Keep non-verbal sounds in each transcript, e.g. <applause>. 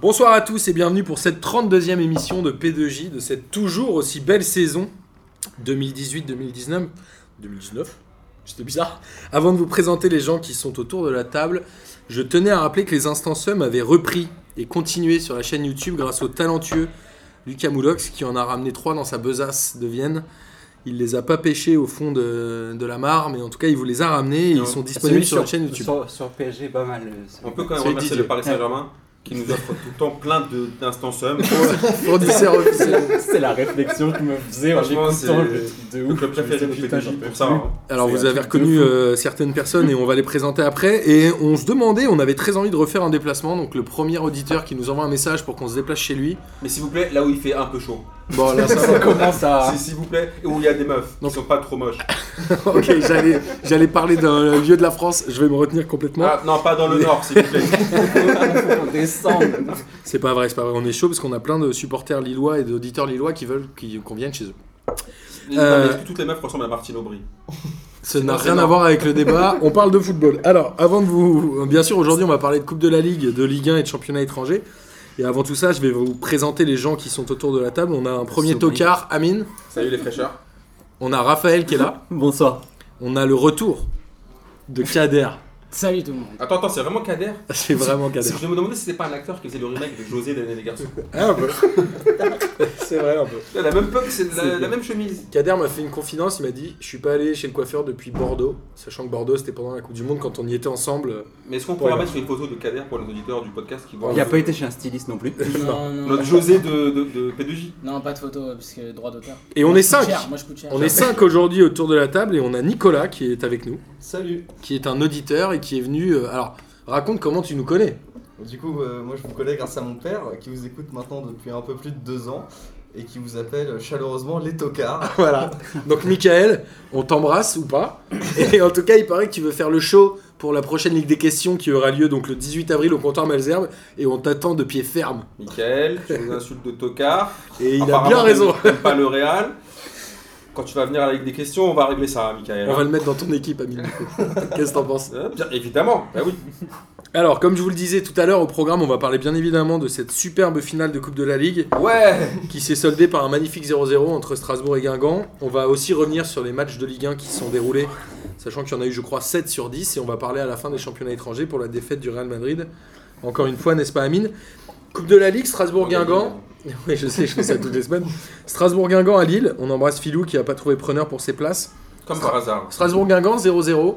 Bonsoir à tous et bienvenue pour cette 32e émission de P2J, de cette toujours aussi belle saison 2018-2019. 2019 C'était bizarre. Avant de vous présenter les gens qui sont autour de la table, je tenais à rappeler que les instants Sum avaient repris et continué sur la chaîne YouTube grâce au talentueux Lucas Moulox qui en a ramené trois dans sa besace de Vienne. Il les a pas pêchés au fond de, de la mare, mais en tout cas, il vous les a ramenés et ils sont disponibles Celui sur la chaîne YouTube. Sur, sur PSG, pas mal. euh, celui-là. On peut quand même C'est remercier Didier. le Paris Saint-Germain qui nous offre tout le temps plein de- d'instants sum. Fournisseur officiel. C'est la réflexion que je me faisais en Franchement, écoutant c'est le truc de Le ouf. club Je me disais, préféré de putain, j'en PPJ peux pour ça. plus. hein. Alors C'est vous un avez truc de reconnu fou. euh, certaines personnes et on va les présenter après. Et on se demandait, on avait très envie de refaire un déplacement. Donc le premier auditeur qui nous envoie un message pour qu'on se déplace chez lui. Mais s'il vous plaît, là où il fait un peu chaud. Bon là ça <laughs> Ça va. commence à. <laughs> Si- S'il vous plaît, et où il y a des meufs qui Donc- sont pas trop moches. ok, j'allais, j'allais parler d'un lieu de la France. Je vais me retenir complètement. Ah, non, pas dans le nord, s'il vous plaît. On descend. C'est pas vrai, c'est pas vrai. On est chaud parce qu'on a plein de supporters lillois et d'auditeurs lillois qui veulent qui- qu'on vienne chez eux. Non, mais est-ce que toutes les meufs ressemblent à Martine Aubry Ça n'a Sinon, c'est rien à mort. voir avec le débat. On parle de football. Alors, avant de vous. Bien sûr, aujourd'hui, on va parler de Coupe de la Ligue, de Ligue 1 et de championnat étranger. Et avant tout ça, je vais vous présenter les gens qui sont autour de la table. On a un premier Sommeil. tocard, Amine. Salut les fraîcheurs. On a Raphaël qui est là. Bonsoir. On a le retour de <laughs> Kader. Salut tout le monde. Attends, attends, c'est vraiment Kader C'est vraiment Kader. Je me demandais si c'était pas un acteur qui faisait le remake de José des les garçons. Ah, un peu. <laughs> c'est vrai, un peu. La même punk, c'est C'est la, bien. la même chemise. Kader m'a fait une confidence, il m'a dit Je suis pas allé chez le coiffeur depuis Bordeaux, sachant que Bordeaux c'était pendant la Coupe du Monde quand on y était ensemble. Mais est-ce qu'on Ouais. pourra mettre une photo de Kader pour les auditeurs du podcast qui voient Il a le- pas été chez un styliste non plus. Non, non, notre José de, de, de P2J non, pas de photo euh, parce que droit d'auteur. Et on Moi, est je coûte 5 cher, Moi je coûte cher. On est 5 aujourd'hui autour de la table et on a Nicolas qui est avec nous. Salut qui est un auditeur et qui est venu. euh, alors, raconte comment tu nous connais. Du coup, euh, moi je vous connais grâce à mon père euh, qui vous écoute maintenant depuis un peu plus de deux ans et qui vous appelle euh, chaleureusement les <laughs> tocards. Voilà. Donc, Michael, on t'embrasse ou pas. Et en tout cas, il paraît que tu veux faire le show pour la prochaine Ligue des questions qui aura lieu donc le 18 avril au comptoir Malzerbe et on t'attend de pied ferme. Michael, tu nous insultes de tocard. Et il a Apparemment, bien raison. t'aimes- t'aimes pas le Real. Quand tu vas venir avec des questions, on va régler ça, Michael. hein. On va le mettre dans ton équipe, Amine. du coup. <laughs> Qu'est-ce que t'en penses Euh, bien évidemment, bah oui. Alors, comme je vous le disais tout à l'heure au programme, on va parler bien évidemment de cette superbe finale de Coupe de la Ligue Ouais. qui s'est soldée par un magnifique 0-0 entre Strasbourg et Guingamp. On va aussi revenir sur les matchs de Ligue 1 qui se sont déroulés, sachant qu'il y en a eu, je crois, 7 sur 10. Et on va parler à la fin des championnats étrangers pour la défaite du Real Madrid. Encore une fois, n'est-ce pas, Amine Coupe de la Ligue, Strasbourg-Guingamp. Oui, je sais, je fais ça toutes les semaines. Strasbourg-Guingamp à Lille. On embrasse Filou qui n'a pas trouvé preneur pour ses places. Comme par hasard. Strasbourg-Guingamp 0-0.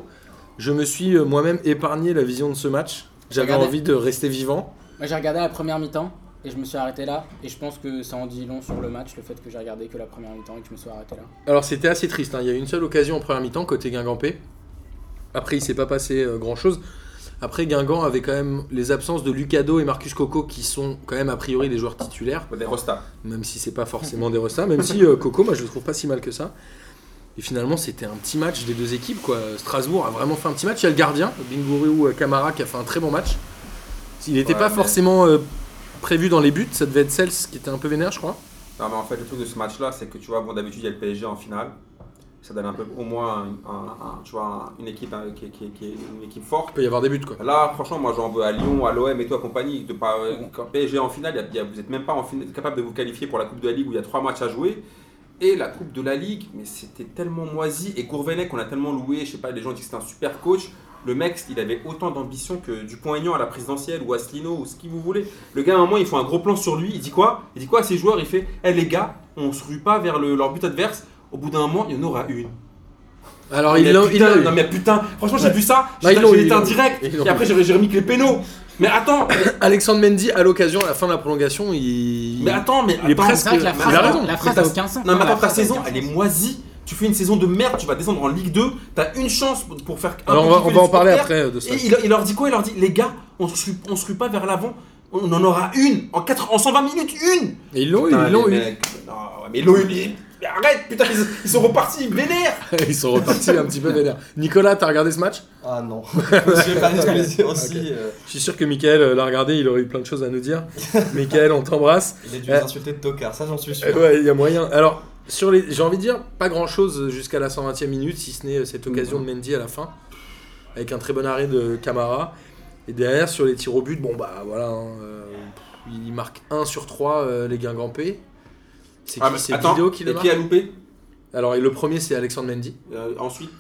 Je me suis euh, moi-même épargné la vision de ce match. J'avais Regardez. envie de rester vivant. Moi j'ai regardé la première mi-temps et je me suis arrêté là et je pense que ça en dit long sur le match le fait que j'ai regardé que la première mi-temps et que je me suis arrêté là. Alors c'était assez triste. hein. Il y a eu une seule occasion en première mi-temps côté Guingampé. Après, il s'est pas passé grand chose. Après, Guingamp avait quand même les absences de Lucado et Marcus Coco qui sont quand même a priori des joueurs titulaires, Des rostas. même si c'est pas forcément des restats. Même si euh, Coco, moi je le trouve pas si mal que ça. Et finalement, c'était un petit match des deux équipes. Quoi. Strasbourg a vraiment fait un petit match. Il y a le gardien, Binguru Camara, qui a fait un très bon match. Il n'était Ouais, pas mais- forcément euh, prévu dans les buts. Ça devait être Cels qui était un peu vénère, je crois. Non mais en fait le truc de ce match-là, c'est que tu vois, bon d'habitude il y a le PSG en finale. Ça donne un peu au moins un- un- un- tu vois, un- une équipe hein, qui, est- qui est- qui est une équipe forte. Il peut y avoir des buts, quoi. Là, franchement, moi j'en veux à Lyon, à l'OM et tout, à compagnie. De pas, euh, quand PSG est en finale, y a- y a- vous n'êtes même pas en finale, capable de vous qualifier pour la Coupe de la Ligue où il y a trois matchs à jouer. Et la Coupe de la Ligue, mais c'était tellement moisi. Et Gourvenec, on a tellement loué, je sais pas, les gens disent que c'est un super coach. Le mec, il avait autant d'ambition que Dupont-Aignan à la présidentielle ou Asselineau ou ce qui vous voulez. Le gars, à un moment, il faut un gros plan sur lui. Il dit quoi Il dit quoi à ses joueurs Il fait Eh les gars, on se rue pas vers le- leur but adverse. Au bout d'un moment, il y en aura une. Alors, Non, il mais l'a putain, il l'a eu. Non mais putain, franchement j'ai vu ça, Bah, j'ai ils l'ont eu, j'ai ils été l'ont en eu. direct, Ils l'ont et après j'ai j'ai remis que les pénaux. Mais attends, Alexandre Mendy, à l'occasion, à la fin de la prolongation, il. mais attends, mais Il est attends. presque- C'est vrai que la mais phrase, il a raison. la phrase Mais a t'as- aucun sens. Non mais La attends, ta phrase a saison, aucun elle est sens. moisie, tu fais une saison de merde, tu vas descendre en Ligue 2, t'as une chance pour- pour faire un Alors, peu Bah, on va, on kiffer va les en parler supporters. après euh, de ça. Et il, il leur dit quoi Il leur dit, les gars, on se rue- on se rue pas vers l'avant, on en aura une, en, quatre, en 120 minutes, une Et ils l'ont eu, Putain, Ah ils l'ont les eu. <laughs> mecs, non, ouais, mais ils l'ont eu, les- mais arrête, putain, ils, ils sont repartis, vénère Ils sont repartis un petit peu vénère. Nicolas, t'as regardé ce match Ah <laughs> non, j'ai pas les <laughs> yeux aussi. euh, Je suis sûr que Michael euh, l'a regardé, il aurait eu plein de choses à nous <laughs> dire. Michael, on t'embrasse. il a dû Euh, les insulter de tocards, ça j'en suis sûr. Euh, ouais, il y a moyen. Alors, sur les, j'ai envie de dire, pas grand chose jusqu'à la 120 e minute, si ce n'est euh, cette occasion de Mendy à la fin, avec un très bon arrêt de Camara. Et derrière, sur les tirs au but, bon bah voilà. hein, euh, Il marque 1 sur 3 euh, les Guingampés. C'est Ah, qui mais C'est attends, Vidéo qui le Et qui marque a loupé Alors, et le premier, c'est Alexandre Mendy. Euh, Ensuite,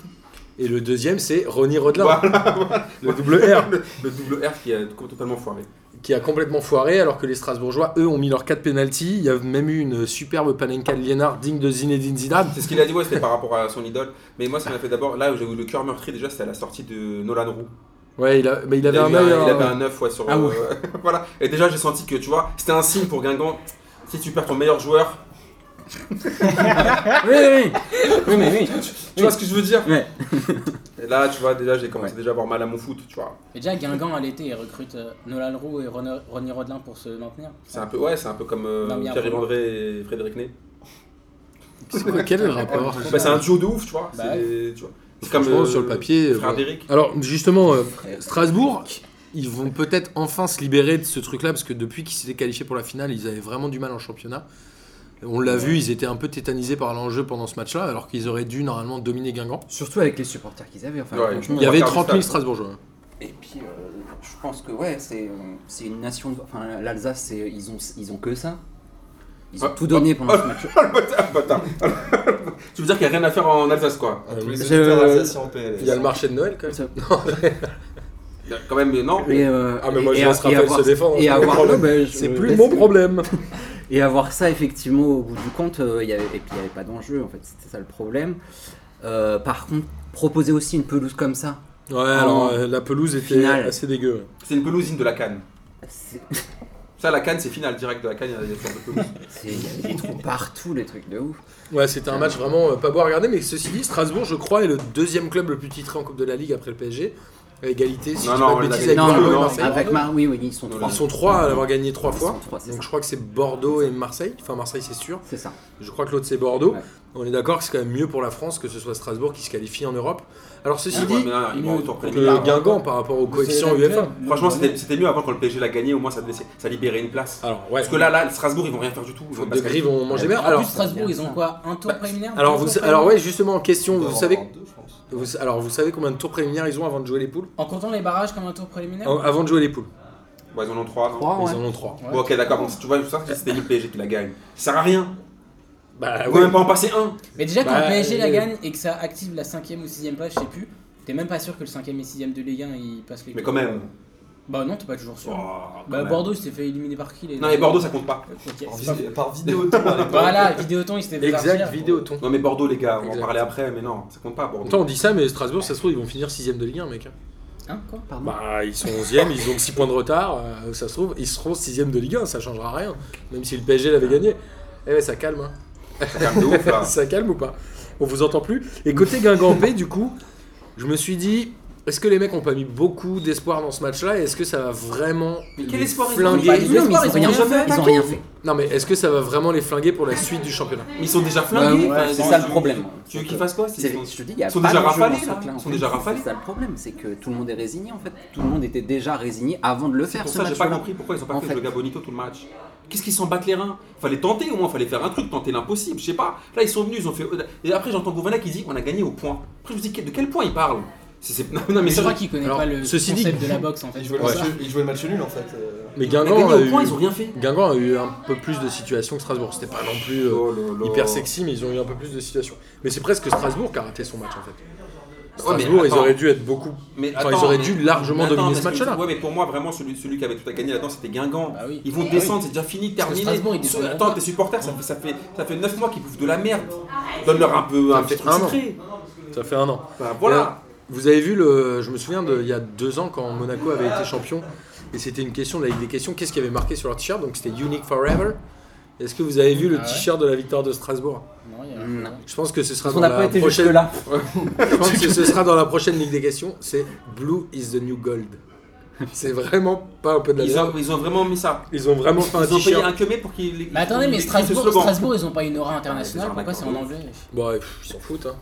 Et le deuxième, c'est Ronnie Rodelin. voilà, voilà. Le double R. le double R qui a totalement foiré. qui a complètement foiré, alors que les Strasbourgeois, eux, ont mis leurs 4 pénalties. Il y a même eu une superbe panenka de Liénard digne de Zinedine Zidane. C'est ce qu'il a dit, ouais, c'était par rapport à son idole. Mais moi, ça m'a fait d'abord. Là, où j'ai eu le cœur meurtri déjà, c'était à la sortie de Nolan Roux. Ouais, il, a- mais il Il, avait a un eu un- œil. il euh, avait un 9 ouais, sur. Ah ouais. euh, <laughs> voilà. Et déjà, j'ai senti que, tu vois, c'était un signe pour Guingamp. Si tu perds ton meilleur joueur, Oui, oui, oui. Oui, mais oui. tu vois ce que je veux dire Ouais. Et là, tu vois, déjà, j'ai commencé déjà à avoir mal à mon foot, tu vois. Mais déjà, Guingamp à l'été, ils recrutent euh, Nolan Roux et Ron- Ronnie Rodelin pour se maintenir. C'est un peu, ouais, c'est un peu comme Non, mais euh, un Pierre-Yves peu. André et Frédéric Ney. c'est quoi- quel est le rapport <laughs> Bah, c'est un duo de ouf, tu vois. Bah c'est ouais. des- tu vois. C'est Franchement, euh, sur le papier. euh, voilà. Frédéric. <laughs> Alors, justement, euh, Strasbourg, ils vont peut-être enfin se libérer de ce truc-là, parce que depuis qu'ils s'étaient qualifiés pour la finale, ils avaient vraiment du mal en championnat. On l'a vu, ils étaient un peu tétanisés par l'enjeu pendant ce match-là, alors qu'ils auraient dû normalement dominer Guingamp. Surtout avec les supporters qu'ils avaient. Enfin, Ouais. franchement, Il y avait Regarde 30 000 ça. Strasbourgeois. hein. Et puis, euh, je pense que ouais, c'est euh, c'est une nation. de- Enfin, l'Alsace, c'est- ils ont ils ont que ça. Ils ont Ah, tout donné pendant ah, ce <laughs> match. Ah, bâtard. <laughs> tu veux dire qu'il n'y a rien à faire en Alsace, quoi À tous les Je- auditeurs alsaciens en PLS. Il y a le marché de Noël quand même. Quand même, non Et, euh, Ah, mais moi et- je et- laisse et Raphaël avoir- se défendre. et avoir- non, Euh, mais je- C'est je plus laisse- mon <laughs> problème. Et avoir ça, effectivement, au bout du compte, euh, il y avait, et puis il n'y avait pas d'enjeu, en fait, c'était ça le problème. Euh, par contre, proposer aussi une pelouse comme ça, Ouais, alors En euh, la pelouse était finale. assez dégueu. ouais. C'est une pelousine de la canne. c'est- Ça, la canne, c'est final direct de la canne, il y a des sortes de pelouses. c'est- il y avait des trous partout, les trucs de ouf. Ouais, c'était un match vraiment euh, pas beau à regarder, mais ceci dit, Strasbourg, je crois, est le deuxième club le plus titré en Coupe de la Ligue après le PSG. À égalité, si Non, je dis non, pas de on l'a bêtises, dit. avec Non, Bordeaux, Bordeaux et non, Marseille. avec Mar, oui, oui, ils sont trois. Ils sont trois à l'avoir gagné trois Ils fois. sont trois, c'est Donc ça. je crois que c'est Bordeaux et Marseille. Enfin, Marseille, c'est sûr. C'est ça. Je crois que l'autre, c'est Bordeaux. Ouais. On est d'accord que c'est quand même mieux pour la France que ce soit Strasbourg qui se qualifie en Europe. Alors, ceci Ah Ouais, dit, mais non, ils vont mieux autour que préliminaire. Guingamp par rapport au coefficient UEFA. Franchement, c'était c'était mieux avant quand le PSG l'a gagné, au moins ça, laissait- ça libérait une place. Alors, ouais, Parce que là, là, Strasbourg, ils vont rien faire du tout. Ils vont pas de se qualifier. Gris vont manger merde. Alors, en Alors, Bah, plus, Strasbourg, ils ont quoi Un tour préliminaire alors, deux vous, tours alors, ouais, préliminaires justement, en question, Il doit vous en savez, avoir deux, je pense. vous- alors, vous savez combien de tours préliminaires ils ont avant de jouer les poules En comptant les barrages comme un tour préliminaire Avant- Avant de jouer les poules. Ouais, ils en ont 3. Eh Trois, ouais. Ils en ont 3. Ouais. ok, d'accord. Bon, tu vois, c'est pour ça que c'était le PSG qui la gagne. Ça sert à rien. Bah On peut oui. même pas en passer un. Mais déjà, quand Bah, le PSG la euh, gagne et que ça active la 5ème ou 6ème page, je sais plus, t'es même pas sûr que le 5ème et 6ème de Ligue 1 ils passent les. Mais quand même. Bah non, t'es pas toujours sûr. Oh, quand bah même. Bordeaux, il s'est fait éliminer par qui les... Non, mais Bordeaux, ça compte Oh, pas. Ok, c'est Par pas- vid- Par vidéo, tout à l'époque. Voilà, Vidéoton, il s'était fait Exact, sortir. vidéoton. Non, mais Bordeaux, les gars, on va en Exact. parler après, mais non, ça compte pas, Bordeaux. Pourtant, on dit ça, mais Strasbourg, ça se trouve, ils vont finir 6ème de Ligue 1, mec. Hein, quoi Pardon. Bah, ils sont 11ème, ils ont 6 points de retard. euh, ça se trouve, ils seront 6ème de Ligue 1, ça changera rien. Même si le PSG l'avait gagné. Eh ouais, ça calme, hein. Ça calme de ouf, <laughs> là. ça calme ou pas On vous entend plus Et côté Guingampé, du coup, je me suis dit. Est-ce que les mecs ont pas mis beaucoup d'espoir dans ce match-là et Est-ce que ça va vraiment Mais quel les espoir ils ont flinguer mis Bah, Ils non, mais ils rien ont rien fait. fait. Ils ont rien fait. Non mais est-ce que ça va vraiment les flinguer pour la suite du championnat Mais ils sont déjà flingués. Bah, Ouais, Enfin, c'est ils- ça le problème. Tu veux qu'ils fassent quoi s'ils C'est- sont- Je te dis, il y a Ils sont pas déjà d'enjeu dans rafalés, ce là. truc-là, en Ils sont fait. déjà C'est- rafalés. C'est ça le problème, c'est que tout le monde est résigné en fait. Tout le monde était déjà résigné avant de le C'est faire. pour ce ça que j'ai pas match-là. compris pourquoi ils ont pas En fait, fait. le gars Bonito tout le match. Qu'est-ce qu'ils s'en battent les reins Fallait tenter au moins, fallait faire un truc, tenter l'impossible, je sais pas. Là ils sont venus, ils ont fait. Et après j'entends Gourvenet qui dit on a gagné au point. Après je me dis que- de quel point il parle C'est- c'est- <laughs> Non, non, mais Mais c'est je crois vrai. qu'il connaît Alors, pas le ceci concept dit- de la boxe en fait. Il jouait le Ouais. match- il jouait le match nul en fait. euh. Mais On a Guingamp gagné a au eu- point, ils ont rien fait. Guingamp a eu un peu plus de situations que Strasbourg. C'était pas non plus euh, hyper sexy, mais ils ont eu un peu plus de situations. Mais c'est presque Strasbourg qui a raté son match en fait. Ouais, mais Strasbourg, ils attends. auraient dû être beaucoup. Mais Enfin, ils auraient dû largement mais attends, dominer parce ce que- match-là. Ouais, mais pour moi, vraiment, celui, celui qui avait tout à gagner là-dedans, c'était Guingamp. Bah oui. Ils vont Ah descendre, c'est déjà fini, Parce que terminé. Strasbourg, ils Ce- descendront Attends, pas. tes supporters, ça fait, ça, fait, ça fait 9 mois qu'ils bouffent de la merde. Donne-leur un peu Ça un fait petit truc un an. sucré. Ça fait un an. Enfin, voilà. Euh, Vous avez vu le. Je me souviens de- il y a deux ans quand Monaco avait été champion et c'était une question de la Ligue des questions. Qu'est-ce qui avait marqué sur leur t-shirt Donc c'était Unique Forever. Est-ce que vous avez vu le Ah ouais. t-shirt de la victoire de Strasbourg Non, il y a- Non. Je pense que ce sera dans Parce qu'on n'a pas la été prochaine. jusque-là. <laughs> Je pense que ce sera dans la prochaine Ligue des questions. C'est Blue is the new gold. C'est vraiment pas un peu de la Ils merde. ont, ils ont vraiment mis ça. Ils ont Euh, vraiment fait un Ils ont payé t-shirt. un queumé pour qu'il. Mais Bah, attendez, mais qu'il- Strasbourg, ce slogan. Strasbourg, ils ont pas une aura internationale, Ah, pourquoi c'est en d'accord. anglais Bon, ouais, pff, ils s'en foutent. Hein.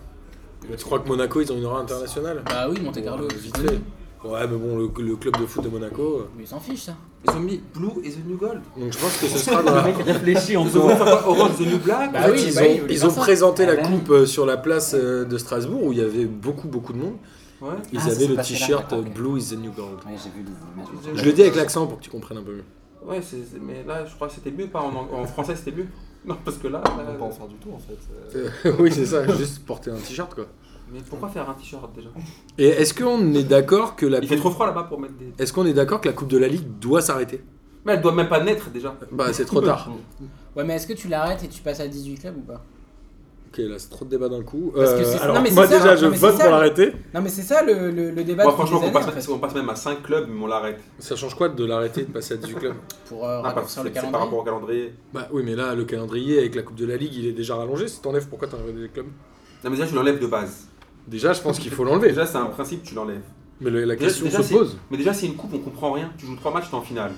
Tu crois que Monaco, ils ont une aura internationale Bah oui, Monte Carlo, Ouais, vite fait. Ouais, mais bon, le, le club de foot de Monaco. euh. Mais ils s'en fichent ça. Ils ont mis Blue et the New Gold. Donc je pense que <laughs> ce sera Ah, dans la. bah. Réfléchis Ils ont voulu faire quoi Orange the New Black Bah En fait, oui, ils bah ont, oui, ils voulaient ils faire ont ça. présenté la bah coupe euh, sur la place euh, de Strasbourg où il y avait beaucoup beaucoup de monde. Ouais. Ils Ah, ça avaient s'est le passé là, t-shirt d'accord, euh, ok. Blue is the new gold. Ouais, j'ai vu les images. Je le dis avec l'accent pour que tu comprennes un peu mieux. Ouais, c'est- c'est- mais là, je crois que c'était mieux, pas en, ang- en français, c'était mieux. Non, parce que là. On là- peut pas en faire du tout en fait. Euh, <laughs> oui, c'est ça, juste porter un t-shirt quoi. Mais pourquoi faire un t-shirt déjà Et est-ce qu'on est d'accord que la Il fait coupe... trop froid là-bas pour mettre des. Est-ce qu'on est d'accord que la Coupe de la Ligue doit s'arrêter Mais elle doit même pas naître déjà. Bah, c'est trop tard. Ouais, mais est-ce que tu l'arrêtes et tu passes à 18 clubs ou pas <laughs> Ok, là, c'est trop de débat d'un coup. Parce que Euh, c'est- alors, non, mais moi, c'est ça, déjà, non, je mais vote c'est ça, pour le- l'arrêter. Non, mais c'est ça le, le, le débat Moi, depuis franchement, des qu'on années, passe, en fait. qu'on passe même à 5 clubs, mais on l'arrête. Ça change quoi de l'arrêter, de passer à 18 clubs pour euh, Ah, parce raccourcir que le c'est- c'est par rapport calendrier. au calendrier. Bah, oui, mais là, le calendrier avec la Coupe de la Ligue, il est déjà rallongé. Si t'enlèves, pourquoi t'enlèves des clubs Non, mais déjà, tu l'enlèves de base. Déjà, je pense qu'il faut l'enlever. Déjà, c'est un principe, tu l'enlèves. Mais le- la Déjà- question déjà, se c'est- pose. Mais déjà, c'est une coupe, on comprend rien. Tu joues 3 matchs, t'es en finale.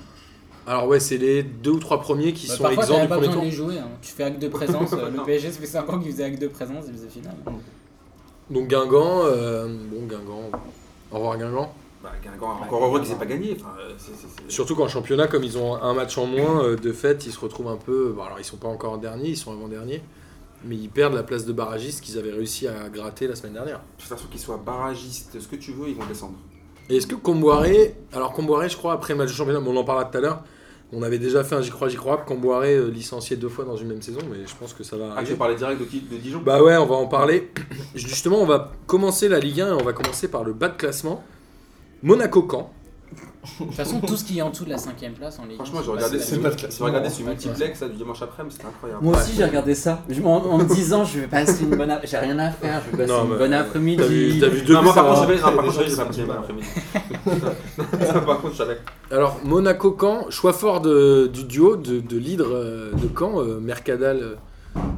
Alors, ouais, c'est les deux ou trois premiers qui Bah, sont parfois, exempts t'avais du pas premier besoin tour. de les jouer. hein. Tu fais acte <laughs> de présence. euh, le Non. PSG, ça fait 5 ans qu'il faisait acte de présence, il <laughs> faisait finale. Donc, Guingamp, euh, bon, Guingamp. Au revoir, Guingamp. Bah, Guingamp, encore heureux qu'ils aient pas gagné. Enfin, euh, c'est- c'est- c'est- Surtout qu'en championnat, comme ils ont un match en moins, euh, de fait, ils se retrouvent un peu. Bon, alors, ils sont pas encore en dernier, ils sont avant-dernier. Mais ils perdent la place de barragiste qu'ils avaient réussi à gratter la semaine dernière. De toute façon, qu'ils soient barragistes, ce que tu veux, ils vont descendre. Et est-ce que Comboiré. Alors, Comboiré, je crois, après le match de championnat, mais on en parlera tout à l'heure. On avait déjà fait un J'y crois, J'y crois. Comboiré euh, licencié deux fois dans une même saison, mais je pense que ça va Ah, tu arriver. veux parler direct de, qui- de Dijon Bah ouais, on va en parler. Justement, on va commencer la Ligue 1 et on va commencer par le bas de classement. Monaco-Caen. De toute façon, tout ce qui est en dessous de la 5ème place en Ligue. Franchement, j'ai regardé c'est ce- pas le classement, j'ai regardé ce c'est pas le multiplex là, du dimanche après-midi, c'était incroyable. Moi aussi j'ai regardé ça. Je, en, en me disant je vais passer une bonne après- j'ai rien à faire, je vais passer Non, mais une bonne T'as vu, après-midi. t'as vu deux Non, moi, buts par à- contre, j'avais- non, par Des contre, gens qui j'avais pas sont pris mal. l'après-midi. Ça, <laughs> Par contre, j'avais. Alors, Monaco-Caen, choix fort de- du duo de, de leader euh, de Caen, euh, Mercadal. euh,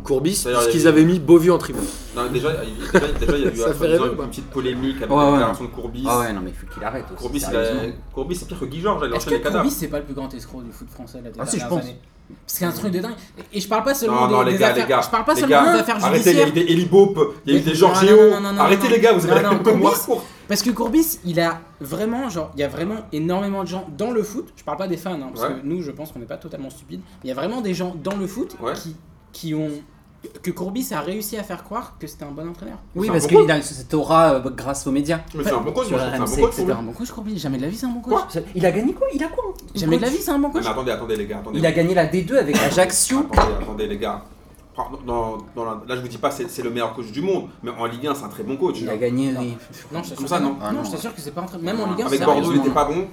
Courbis, D'ailleurs, il y a puisqu'ils eu- avaient mis Beauvue en tribune. Non, déjà, il déjà- déjà, il y a eu Ça en fait disant, rêver, une quoi. petite polémique avec Ouais, ouais. la déclaration de Courbis. Ah ouais non mais il faut qu'il arrête aussi. Courbis, il a- sérieusement. Courbis, c'est pire que Guy Georges, là, il Est-ce enchaîne les que Courbis, cadavres. c'est pas le plus grand escroc du foot français là, des Ah si, dernières je pense. années Parce qu'il y a un truc de dingue. Et je parle pas seulement Non, non, des, les des gars, affaires. les gars. je parle pas les seulement gars, des affaires Arrêtez, il y a judiciaires. eu des Eli Bope, il y a eu des Mais- non, Georgio. non, non, non, non, Arrêtez non. les gars, vous avez Non, non, la Courbis. mémoire courte. Parce que Courbis, il a vraiment, genre, il y a vraiment énormément de gens dans le foot. Je parle pas des fans, hein, parce Ouais. que nous, je pense qu'on n'est pas totalement stupides. mais Il y a vraiment des gens dans le foot Ouais. qui, qui ont. que Courbis a réussi à faire croire que c'était un bon entraîneur. Oui C'est un parce bon qu'il a cette aura euh, grâce aux médias. Mais c'est un bon coach, Sur moi, je trouve que RMC, c'est un bon coach. etc. C'est un bon coach, Courbis. Jamais de la vie, c'est un bon coach. Quoi Il a gagné quoi Il a quoi Jamais de la vie, c'est un bon Non, coach. mais attendez, attendez les gars, attendez. Il a gagné la D2 <coughs> avec Ajaccio. Attendez, attendez les gars. Par- dans- dans la- là, je vous dis pas c'est c'est le meilleur coach du monde, mais en Ligue 1, c'est un très bon coach. Il a gagné Non. oui. Non, je t'assure. Comme ça, que non. Ah, non. non, je t'assure que c'est pas un entraîneur. Même en Ligue 1, Avec c'est Bordeaux, il sérieusement, était pas bon.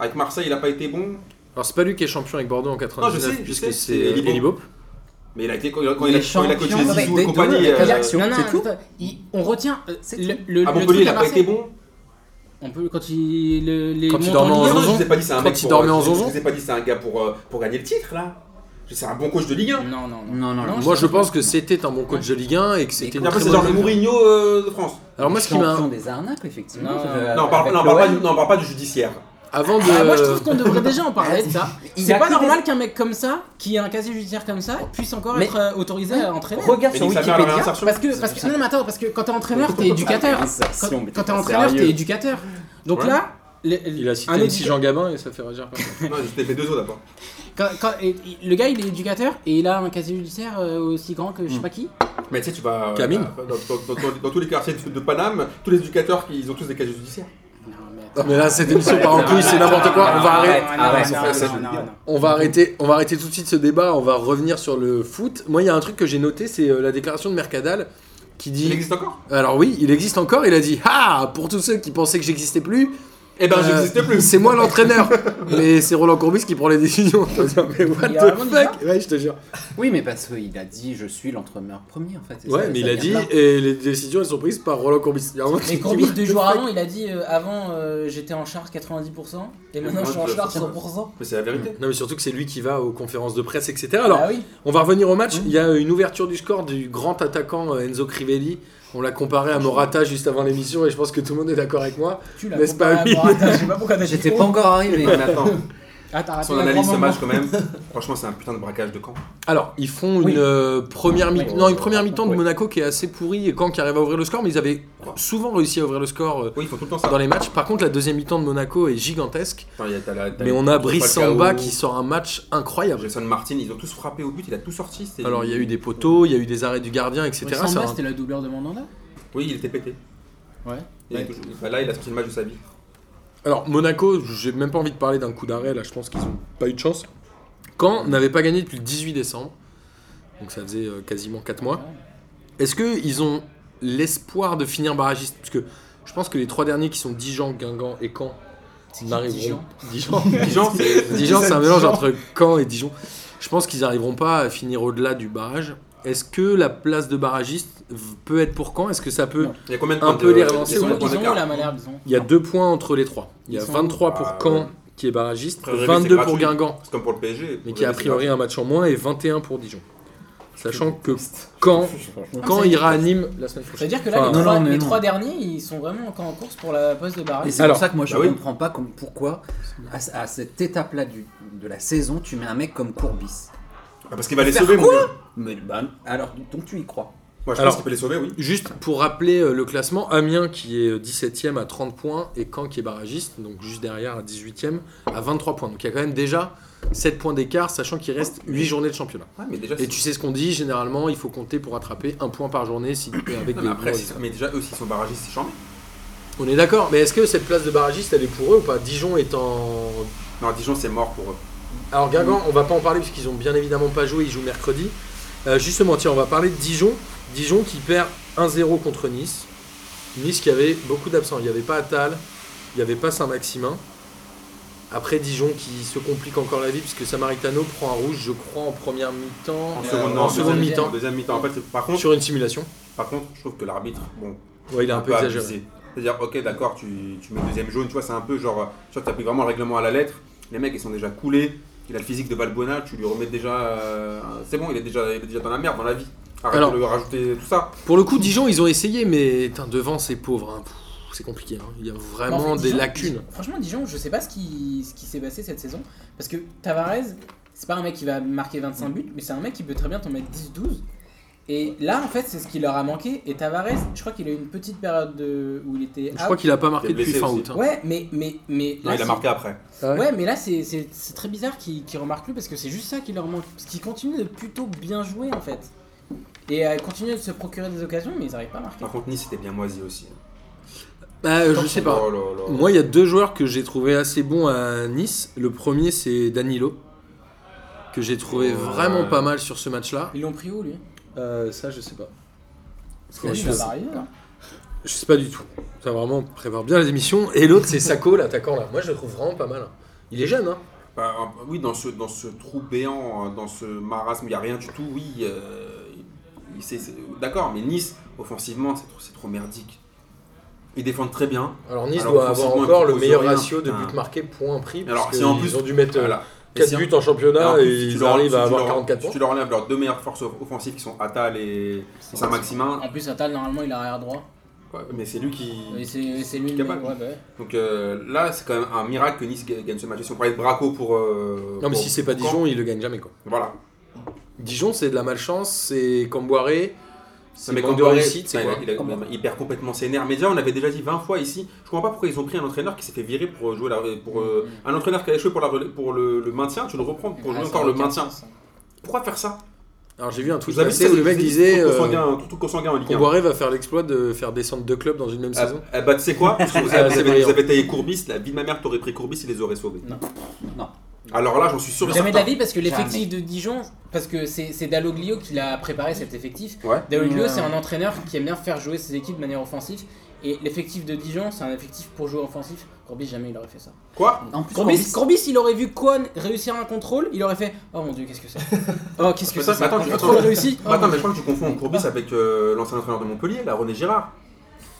Avec Marseille, il a pas été bon. Alors, c'est pas lui qui est champion avec Bordeaux en 99, Non, je sais, je puisque sais, c'est c'est euh, Elie Elie Bopp. Mais il a été quand il a, quand Il il a- est quand il a coaché champion Zizou avec et des compagnie. deux, avec euh, Ajaccio. Non, non, C'est tout attends, il- on retient euh, C'est le, tout. le, à le Montpellier, il truc a à pas été Marseille. bon. On peut quand il le, les Quand il monte dormait en Ligue Non, 1. non, je zonzon. vous ai pas dit c'est un Quand mec il pour, dormait euh, en je- Je zonzon. vous ai pas dit c'est un gars pour, euh, pour gagner le titre là. C'est un bon coach de Ligue 1. Non, non, non. Non, non, non. Moi, je pense que c'était un bon coach de Ligue 1 et que c'était Et une Après très c'est bonne genre le idée. Mourinho euh, de France. Alors, moi, ce qui champion m'a. des arnaques effectivement. Non, euh, Non, on parle, avec non, on parle pas, l'OM. du- non, on parle pas du judiciaire. Avant Ah, moi je trouve de. qu'on devrait déjà en parler de ça. Il C'est a pas que des- normal qu'un mec comme ça, qui a un casier judiciaire comme ça, puisse encore Mais- être euh, autorisé à entraîner. Regarde Mais sur nique sa mère, la Wikipédia. Ah, réinsertion. Parce que, parce que, non, mais attends, parce que quand t'es entraîneur, t'es éducateur. Quand, Réinsertion, mais quand t'es pas entraîneur, sérieux. t'es éducateur. Donc Ouais. là, le- le- Il a cité un aussi éduca- Jean Gabin et ça fait réagir. personne. Non, je t'ai fait deux autres d'abord. quand- quand- et- et- le gars, il est éducateur et il a un casier judiciaire euh, aussi grand que je sais pas qui. Mais tu sais, tu vas euh, Camille. dans, dans- dans- dans- dans tous les quartiers de, de Paname, tous les éducateurs, ils ont tous des casiers judiciaires. Non, mais attends. Non, mais là, cette émission part en couille, c'est n'importe quoi. On va Ah arrêter. Ah Non, non, arrête, non, arrête, non, ça, non, je veux non, dire. non. On va arrêter, on va arrêter tout de suite ce débat, on va revenir sur le foot. Moi, il y a un truc que j'ai noté, c'est euh, la déclaration de Mercadal qui Il dit existe encore Alors oui, il existe encore, il a dit Ah, pour tous ceux qui pensaient que j'existais plus, Eh ben, euh, j'existais <laughs> plus. C'est moi l'entraîneur. mais c'est Roland Courbis qui prend les décisions. Je veux dire, mais what Il a the vraiment dit fuck Ouais, je te jure. Oui, mais parce qu'il a dit je suis l'entraîneur premier en fait. c'est Ouais, ça, mais ça il a vient dit de là. et les décisions elles sont prises par Roland Courbis. Il y a un moment, tu te Et dis, Courbis, what deux the jours fuck avant, il a dit euh, Avant, euh, j'étais en charge 90%, et maintenant moi, je suis en je- charge 100%. Mais c'est <laughs> la vérité. Non, mais surtout que c'est lui qui va aux conférences de presse, etc. Alors, Ah oui. On va revenir au match. Il y a une ouverture du score du grand attaquant euh, Enzo Crivelli. On l'a comparé à Morata juste avant l'émission et je pense que tout le monde est d'accord avec moi. Tu l'as N'est-ce pas, comparé à oui. Morata, je sais pas pourquoi t'as dit J'étais trop. pas encore <laughs> arrivé. Non, mais attends, Ah, t'as si raté on un grand analyse ce moment. match quand même, <laughs> franchement, c'est un putain de braquage de camp. Alors, ils font Oui. une euh, première mi-temps Ouais. non, une première mi-temps de Ouais. Monaco qui est assez pourrie et quand qui arrive à ouvrir le score, mais ils avaient souvent réussi à ouvrir le score euh, Oui, ils font tout le temps ça. dans les matchs. Par contre, la deuxième mi-temps de Monaco est gigantesque. Attends, il y a- t'as la- t'as Mais le- on a Falcao, Brice Samba qui sort un match incroyable. Jason Martin, ils ont tous frappé au but, il a tout sorti. c'était- Alors, il y a eu des poteaux, il y a eu des arrêts du gardien, etc. Ouais, C'est Samba, un- c'était le doubleur de Mandanda. Oui, il était pété. Ouais. Il est toujours- bah là, il a sorti <laughs> le match de sa vie. Alors, Monaco, j'ai même pas envie de parler d'un coup d'arrêt là, je pense qu'ils ont pas eu de chance. Caen n'avait pas gagné depuis le 18 décembre. Donc ça faisait euh, quasiment 4 mois. Est-ce qu'ils ont l'espoir de finir barragiste Parce que je pense que les trois derniers qui sont Dijon, Guingamp et Caen n'arriveront Dijon Dijon Dijon, c'est. Dijon, c'est un mélange Dijon. entre Caen et Dijon. Je pense qu'ils n'arriveront pas à finir au-delà du barrage. Est-ce que la place de barragiste v- peut être pour Caen Est-ce que ça peut. Non. Il y a combien de Un points de- peu les de- relancer, de- Ils de- ouais. ont de- ils de- ont la Malherbe, ils ont. Il y a deux points entre les trois. Il y a Ils sont- 23 pour Ah, ouais. Caen, qui est barragiste, Après, Rémi, c'est 22 pour gratuit. Guingamp, C'est comme pour le PSG. mais qui a a priori hein. un match en moins, et 21 pour Dijon. Sachant que Caen, Caen c'est- ira à Nîmes la semaine prochaine. C'est-à-dire que là, les, Enfin, non, trois, non, mais les non. trois derniers, ils sont vraiment encore en course pour la poste de Et barrage. c'est Alors, pour ça que moi je bah oui. comprends pas comme- pourquoi à, à cette étape-là du- de la saison tu mets un mec comme Courbis. Ah, Parce qu'il va les Faire sauver, mon quoi gars. Mais bah, alors donc tu y crois. Moi, je pense Alors- qu'il peut les sauver, oui. Juste pour rappeler euh, le classement, Amiens qui est euh, 17ème à 30 points et Caen qui est barragiste, donc juste derrière à 18ème à 23 points. Donc il y a quand même déjà 7 points d'écart, sachant qu'il reste 8 journées de championnat. Ouais, mais déjà, Et c'est- tu sais ce qu'on dit, généralement il faut compter pour attraper un point par journée si tu es avec Non, des mais après, bons c'est- résultats. mais déjà, eux, s'ils sont barragistes, c'est charmant. On est d'accord, mais est-ce que cette place de barragiste elle est pour eux ou pas Dijon est en. Non, Dijon, c'est mort pour eux. Alors Guingamp, on va pas en parler parce qu'ils ont bien évidemment pas joué, ils jouent mercredi. Euh, justement, tiens, on va parler de Dijon. Dijon qui perd 1-0 contre Nice. Nice qui avait beaucoup d'absents. Il n'y avait pas Attal, il n'y avait pas Saint-Maximin. Après Dijon qui se complique encore la vie puisque Samaritano prend un rouge, je crois, en première mi-temps. En Euh, seconde, non, en en seconde deuxième- mi-temps. Deuxième mi-temps. En fait, c'est- par contre, Sur une simulation. par contre, je trouve que l'arbitre, bon, Ouais, il a un peu Ah, pas exagéré. abusé. C'est-à-dire, ok, d'accord, tu, tu mets deuxième jaune, tu vois, c'est un peu genre, tu vois, t'as pris vraiment le règlement à la lettre, les mecs, ils sont déjà coulés, il a le physique de Balbuena, tu lui remets déjà. euh, c'est bon, il est, déjà, il est déjà dans la merde, dans la vie. Arrête Alors- de lui rajouter tout ça. Pour le coup, Dijon, ils ont essayé, mais putain, devant, c'est pauvre. hein. Pff, C'est compliqué. hein. Il y a Mais en fait, vraiment des Dijon- lacunes. Franchement, Dijon, je sais pas ce qui, ce qui s'est passé cette saison. Parce que Tavares, c'est pas un mec qui va marquer 25 buts, mais c'est un mec qui peut très bien t'en mettre 10-12. Et là, en fait, c'est ce qui leur a manqué. Et Tavares, je crois qu'il a eu une petite période de- où il était. Je crois qu'il a pas marqué Il est depuis blessé fin aussi. août. hein. Ouais, mais. mais, mais Non, là, il a c'est- marqué après. Ah ouais Ouais, mais là, c'est c'est- c'est très bizarre qu'ils qu'ils remarquent plus parce que c'est juste ça qui leur manque. Parce qu'ils continuent de plutôt bien jouer en fait. Et à continuer de se procurer des occasions, mais ils n'arrivent pas à marquer. Par contre, Nice, c'était bien moisi aussi. Bah, euh, je sais pas. Oh là là. Moi, il y a deux joueurs que j'ai trouvé assez bons à Nice. Le premier, c'est Danilo, que j'ai trouvé Ouais. vraiment pas mal sur ce match-là. Ils l'ont pris où lui Euh, ça, je sais pas. Là, je, il va hein. sais, varier, là. je sais pas du tout. Ça vraiment on prépare bien les émissions. Et l'autre, c'est Sako, <laughs> l'attaquant là. Moi, je le trouve vraiment pas mal. Il est jeune, hein. Bah, un- oui, dans ce, dans ce trou béant, hein, dans ce marasme, il n'y a rien du tout, oui. euh, il- c'est- c'est- D'accord, mais Nice, offensivement, c'est trop, c'est trop merdique. Ils défendent très bien. Alors Nice Alors, doit avoir offensivement, encore ils le proposent meilleur rien. ratio de Ah. buts marqués point prix. Alors, parce si en qu'ils plus- ont dû mettre euh, Voilà. Et 4 si- buts en alors, championnat si et tu ils leur- arrivent si à tu avoir leur- 44 Si tu points. leur enlèves leurs deux meilleures forces off- offensives qui sont Atal et et Saint-Maximin, En plus, Atal, normalement, il a arrière droit. ouais, mais c'est lui qui. Et c'est c'est lui qui le capable. mec. Ouais, bah ouais. Donc euh, là, c'est quand même un miracle que Nice ga- gagne ce match. Et Si on parlait de Braco pour. euh, Non, mais pour- si c'est pas pour Caen, Dijon, ils le gagnent jamais quoi. Voilà. Dijon, c'est de la malchance, c'est Camboiré, c'est mais manque de Camboire, réussite, c'est il- quoi il, il- il perd complètement ses nerfs. Mais déjà, on avait déjà dit 20 fois ici. Je comprends pas pourquoi ils ont pris un entraîneur qui s'est fait virer pour jouer la, pour Mm, euh, un entraîneur qui a échoué pour, la, rela- pour le, le maintien. Tu le reprends pour Ah, jouer ça encore a le aucun maintien. sens, hein. Pourquoi faire ça Alors j'ai vu un tweet Vous avez passer vu où le mec disait euh, Surtout Consanguin en Ligue 1. Comboiré va faire l'exploit de faire descendre deux clubs dans une même Ah, saison. ah, bah, tu <laughs> sais quoi Parce que vous, Ah, avez, c'est vous avez- brillant. vous avez taillé Courbis, la vie de ma mère t'aurait pris Courbis, il les aurait sauvés. Non. Non. Alors là, j'en suis sûr. et Jamais de la certain. vie parce que l'effectif de Dijon, parce que c'est c'est Dalloglio qui l'a préparé cet effectif. Ouais. Dalloglio, Ouais. c'est un entraîneur qui aime bien faire jouer ses équipes de manière offensive. Et l'effectif de Dijon, c'est un effectif pour jouer offensif. Courbis, jamais il aurait fait ça. Quoi En plus Courbis, Courbis- Courbis, il aurait vu Coan réussir un contrôle, il aurait fait Oh mon dieu, <laughs> qu'est-ce que c'est Oh, qu'est-ce que Attends, c'est mais attends, Un tu- contrôle attends. réussi Oh, Attends, mon mais je Dieu. crois que tu confonds Courbis avec euh, l'ancien entraîneur de Montpellier, là, René Girard.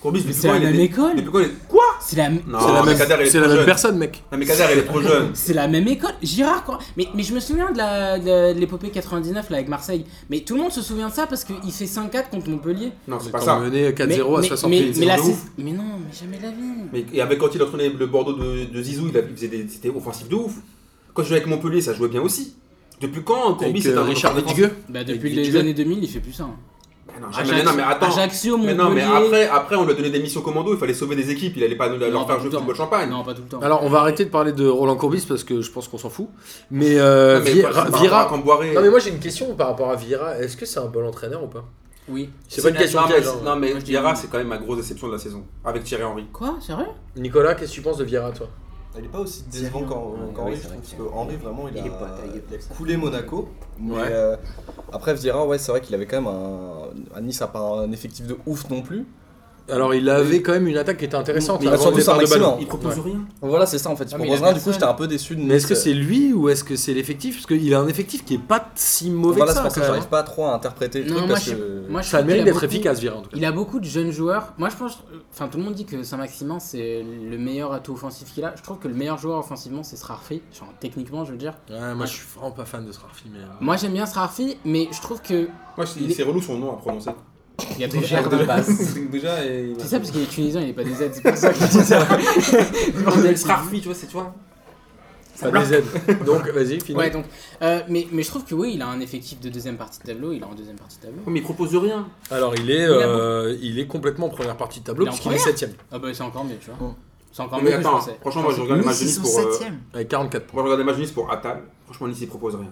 Courbis, depuis C'est quand la il même était- école depuis quand il est- Quoi C'est la, Non, C'est la Ah, mais même, Kader, il est c'est trop la même jeune. Ah, personne mec. Non, mais Kader, il est trop jeune. C'est la même école, Girard quoi. Mais, mais je me souviens de la- de de l'épopée 99 là avec Marseille. Mais tout le monde se souvient de ça parce qu'il fait 5-4 contre Montpellier. Non, c'est pas Quand ça. on menait 4-0 à 60 mais, mais, la c'est de saison- mais non, mais jamais de la vie. Mais, et avec quand il entraînait le Bordeaux de, de Zizou, il, a- il faisait des, c'était offensif de ouf. Quand je jouais avec Montpellier, ça jouait bien aussi. Depuis quand Courbis Avec c'est euh, un Richard défensif Vidigue. Bah depuis depuis les les années 2000, il fait plus ça. hein. Ah Non, jamais, mais non, mais attends. Ajaccio, Mais Montpellier. non, mais après, après, on lui a donné des missions commando, il fallait sauver des équipes, il allait pas leur Non, pas faire jouer tout le au football temps. champagne. Non, pas tout le temps. Alors on va arrêter de parler de Roland Courbis parce que je pense qu'on s'en fout. Mais, euh, Non, mais Vieira- par- par Vieira- rapport à Camboiré- Non mais moi j'ai une question par rapport à Vieira. Est-ce que c'est un bon entraîneur ou pas Oui. C'est pas une question Non, piège. mais, hein. non, mais Moi, je dis Vieira, oui. c'est quand même ma grosse déception de la saison, avec Thierry Henry. Quoi Sérieux Nicolas, qu'est-ce que tu penses de Vieira toi Elle n'est pas aussi Sérieux décevante qu'en- Ouais, qu'Henri, ouais, je c'est trouve, parce vrai que que- Henri, vraiment, il, il a, est pas taillé il a pour ça. coulé Monaco. Mais Ouais. euh, après, Vieira, ouais, c'est vrai qu'il avait quand même un. À Nice, à part un effectif de ouf non plus. Alors, il avait quand même une attaque qui était intéressante. Mais il avant a le surtout départ de Sarricino. Ballon. Il propose rien. Voilà, c'est ça en fait. Il Ah, mais il propose a rien, du coup, personne. j'étais un peu déçu de Mais est-ce que Nice. c'est lui ou est-ce que c'est l'effectif Parce qu'il a un effectif qui est pas si mauvais Voilà, que c'est ça. pour ça quand que même. hein j'arrive pas trop à interpréter le Non, truc moi, parce je- que. Moi, je Ça a le trouve qu'il mérite a d'être beaucoup- efficace, Vira, en tout cas. Il a beaucoup de jeunes joueurs. Moi, je pense. Enfin, tout le monde dit que Saint-Maximin, c'est le meilleur atout offensif qu'il a. Je trouve que le meilleur joueur offensivement, c'est Srarfi. Genre, techniquement, je veux dire. Ouais, moi, je suis vraiment pas fan de ce Rafi, mais. euh, Moi, j'aime bien Srarfi, mais je trouve que. Moi, Il c'est est- c'est relou son nom à prononcer. Il y a trop de Déjà, R de <laughs> Ah, base. Déjà, et... C'est ça parce qu'il est tunisien, il est pas des aides, c'est pour ça que je dis <laughs> ça. Bordel, Srarfi, tu vois, c'est toi. Pas des <laughs> aides. Donc, vas-y, finis. Ouais, donc. euh, mais, mais je trouve que oui, il a un effectif de deuxième partie de tableau, il a en deuxième partie de tableau. Mais il propose rien. Alors, il est, euh, il est complètement en première partie de tableau, Il est en puisqu'il est 7ème, Ah bah, c'est encore mieux, tu vois. Bon. C'est encore mais mieux que je attends, pensais. franchement, moi je regarde les matchs de Nice pour. euh, avec 44 points. Moi, je regarde les matchs de Nice pour Atal. Franchement, Nice, il propose rien.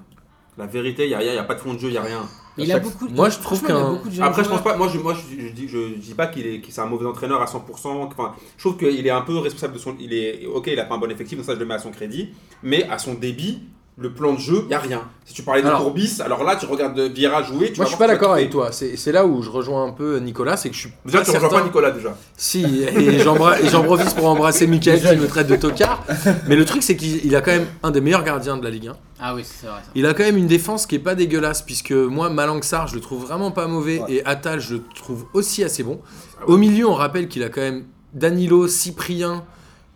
La vérité, il n'y a rien, il n'y a pas de fond de jeu, il n'y a rien. Mais il a chaque- beaucoup. Moi, je trouve franchement, il a qu'un- beaucoup de jeunes Après, je pense joueurs. pas. Moi, je, moi, je, je dis, je, dis pas qu'il est, que c'est un mauvais entraîneur à 100%. Enfin, je trouve qu'il est un peu responsable de son. Il est ok, il a pas un bon effectif, donc ça, je le mets à son crédit. Mais à son débit, le plan de jeu, il n'y a rien. Si tu parlais de Alors- Courbis, alors là, tu regardes Vieira jouer. Tu Moi, vas je suis voir pas que tu d'accord vas avec te- toi. C'est c'est là où je rejoins un peu Nicolas, c'est que je suis Déjà, tu rejoins pas Nicolas déjà. Si, et j'embra- et j'en profite pour <laughs> embrasser Michael qui me traite de tocard. Mais le truc, c'est qu'il il a quand même un des meilleurs gardiens de la Ligue 1. Ah oui, c'est vrai. Ça. Il a quand même une défense qui est pas dégueulasse, puisque moi, Malangsar, je le trouve vraiment pas mauvais, Ouais. et Atal, je le trouve aussi assez bon. Ah ouais. Au milieu, on rappelle qu'il a quand même Danilo, Cyprien,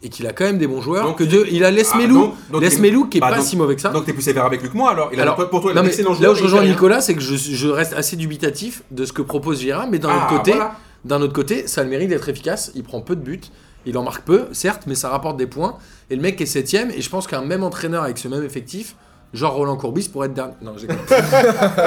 et qu'il a quand même des bons joueurs. Donc, que deux, il a Lesmelou, Ah, donc- donc, Lesmelou qui est bah, pas donc- si mauvais que ça. Donc t'es plus sévère avec lui que moi alors. Il a Alors, pour toi il a Non, un mais excellent là joueur. où je mais il fait rejoins rien. Nicolas, c'est que je, je reste assez dubitatif de ce que propose Gira, mais d'un Ah, autre côté, voilà. d'un autre côté, ça a le mérite d'être efficace. Il prend peu de buts, il en marque peu, certes, mais ça rapporte des points. Et le mec est septième, et je pense qu'un même entraîneur avec ce même effectif, genre Roland Courbis, pourrait être dernier. Non, j'ai <laughs>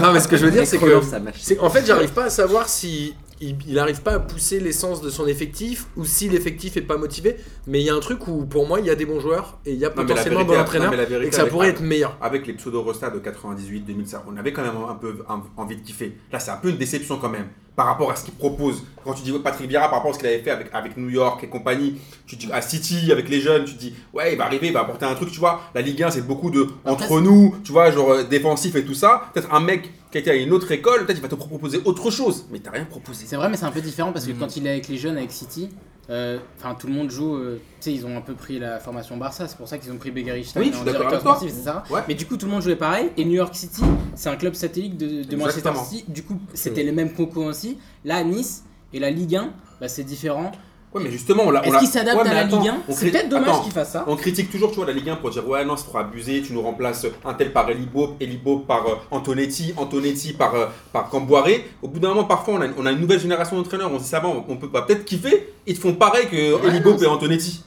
Non, mais ce que je veux dire, c'est que. ça mâche. c'est- En fait, j'arrive pas à savoir si. Il il arrive pas à pousser l'essence de son effectif ou si l'effectif est pas motivé, mais il y a un truc où pour moi il y a des bons joueurs et il y a Non, mais la potentiellement un vérité- bon non, entraîneur mais la vérité et que ça avec- pourrait être meilleur. avec les pseudo rostas de 98 2000 ça, on avait quand même un peu un- envie de kiffer là c'est un peu une déception quand même par rapport à ce qu'il propose quand tu dis ouais, Patrick Vieira par rapport à ce qu'il avait fait avec, avec New York et compagnie tu dis à City avec les jeunes tu te dis ouais il va arriver il va apporter un truc tu vois la Ligue 1 c'est beaucoup de entre nous tu vois genre euh, défensif et tout ça peut-être un mec qui a été à une autre école peut-être il va te proposer autre chose mais t'as rien proposé C'est vrai, mais c'est un peu différent parce que Mm. quand il est avec les jeunes, avec City, euh, enfin tout le monde joue. euh, tu sais, ils ont un peu pris la formation Barça, c'est pour ça qu'ils ont pris Begarista Oui, je suis d'accord avec toi. c'est ça. Ouais. Mais du coup, tout le monde jouait pareil. Et New York City, c'est un club satellite de, de Manchester Exactement. City. Du coup, c'était les mêmes concours aussi. Là, à Nice et la Ligue 1, bah, c'est différent. ouais mais justement on l'a- on Est-ce l'a- qu'ils s'adaptent Ah, ouais, mais à la attends, Ligue 1 on C'est crée- peut-être dommage attends, qu'ils fassent ça. On critique toujours, tu vois, la Ligue 1 pour dire ouais non c'est trop abusé, tu nous remplaces un tel par Elibo, Elibo par euh, Antonetti, Antonetti par euh, par Camboiré. Au bout d'un moment, parfois on a, on a une nouvelle génération d'entraîneurs, on se dit ça va, on, on peut pas peut-être kiffer, ils te font pareil que Ouais, Elibo non, et Antonetti.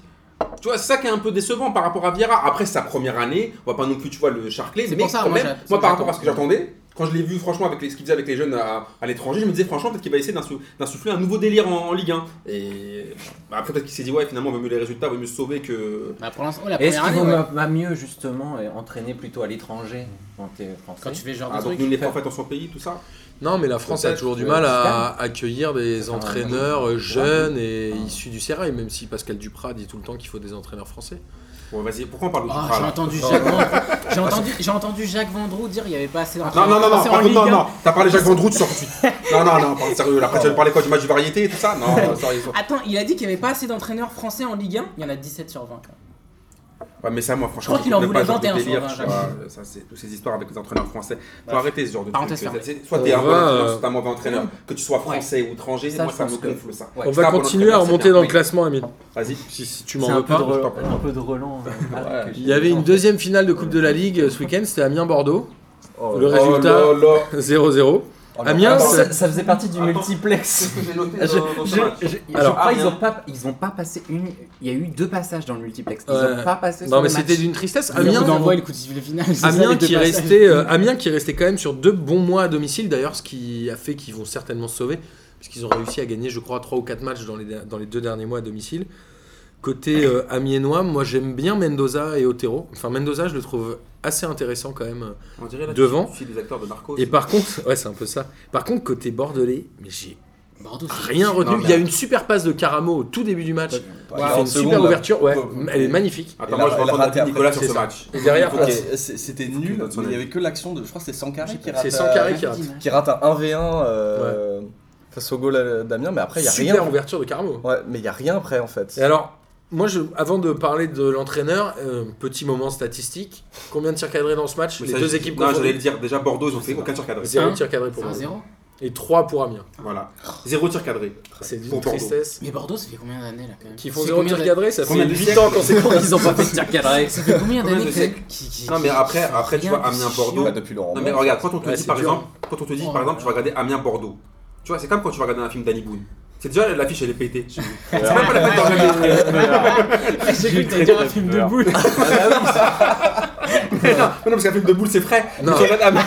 Tu vois, c'est ça qui est un peu décevant par rapport à Vieira. Après sa première année, on va pas non plus, tu vois, le charcler. C'est Mais pour ça, quand moi, même, j'ai- moi, par j'attends. rapport à ce que j'attendais, quand je l'ai vu, franchement, avec les- ce qu'il faisait avec les jeunes à, à l'étranger, je me disais, franchement, peut-être qu'il va essayer d'insou- d'insuffler un nouveau délire en, en Ligue 1. Et bah, après, peut-être qu'il s'est dit, ouais, finalement, on vaut mieux les résultats, on vaut mieux se sauver que. Bah, pour l'instant, oh, la Est-ce première qu'il année, vaut ouais. pas- pas mieux justement et entraîner plutôt à l'étranger quand t'es français quand tu fais ce genre Ah, de donc truc. nul n'est pas fait dans son pays, tout ça Non, mais la France a Peut-être toujours du que mal à Zidane. accueillir des Enfin, entraîneurs ouais. jeunes et Ah. issus du Serail, même si Pascal Duprat dit tout le temps qu'il faut des entraîneurs français. Bon, vas-y, pourquoi on parle de Oh, Duprat, j'ai là entendu <laughs> Jacques Vendroux. J'ai entendu, j'ai entendu Jacques Vendroux dire qu'il n'y avait pas assez Non, d'entraîneurs. non, non, non, français en par contre, non, Ligue 1. non, t'as parlé Jacques Vendroux, tu sors tout de suite. Non, non, non, parle sérieux, là, après tu vas me parler quoi du match de variété et tout ça Non, non, sérieux. ça. Attends, il a dit qu'il n'y avait pas assez d'entraîneurs français en Ligue 1 Il y en a 17 sur 20. quand même. Ouais, mais ça, moi, franchement, Je crois qu'il en comprends voulait pas ce genre de 21 sur délire, 20, tu vois, Ça, c'est toutes ces histoires avec les entraîneurs français. Faut arrêter ce genre de Parenthèse truc. fermée. C'est- Soit On t'es un bon va, entraîneur, euh, soit t'es un mauvais entraîneur. Que tu sois français ou étranger, Ça, moi, je ça pense me que- gonfle, ça. Ouais. On C'est un va bon continuer à entraîneur, c'est remonter bien. dans le Oui. classement, Amine. Vas-y. Si, si tu C'est m'en un, veux peu de pas. Roland- je t'en prie. un peu de Roland. euh, voilà, que Il j'ai y avait fait, en une fait. deuxième finale de Coupe de la Ligue euh, ce week-end, c'était Amiens-Bordeaux, Oh, Le là. résultat. Oh là là. 0-0. Oh, là. Amiens, Attends, Ah c'est- ça, ça faisait partie du Attends. multiplex. que j'ai noté Je- je- je- je Alors, crois ah, qu'ils rien. ont pas, ils ont pas passé une. Il y a eu deux passages dans le multiplex. Ils Ouais. ont pas passé. sur Non, mais le match. c'était d'une tristesse. Le Amiens, coup d'envoi et le coup de sifflet final. c'est ça, Amiens les deux qui, passages. restait, <laughs> euh, Amiens qui restait quand même sur deux bons mois à domicile, d'ailleurs, ce qui a fait qu'ils vont certainement se sauver, puisqu'ils ont réussi à gagner, je crois, 3 ou 4 matchs dans les, dans les deux derniers mois à domicile. Côté euh, amiénois, moi j'aime bien Mendoza et Otero. Enfin, Mendoza, je le trouve assez intéressant quand même. On dirait là, Devant. tu suis des acteurs de Narcos. Et par contre, ouais, c'est un peu ça. Par contre, côté bordelais, mais j'ai Bordeaux, c'est- Rien retenu. Non, mais- Il y a une super passe de Caramo au tout début du match. Wow. Il fait une super ouverture. Ouais, elle est magnifique. Attends, Et moi là, je vais elle a entendre raté l'avis de après, Nicolas sur c'est ce ça. match. Et derrière, Ok. C'est- c'est- C'était nul, notes son mais il n'y avis. avait que l'action de. Je crois que c'est Sankaré qui rate. c'est Ah, Sankaré euh, qui rate. qui rate un 1v1 euh, face au goal euh, d'Amiens, mais après il n'y a super rien. ouverture de Caramo. Ouais, mais il n'y a rien après en fait. Et alors, moi, je, avant de parler de l'entraîneur, euh, petit moment statistique. Combien de tirs cadrés dans ce match Mais Les ça, deux je- équipes Non, j'allais le confondues. dire. Déjà, Bordeaux, ils ont fait aucun tir cadré. Zéro Un. tir cadré pour C'est un Bordeaux. zéro. Et trois pour Amiens. Voilà. Oh. Zéro tir cadré. C'est Pour une Bordeaux. tristesse. Mais Bordeaux, ça fait combien d'années là quand même Qui Ça font fait zéro combien tir d'a- cadré, ça Combien fait de 8 siècles ans qu'on s'est Ils ont pas fait de tir cadré. Ça fait combien Combien d'années de que- siècles qui- qui- Non, mais qui- après, qui- après tu vois rien, Amiens c'est Bordeaux. Bah, chiant. depuis Laurent Non, mais Blanc. regarde, quand on te Ouais, dit c'est par dur. exemple, quand on te dit Oh par exemple, là tu vas regarder Amiens Bordeaux. Tu vois, c'est comme quand tu vas regarder un film d'Annie Boone. C'est déjà l'affiche, elle est pétée. <laughs> C'est même pas la peine de regarder. <laughs> J'ai cru que t'allais dire un film de boule. Mais non, mais non, parce qu'un film de boule, c'est frais. Mais Non. Tu regardes Amiens.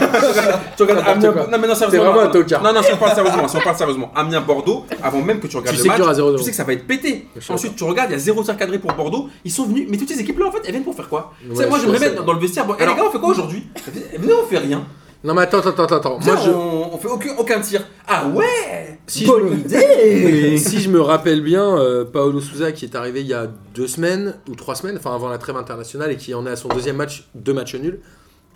tu regardes N'importe Amiens- quoi. Non, mais non, T'es sérieusement. vraiment un non. tocard. Non, non, si on parle sérieusement, si on parle sérieusement, Amiens Bordeaux, avant même que tu regardes Tu le sais match, qu'il y aura 0-0. tu sais que ça va être pété. Je suis Ensuite, tu regardes, il y a zéro tir cadré pour Bordeaux. Ils sont venus, mais toutes ces équipes-là, en fait, elles viennent pour faire quoi Tu sais, Ouais, Moi, je j'aimerais vois ça. bien dans le vestiaire. Bon, eh, les gars, on fait quoi aujourd'hui Eh, Venez, on fait rien. Non, mais attends, attends, attends, attends. Moi, Tiens, je. on, on fait aucun, aucun tir. Ah ouais Si je, me... <laughs> si je me rappelle bien, euh, Paolo Souza qui est arrivé il y a deux semaines ou trois semaines, enfin avant la trêve internationale et qui en est à son deuxième match, deux matchs nuls,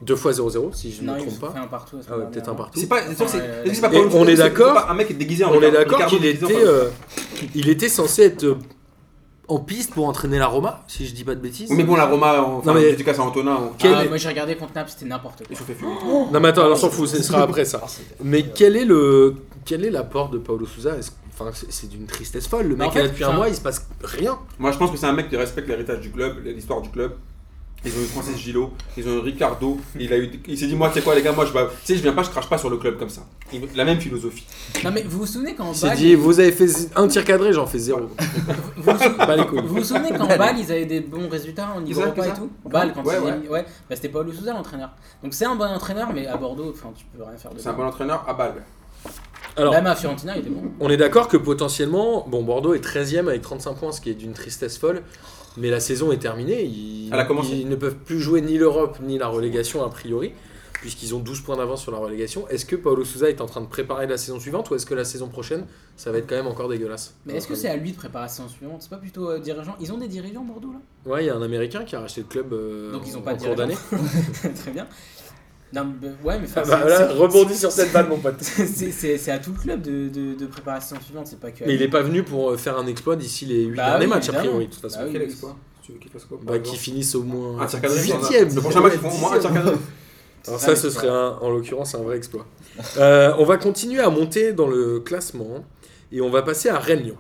deux fois 0-0 si je ne Non, me ils trompe ont pas. fait un partout. à ce Ah ouais, moment-là. peut-être un partout. C'est pas. c'est sûr que c'est- Ouais, ouais, est-ce que c'est pas ouais. Paolo Et on est Fonsex, c'est d'accord- pas Un mec déguisé en On est Ricardo- d'accord Ricardo qu'il déguisé en était, Paolo. euh, il était censé être euh, en piste pour entraîner la Roma, si je dis pas de bêtises. Oui, mais bon, la Roma, enfin, Non, mais- en tout cas, c'est Antonin. hein. on- Quel Ah, est- Moi j'ai regardé contre Naples, c'était n'importe quoi. Ils sont fait fumer. Non mais attends, alors s'en fout, ce sera après ça. Mais quel est le, quel est l'apport de Paolo Souza Est-ce- Enfin, c'est c'est d'une tristesse folle. Le Mais mec en fait, est là depuis un enfin- mois, il se passe rien. Moi, je pense que c'est un mec qui respecte l'héritage du club, l'histoire du club. Ils ont eu Francis Gillot, ils ont eu Ricardo. Il, a eu, il s'est dit, moi, tu sais quoi, les gars, moi, je, bah, tu sais, je viens pas, je crache pas sur le club comme ça. Il- La même philosophie. Non mais vous vous souvenez quand Il s'est Bâle- dit, vous avez fait z- un tir cadré, j'en fais zéro. vous vous souvenez- Pas les <laughs> couilles. Vous vous souvenez quand Bâle, ils avaient des bons résultats en Ils Ligue Europa avaient et ça tout Bâle, quand Ouais, ils ouais. avaient mis- ouais, bah, c'était Paolo Souza l'entraîneur. Donc c'est un bon entraîneur, mais à Bordeaux, enfin, tu peux rien faire de C'est un bon. bon entraîneur à balle. Alors, Même à Fiorentina, il était bon. on est d'accord que potentiellement, bon, Bordeaux est 13ème avec 35 points, ce qui est d'une tristesse folle. Mais la saison est terminée. Ils, Elle a commencé. ils ne peuvent plus jouer ni l'Europe ni la relégation a priori, puisqu'ils ont 12 points d'avance sur la relégation. Est-ce que Paolo Souza est en train de préparer la saison suivante ou est-ce que la saison prochaine, ça va être quand même encore dégueulasse Euh, Mais est-ce que c'est à lui de préparer la saison suivante C'est pas plutôt euh, dirigeant Ils ont des dirigeants Bordeaux là <laughs> Ouais, il y a un Américain qui a racheté le club euh, Donc ils ont en- pas en de cours d'année. dirigeant. Très bien. Non, mais, bah, ouais, mais enfin, Ah bah c'est- là, <laughs> c'est- rebondis sur cette balle, mon <laughs> pote. c'est- c'est c'est- c'est à tout le club de, de, de préparer la saison suivante, c'est pas que. à Mais il lui. est pas venu pour euh, faire un exploit d'ici les 8 Bah derniers oui, matchs, a évidemment. priori, de toute façon. Ah oui, Quel oui. exploit Tu veux qu'il fasse quoi par Bah, exemple qui finissent au moins Un tir cadré. huitième. Le prochain match, ils font au moins un tir <laughs> cadré. Alors ça, C'est ça, ce l'exploit. serait un- en l'occurrence un vrai exploit. Euh, on va continuer à monter dans le classement et on va passer à Rennes-Lyon.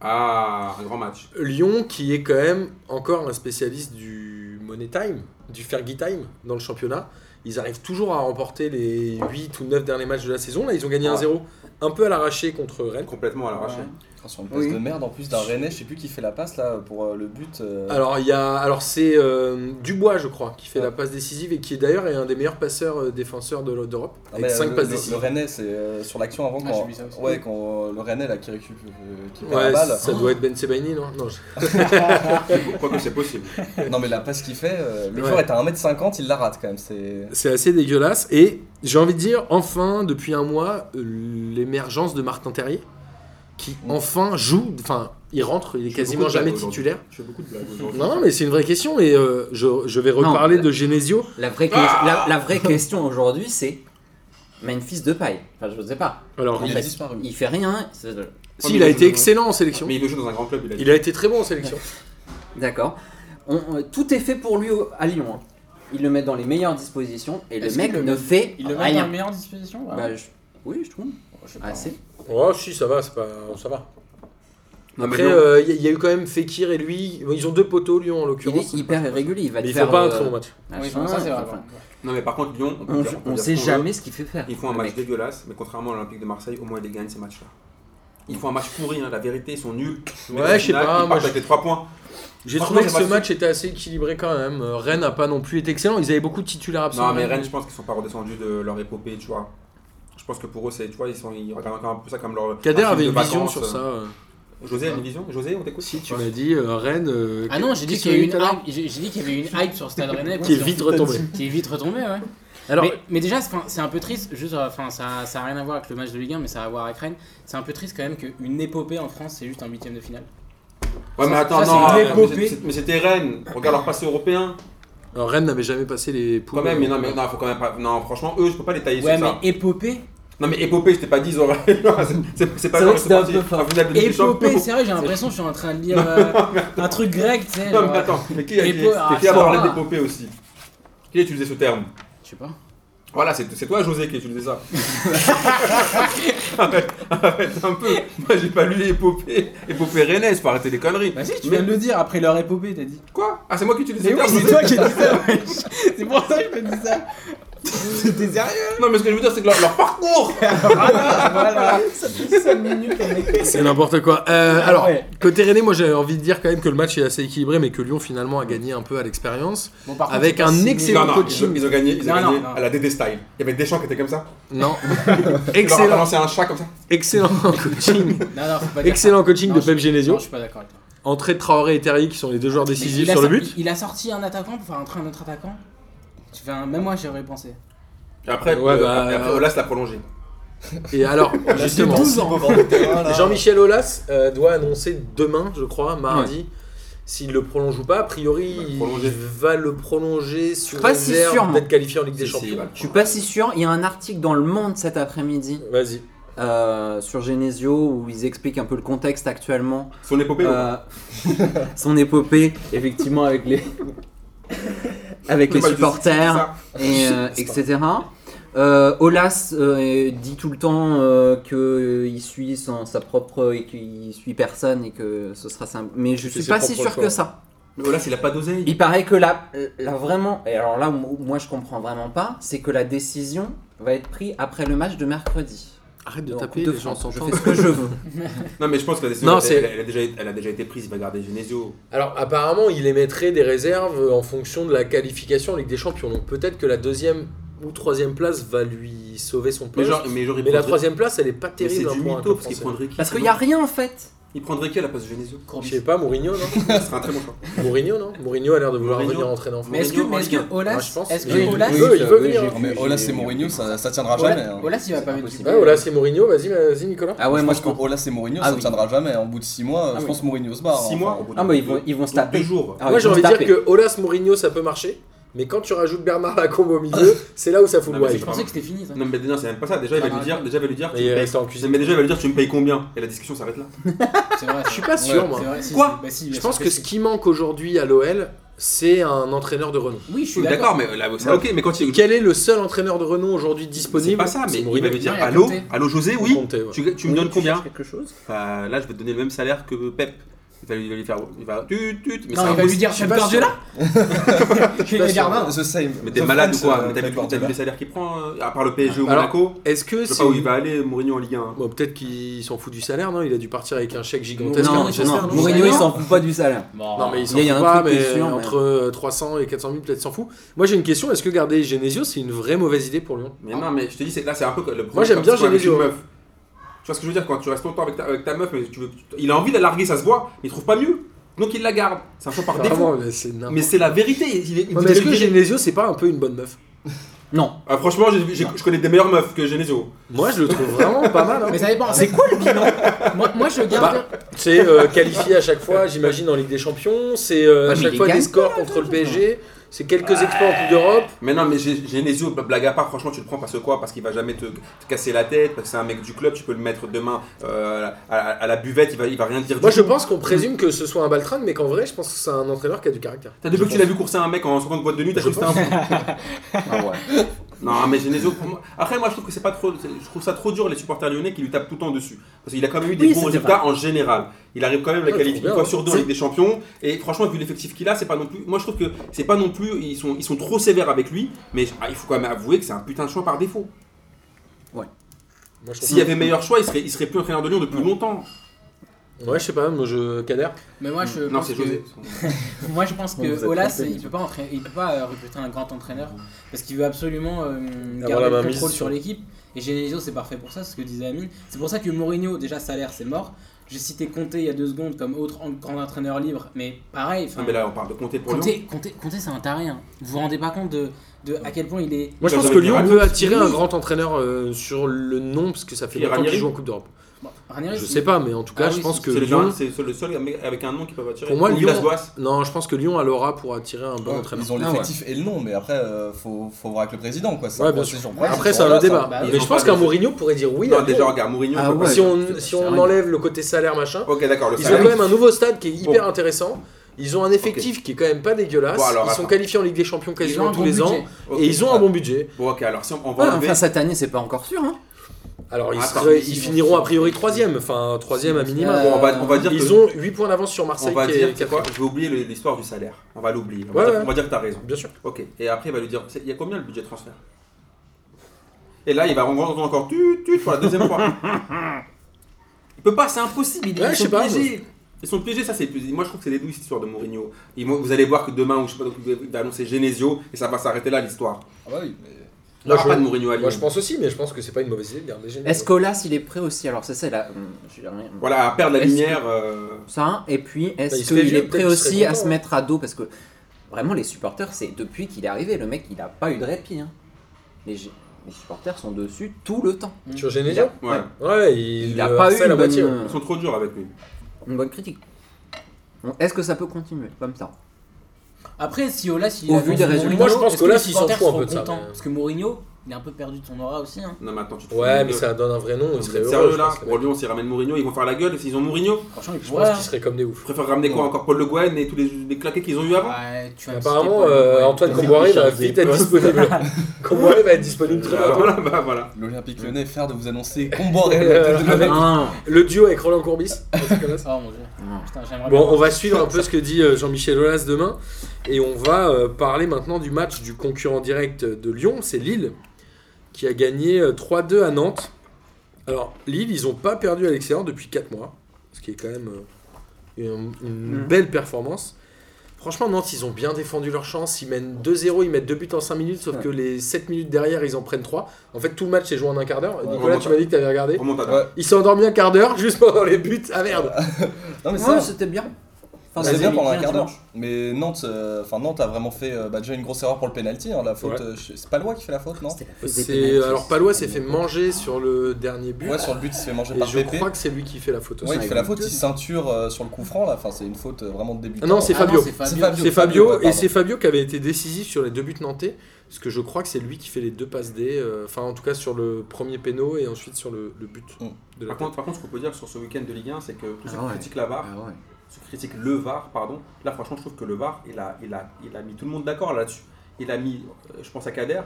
Ah, un grand match. Lyon qui est quand même encore un spécialiste du Money Time, du Fergie Time dans le championnat. Ils arrivent toujours à remporter les 8 ou 9 derniers matchs de la saison. Là, ils ont gagné Ah. Ouais. 1-0 un peu à l'arraché contre Rennes. Complètement à l'arraché. Putain, Sur une passe Oui. de merde en plus d'un René, je sais plus qui fait la passe là pour euh, le but. euh, Alors il y a, alors c'est euh, Dubois je crois qui fait Ouais. la passe décisive et qui d'ailleurs est un des meilleurs passeurs euh, défenseurs de l'E- d'Europe non, avec mais, 5 Ah bah, le, passes le- décisives. le René, c'est euh, sur l'action avant Ah, quand, j'ai vu ça aussi. ouais, quand euh, le René là qui récupère euh, qui perd la Ouais, balle. ça doit être Ben Sebaini non, non je- Quoique c'est possible. Non mais la passe qu'il fait, euh, le Ouais. joueur est à 1m50, il la rate quand même. C'est C'est assez dégueulasse et j'ai envie de dire enfin depuis un mois euh, l'émergence de Martin Terrier qui Mm. enfin joue, enfin il rentre, il est Je quasiment beaucoup de jamais blagues titulaire. Je fais beaucoup de blagues aujourd'hui. Non mais c'est une vraie question et euh, je, je vais Non. reparler de Genesio. La vraie, que- la, la Ah. vraie question aujourd'hui, c'est Memphis de paille. Enfin, je sais pas. Alors En il a il- fait, disparu. Il fait rien. c'est- s'il a été excellent en sélection, Mais il le joue dans un grand club, il a dit. il a été très bon en sélection. D'accord. On- on- euh, tout est fait pour lui au- à Lyon. hein. Ils le mettent dans les meilleures dispositions et le Est-ce mec qu'il le ne met- fait Ah, Il le Ah. met dans rien. la meilleure disposition vraiment Bah, je- Oui, je trouve. Je sais pas. Assez. Oh si ça va, c'est pas, ça va. Non, mais Après, Lyon- euh, il y, a- il y a eu quand même Fekir et lui. Bon, Ils ont deux poteaux, Lyon en Il l'occurrence. est hyper irrégulier. Il va Mais te ils faire. font pas un euh, très bon match. Oui, machin, bon, Ah, ça c'est vrai. enfin, non, mais par contre, Lyon, on, peut on, dire- peut on dire ce sait qu'on veut. jamais ce qu'il fait faire. Ils font un le match mec. dégueulasse, mais contrairement à l'Olympique de Marseille, au moins ils les gagnent ces matchs-là. Ils font un match pourri, hein, la vérité, ils sont nuls. Mais Ouais, au je sais final, pas, Ils moi, partent je- avec les 3 points. J'ai Franchement, trouvé que j'ai pas ce su- match était assez équilibré quand même. Euh, Rennes n'a pas non plus été excellent. Ils avaient beaucoup de titulaires absents. Non, mais Rennes, je pense qu'ils sont pas redescendus de leur épopée, tu vois. Je pense que pour eux, c'est, tu vois, ils, sont, ils regardent encore un peu ça comme leur. Kader un film avait de une vision vacances, sur ça. euh. José a une vision José, on t'écoute Si, tu m'as dit euh, Rennes. euh, Ah non, j'ai dit qui qu'il y a eu une tout à l'heure hype, j'ai j'ai dit qu'il y avait une <laughs> hype sur Stade Rennais Qui est vite retombée. <laughs> qui est vite retombée, ouais. Alors, mais, mais déjà, c'est- 'fin, c'est un peu triste, juste, euh, 'fin, ça, ça a rien à voir avec le match de Ligue 1, mais ça a à voir avec Rennes. C'est un peu triste quand même qu'une épopée en France, c'est juste un huitième de finale. Ouais, mais attends, ça, non, c'est une mais épopée. c'est- mais c'était Rennes. Regarde leur passé européen. alors, euh, Rennes n'avait jamais passé les poules. euh, Quand même, mais non, mais non, faut quand même pas. Non, franchement, eux, je peux pas les tailler Ouais, sur mais ça. épopée Non, mais épopée, je t'ai pas dit, ils auraient. <laughs> Non, c'est- c'est- C'est pas C'est genre, vrai que ils sont c'était un partis peu en finale fort. de Ligue des Épopée, Champions. c'est vrai, j'ai l'impression que je suis en train de lire euh, un truc grec, tu sais. Non, mais genre, attends, mais qui a, qui, Épo- ah, qui a ça parlé va. d'épopée aussi Qui a utilisé ce terme Je sais pas. Voilà, c'est c'est toi, José, qui a utilisé ça. <laughs> arrête, arrête un peu. Moi, j'ai pas lu l'épopée. Épopée rennaise, faut arrêter les conneries. Bah si, tu Mais- viens de le dire après leur épopée, t'as dit. Quoi Ah, c'est moi qui utilise Mais le oui, terme c'est José toi qui as dit ça, wesh. C'est pour ça que je te dis ça. T'es sérieux Non, mais ce que je veux dire, c'est que leur, leur parcours Voilà. Ça fait 5 minutes qu'on est. C'est n'importe quoi. Euh, alors, Ah ouais. côté Rennais, moi j'avais envie de dire quand même que le match est assez équilibré, mais que Lyon finalement a gagné un peu à l'expérience. Bon, par Avec c'est pas un si excellent- Non, le non, coaching. ils ont, ils ont gagné, ils ont Non, gagné non, non. à la DD style. Il y avait Deschamps qui était comme ça. Non. <laughs> Il leur a excellent, lancé un chat comme ça. excellent <laughs> coaching. nul. Non, non, faut pas dire Excellent ça. coaching Non, de je- Pep Non, Genesio. je suis pas d'accord avec toi. Entrée de Traoré et Terry qui sont les deux joueurs décisifs Il a sur le sorti- but. Il a sorti un attaquant pour faire entrer un autre attaquant. Tu fais un- Même moi, j'y aurais pensé. Et après, Ouais, euh, bah, après, après, euh, Olas l'a prolongé. Et alors, justement, ans. Ah. Jean-Michel. Jean-Michel Aulas euh, doit annoncer demain, je crois, mardi, s'il le prolonge ou pas. A priori, Il va le il prolonger. va le prolonger sur Pas si réserve sûr, moi. d'être qualifié en Ligue des Si, si, il va Champions. le Je suis pas si sûr. Il y a un article dans Le Monde cet après-midi Vas-y. euh, sur Genesio où ils expliquent un peu le contexte actuellement. Son épopée, non Euh, <laughs> son épopée, effectivement, <laughs> avec les, avec les Pas du- supporters. ça. et, euh, etc. Euh, Olas euh, dit tout le temps euh, que euh, il suit sans- sa propre et qu'il suit personne et que ce sera simple. Mais je fait suis ses pas si propres sûr choix. que ça. Mais Olas, il a pas d'oseille. Il paraît que là, là vraiment, et alors là, où moi je comprends vraiment pas, c'est que la décision va être prise après le match de mercredi. Arrête de Donc, taper, de les gens hein, France, Je s'entendent. fais ce que je veux. Non, mais je pense que la décision, Non, elle, c'est- elle- elle a déjà, été- elle a déjà été prise. Il va garder Genesio. <laughs> Alors apparemment, il émettrait des réserves en fonction de la qualification en Ligue des Champions. Donc peut-être que la deuxième ou troisième place va lui sauver son Mais poste. genre, mais genre, il mais la prendrait- troisième place, elle est pas Mais c'est terrible hein, du pour un mytho club parce qu'il français. prendrait qui Parce qu'il n'y a rien en fait. Il prendrait qui à la place de Genesio <laughs> Je sais pas, Mourinho, non Ce serait un très bon choix. Mourinho, non Mourinho a l'air de vouloir Mourinho. venir entraîner en France. Mais est-ce que, Mourinho en mais est-ce Ligue un. que Olas, Moi, je pense. est-ce mais que il, Olas, veut, il veut venir. oui, hein. oui. mais Olas c'est Mourinho, ça, ça tiendra jamais. hein. Olas, Olas, il va pas mettre du impossible. but. Ouais, Eh ben, Olas et Mourinho, vas-y, vas-y Nicolas. Ah ouais, je moi pense je que comprends. Olas c'est Mourinho, Ah ça oui. ne tiendra jamais. En bout de 6 mois, Ah je oui. pense Mourinho se barre. 6 hein. mois Oh, au bout de Ah, mais ils vont, ils vont se deux- deux taper. jours. Ah, Moi ils j'ai vont envie se de dire taper. que Olas Mourinho ça peut marcher, mais quand tu rajoutes Bernard Lacombe au milieu, Ah. c'est là où ça fout le Non, mais wild. Je pensais que c'était fini. ça. Non mais déjà c'est même pas ça, déjà il va lui dire, déjà il va lui dire Et tu il me payes- reste en cuisine. Mais déjà il va lui dire tu me payes combien Et la discussion s'arrête là. C'est vrai. Je suis pas sûr moi. Quoi Bah, Je pense que ce qui manque aujourd'hui à l'OL, c'est un entraîneur de renom. Oui, je suis Oui, d'accord d'accord. mais là ça, OK mais quand il Quel est le seul entraîneur de renom aujourd'hui c'est disponible pas ça mais C'est il Mourinho. va lui dire Non, il a allô compté. allô José oui Conte, ouais. tu, tu me donnes cherches combien quelque chose Bah, là je vais te donner le même salaire que Pep. Il va lui, il va lui faire il va tut tut mais c'est Non, il va impossible. lui dire, Je je suis suis pas sûr. là Je vais lui dire, non. The same. mais The t'es malade ou Friends, quoi euh, Mais t'as vu, t'as vu Pep Guardiola. les salaires qu'il prend euh, à part le PSG ou Alors- Monaco Est-ce que Je sais c'est. pas où il va aller Mourinho en Ligue hein. 1. Bon, peut-être qu'il s'en fout du salaire, non Il a dû partir avec un chèque Non, gigantesque à non, Manchester, non, non Mourinho il s'en fout pas du salaire. Non, mais il s'en Il y a fout un pas, truc qui est mais sûr, mais- entre euh, 300 et 400 000, peut-être s'en fout. Moi j'ai une question est-ce que garder Genesio, c'est une vraie mauvaise idée pour Lyon Mais non mais je te dis c'est que là c'est un peu le problème. Moi, j'aime comme bien tu vois avec Genesio. une meuf. Tu vois ce que je veux dire quand tu restes longtemps avec ta, avec ta meuf mais tu veux il a envie de la larguer ça se voit, mais il trouve pas mieux. Donc il la garde. C'est un choix par défaut. Vraiment, mais c'est n'importe Mais c'est la vérité. il est- il quoi. Ouais, mais devrait est-ce le que dire. Genesio, c'est pas un peu une bonne meuf Non. Ah, franchement, j'ai- j'ai- je connais des meilleures meufs que Genesio. Moi je le trouve vraiment pas mal. hein. Mais ça dépend. C'est quoi le bilan <laughs> Moi, moi, je garde. Bah, C'est euh, qualifié à chaque fois, j'imagine, en Ligue des Champions. C'est euh, à Ouais, mais chaque il fois des gagne scores contre le PSG. C'est quelques exploits en Coupe d'Europe. Mais non, mais Gé- Genesio, blague à part, franchement, tu le prends parce que quoi Parce qu'il va jamais te, te casser la tête, parce que c'est un mec du club, tu peux le mettre demain euh, à, à- à la buvette, il va, il va rien dire. Moi, du je tout. pense qu'on présume que ce soit un Baltran, mais qu'en vrai, je pense que c'est un entraîneur qui a du caractère. T'as depuis que tu l'as vu courser un mec en 50 boîtes de nuit, t'as Je cru que c'était un pense. fou. Ah ouais. Non, mais Genesio, pour moi- après, moi, je trouve que c'est pas trop, c'est- je trouve ça trop dur les supporters lyonnais qui lui tapent tout le temps dessus. Parce qu'il a quand même eu des Oui, bons c'était résultats en général. Il arrive quand même à la Ouais, qualifier trop bien, une fois ouais. sur deux en Ligue des Champions. Et franchement, vu l'effectif qu'il a, c'est pas non plus. Moi, je trouve que c'est pas non plus. Ils sont, ils sont trop sévères avec lui, mais ah, il faut quand même avouer que c'est un putain de choix par défaut. Moi, je trouve S'il y avait meilleur choix, il serait, il serait plus entraîneur de Lyon depuis longtemps. ça. Ouais, je sais pas, moi, je cadère. Mais moi, je. Non, pense c'est que- José. Moi, je pense Vous que êtes Olas, trompé, il peut pas entrer- il peut pas euh, recruter un grand entraîneur parce qu'il veut absolument euh, Avoir la garder le main contrôle mise sur sur- l'équipe. Et Genesio, c'est parfait pour ça, c'est ce que disait Amine. C'est pour ça que Mourinho, déjà salaire, c'est mort. J'ai cité Conte il y a deux secondes comme autre en- grand entraîneur libre, mais pareil. enfin, Non, mais là, on parle de compter pour Lyon. Conte, Conte, Conte, c'est un taré. hein. Vous vous rendez pas compte de, de à quel point il est. Moi, je Ils pense peuvent que devenir Lyon un peut groupe. attirer un Oui. grand entraîneur euh, sur le nom, parce que ça fait Pierre longtemps qu'il Ranieri joue en Coupe d'europe. Bon, Ranieri, Je c'est- sais pas, mais en tout cas, Ah je oui, pense que C'est le, genre- Lyon. c'est le seul mec avec un nom qui peut attirer. Pour moi, Ou Lyon- Villas-Boas. Non, je pense que Lyon a l'aura pour attirer un bon Ouais, entraîneur. ils ont Ah ouais. l'effectif et le nom, mais après, euh, faut, faut voir avec le président. Quoi. Ouais, bien c'est sûr. sur- Ouais, Après, c'est c'est un sur- autre débat. bah, ils mais ont je pas pense qu'un les- Mourinho pourrait dire oui. à Non, Lyon. déjà, regarde, Mourinho. Ah on peut ouais. si on, si c'est on vrai. enlève le côté salaire, machin, pas- Ok, d'accord, le ils ont quand salaire. même un nouveau stade qui est hyper Bon. intéressant. Ils ont un effectif qui est quand même pas dégueulasse. Bon, alors, ils sont attends. qualifiés en Ligue des Champions ils ont quasiment un tous bon les ans. budget. Ok. Et ils ont Ah, un bon budget. Bon, ok, alors si on, on va Ouais, enlever. enfin, cette année, c'est pas encore sûr. Hein. Alors ils, Attends, seraient- mais ils s'ils vont- finiront a priori troisième, enfin troisième à minima. Euh, Bon, on va, on va dire que. euh, Ils ont 8 points d'avance sur on Marseille va qui est dire. C'est quoi quatrième. Je vais oublier le- l'histoire du salaire. On va l'oublier. On, Ouais, va dire- ouais. on va dire que t'as raison. Bien sûr. Ok, et après, il va lui dire c'est- il y a combien le budget de transfert Et là, il va rentrer encore tu, tu, pour la deuxième <laughs> fois. Il peut pas, c'est impossible. Ils, Ouais, ils je sont sais pas, piégés. Ils sont piégés, ça c'est plus. Moi je trouve que c'est des douilles cette histoire de Mourinho. Ils vont- vous allez voir que demain, ou je sais pas, donc, il va annoncer Genesio et ça va s'arrêter là l'histoire. Ah bah oui, mais- Il n'y aura je- pas de Mourinho à Lyon. Moi je pense aussi, mais je pense que c'est pas une mauvaise idée de garder Genesio. Est-ce qu'Olas, il est prêt aussi Alors, c'est ça, là. hum, je vais rien- Voilà, à perdre la Est-ce lumière. euh, Ça, et puis, Bah, il est-ce serait qu'il vieux, est prêt peut-être qu'il serait aussi à content, se hein. mettre à dos Parce que vraiment, les supporters, c'est depuis qu'il est arrivé, le mec, il a pas eu de répit. hein. Les, les supporters sont dessus tout le temps. Sur Il a, Genesio Ouais. Ouais, il, il a pas eu harcèle une à moitié. bonne, Ils sont trop durs avec lui. une bonne critique. Bon, Est-ce que ça peut continuer comme ça Après, si Olas, il Au a vu des confiance en résultats. Mourinho, Moi, je pense est-ce qu'Olas, les il s'en supporters fout un peu seront de ça, contents mais- Parce que Mourinho, il a un peu perdu de son aura aussi. hein. Non, mais attends, tu te fous Ouais, de- mais ça donne un vrai nom, il Vous serait êtes heureux. sérieux je là pense, Pour Lyon, s'ils ramènent Mourinho, ils vont faire la gueule. S'ils ont Mourinho, Franchement, il Je pourrait, pense qu'il serait comme des je ouf. préfère ramener quoi Non. Encore Paul Le Guen et tous les, les claqués qu'ils ont eu avant hein. Ouais, tu vas me Apparemment, citer euh, Paul Le Antoine Guen. Comboiré va cherche des vite être postes. disponible. Comboiré va être disponible très Bah, bientôt. <laughs> Voilà, bah voilà. L'Olympique lyonnais, faire de vous annoncer combat Euh, avec Ah, le duo avec Roland Courbis. un truc comme ça. Oh mon dieu. Non. Ah, Putain, j'aimerais bien bah, Bon, on voir. Ah va suivre <laughs> un peu ce que dit euh, Jean-Michel Aulas demain. Et on va euh, parler maintenant du match du concurrent direct de Lyon, c'est Lille, qui a gagné euh, 3-2 à Nantes. Alors, Lille, ils n'ont pas perdu à l'extérieur depuis 4 mois, ce qui est quand même euh, une, une Mhm. belle performance. Franchement, Nantes, ils ont bien défendu leur chance. Ils mènent 2-0, ils mettent 2 buts en 5 minutes, sauf Ouais. que les 7 minutes derrière, ils en prennent 3. En fait, tout le match est joué en un quart d'heure. Ouais, Nicolas, on tu va- m'as dit que tu avais regardé. Remonte à Ouais. Il s'est endormi un quart d'heure <laughs> juste pendant les buts. Ah merde Non, ouais, mais ça, c'était bien. Enfin, Bah, c'est c'était bien pendant un bien quart d'heure. dimanche. Mais Nantes, euh, enfin Nantes a vraiment fait euh, bah, déjà une grosse erreur pour le penalty. hein, la faute, Ouais. euh, je- c'est Palois qui fait la faute, non C'était la fête des C'est pénaltys. alors Palois s'est fait manger sur le dernier but. Ouais, sur le but, il se fait Ah, manger et par je BP. crois que c'est lui qui fait la faute aussi. Ouais, ça, il il fait la est faute, gueule. il ceinture euh, sur le coup franc là. Enfin, c'est une faute euh, vraiment de débutant. Ah non, c'est Ah non, Fabio. c'est C'est Fabio. Fabio. C'est Ah, Fabio ouais, et pardon. c'est Fabio qui avait été décisif sur les deux buts nantais parce que je crois que c'est lui qui fait les deux passes D euh, enfin en tout cas sur le premier péno et ensuite sur le, le but Mm. de la Par contre, par contre, ce qu'on peut dire sur ce week-end de Ligue 1, c'est que tous ceux Ah ouais. qui critiquent la VAR, Ah ouais. ceux qui critiquent le VAR, pardon, là franchement, je trouve que le VAR, il a, il a, il a mis tout le monde d'accord là-dessus. Il a mis, euh, je pense à Kader,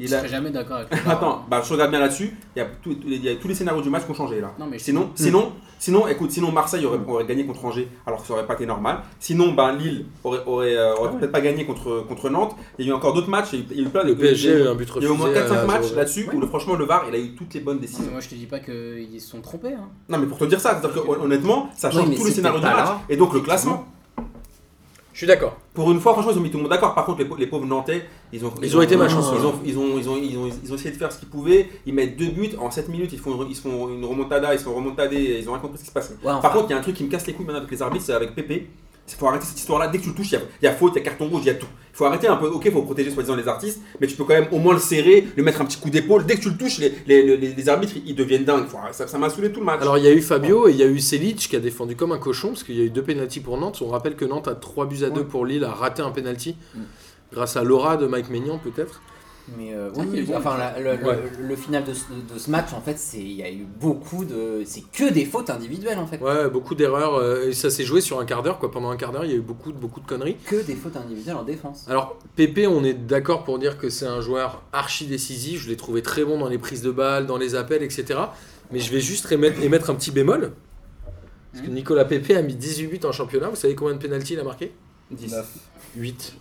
Je il a. serais jamais d'accord <laughs> avec lui. Attends, bah, je regarde bien là-dessus, il y, a tout- tout- il y a tous les scénarios du match qui ont changé là. Non, mais je- Sinon, Hmm. sinon, sinon, écoute, sinon Marseille aurait, aurait gagné contre Angers, alors que ça aurait pas été normal. Sinon, bah, Lille aurait, aurait, euh, Ah aurait peut-être pas gagné contre, contre Nantes. Il y a eu encore d'autres matchs, il y a eu- il y a eu plein de. Le PSG a eu un but Il refusé. y a eu au moins 4-5 à- matchs à- là-dessus où le- franchement le VAR il a eu toutes les bonnes Mais décisions. Moi, je te dis pas qu'ils se sont trompés. hein. Non mais pour te dire ça, c'est-à-dire que hon- honnêtement ça Oui, change mais tous les c'était scénarios du pas match là. et donc le classement. Je suis d'accord. Pour une fois franchement ils ont mis tout le monde d'accord. Par contre les, pau- les pauvres Nantais ils ont Ils ont été malchanceux. hein. Ils ont, ils, ont, ils, ont, ils, ont, ils ont essayé de faire ce qu'ils pouvaient. Ils mettent deux buts en 7 minutes. Ils font ils se font une remontada, ils se font remontader. Ils ont rien compris ce qui se passe. Ouais, enfin, Par contre il y a un truc qui me casse les couilles maintenant avec les arbitres c'est avec Pépé. Il faut arrêter cette histoire-là. Dès que tu le touches, il y a- il y, a faute, il y a carton rouge, il y a tout. Il faut arrêter un peu. Ok, il faut protéger soi-disant les artistes, mais tu peux quand même au moins le serrer, lui mettre un petit coup d'épaule. Dès que tu le touches, les, les, les- les arbitres, ils deviennent dingues. Faut arrêter- ça ça m'a saoulé tout le match. Alors il y a eu Fabio et il y a eu Selic qui a défendu comme un cochon parce qu'il y a eu deux pénalties pour Nantes. On rappelle que Nantes a 3 buts à 2 pour Lille, a raté un pénalty Mm. grâce à Laura de Mike Maignan peut-être. Mais euh, C'est oui, vrai qu'il est bon, enfin, la- le, le- Ouais. le final de, ce- de ce match, en fait, c'est il y a eu beaucoup de. C'est que des fautes individuelles, en fait. Ouais, beaucoup d'erreurs euh, et ça s'est joué sur un quart d'heure quoi. Pendant un quart d'heure, il y a eu beaucoup beaucoup de conneries. Que des fautes individuelles en défense. Alors, Pépé, on est d'accord pour dire que c'est un joueur archi décisif. Je l'ai trouvé très bon dans les prises de balles, dans les appels, etc. Mais je vais juste émettre, émettre un petit bémol. Parce que Nicolas Pépé a mis 18 buts en championnat. Vous savez combien de pénalty il a marqué Neuf. 8.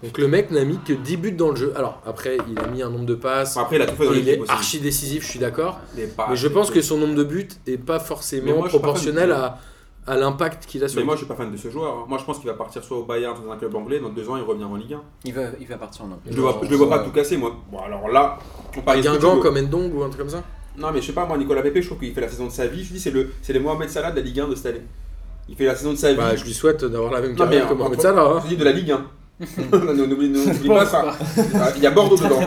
Donc le mec n'a mis que 10 buts dans le jeu. Alors, après, il a mis un nombre de passes. Ah, Après, il a tout fait dans Et il l'équipe est aussi. archi décisif, je suis d'accord. Mais pas- Mais je pense que son nombre de buts est pas forcément Mais moi, je suis pas fan du proportionnel jeu. à, à l'impact qu'il a sur Mais le moi, je suis pas fan de ce joueur. hein. Moi, je pense qu'il va partir soit au Bayern, soit dans un club anglais. Dans deux ans, il revient en Ligue 1. Il va, il va partir en Europe. Je le vois, je le vois pas tout casser, moi. Bon, alors là, on parie. ce que tu Guingamp veux. comme Endong ou un truc comme ça Non, mais je sais pas, moi, Nicolas Pepe, je trouve qu'il fait la saison de sa vie. Je dis, c'est le, c'est les Mohamed Salah de la Ligue 1 de cette année. Il fait la saison de sa vie. Bah, je lui souhaite d'avoir la même Non, mais carrière que en- Mohamed en- Salah. hein. Je dis de la Ligue <laughs> 1. Non, non, n'oublie n'oublie pas ça. Ah, Il y a Bordeaux dedans.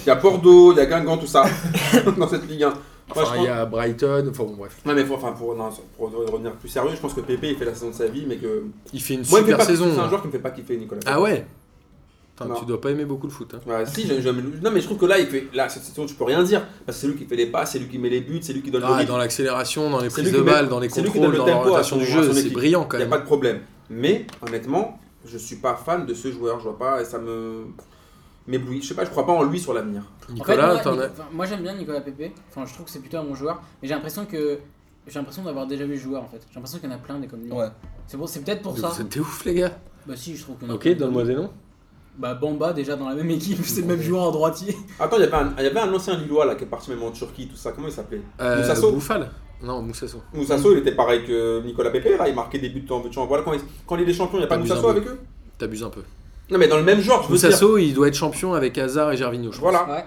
Il y a Bordeaux, il y a Guingamp, tout ça. <laughs> dans cette Ligue 1. Moi, je Enfin, il pense- y a Brighton. Enfin, bon, bref. Non, mais faut- enfin, pour, non, pour revenir plus sérieux, je pense que Pepe, il fait la saison de sa vie, mais que. Il fait une Moi, il me fait super pas- saison. hein. C'est un joueur qui me fait pas kiffer, Nicolas. Pepe. Ah ouais Putain, Non. Tu dois pas aimer beaucoup le foot. hein. Ouais, si, j'aime- j'aime- Non, mais je trouve que là, il fait... là cette saison, je peux rien dire. Parce que c'est lui qui fait les passes, c'est lui qui met les buts, c'est lui qui donne le Ah, rythme. dans l'accélération, dans les C'est prises lui de qui met- balles, dans les c'est lui qui contrôles, donne le dans tempo à l'orientation son- du à son jeu, c'est équipe. brillant quand Il n'y a même. pas de problème. Mais honnêtement, je suis pas fan de ce joueur. Je vois pas et ça me m'éblouit. Je sais pas, je crois pas en lui sur l'avenir. En fait, Nicolas, moi, t'en Nic- as- enfin, moi, j'aime bien Nicolas Pepe. Enfin, je trouve que c'est plutôt un bon joueur. Mais j'ai l'impression que. J'ai l'impression d'avoir déjà vu le joueur en fait. J'ai l'impression qu'il y en a plein des comme lui. Ouais. C'est bon, c'est peut-être pour ça. vous êtes des ouf les gars. Bah si, je trouve qu'on a. Ok, donne-moi des noms. Bah Bamba déjà dans la même équipe, <laughs> c'est le même joueur en droitier. Attends, il y avait un, il y avait un ancien Lillois là qui est parti même en Turquie, tout ça. Comment il s'appelait Euh, Moussasso. Bouffal Non, Moussasso. Moussasso, il était pareil que euh, Nicolas Pepe. Là, il marquait des buts en but en voilà. Quand il, quand il est champion, il n'y a pas Abusé Moussasso un peu. avec eux T'abuses un peu. Non, mais dans le même genre, je veux dire. Moussasso, il doit être champion avec Hazard et Gervinho, je pense. Voilà. Ouais.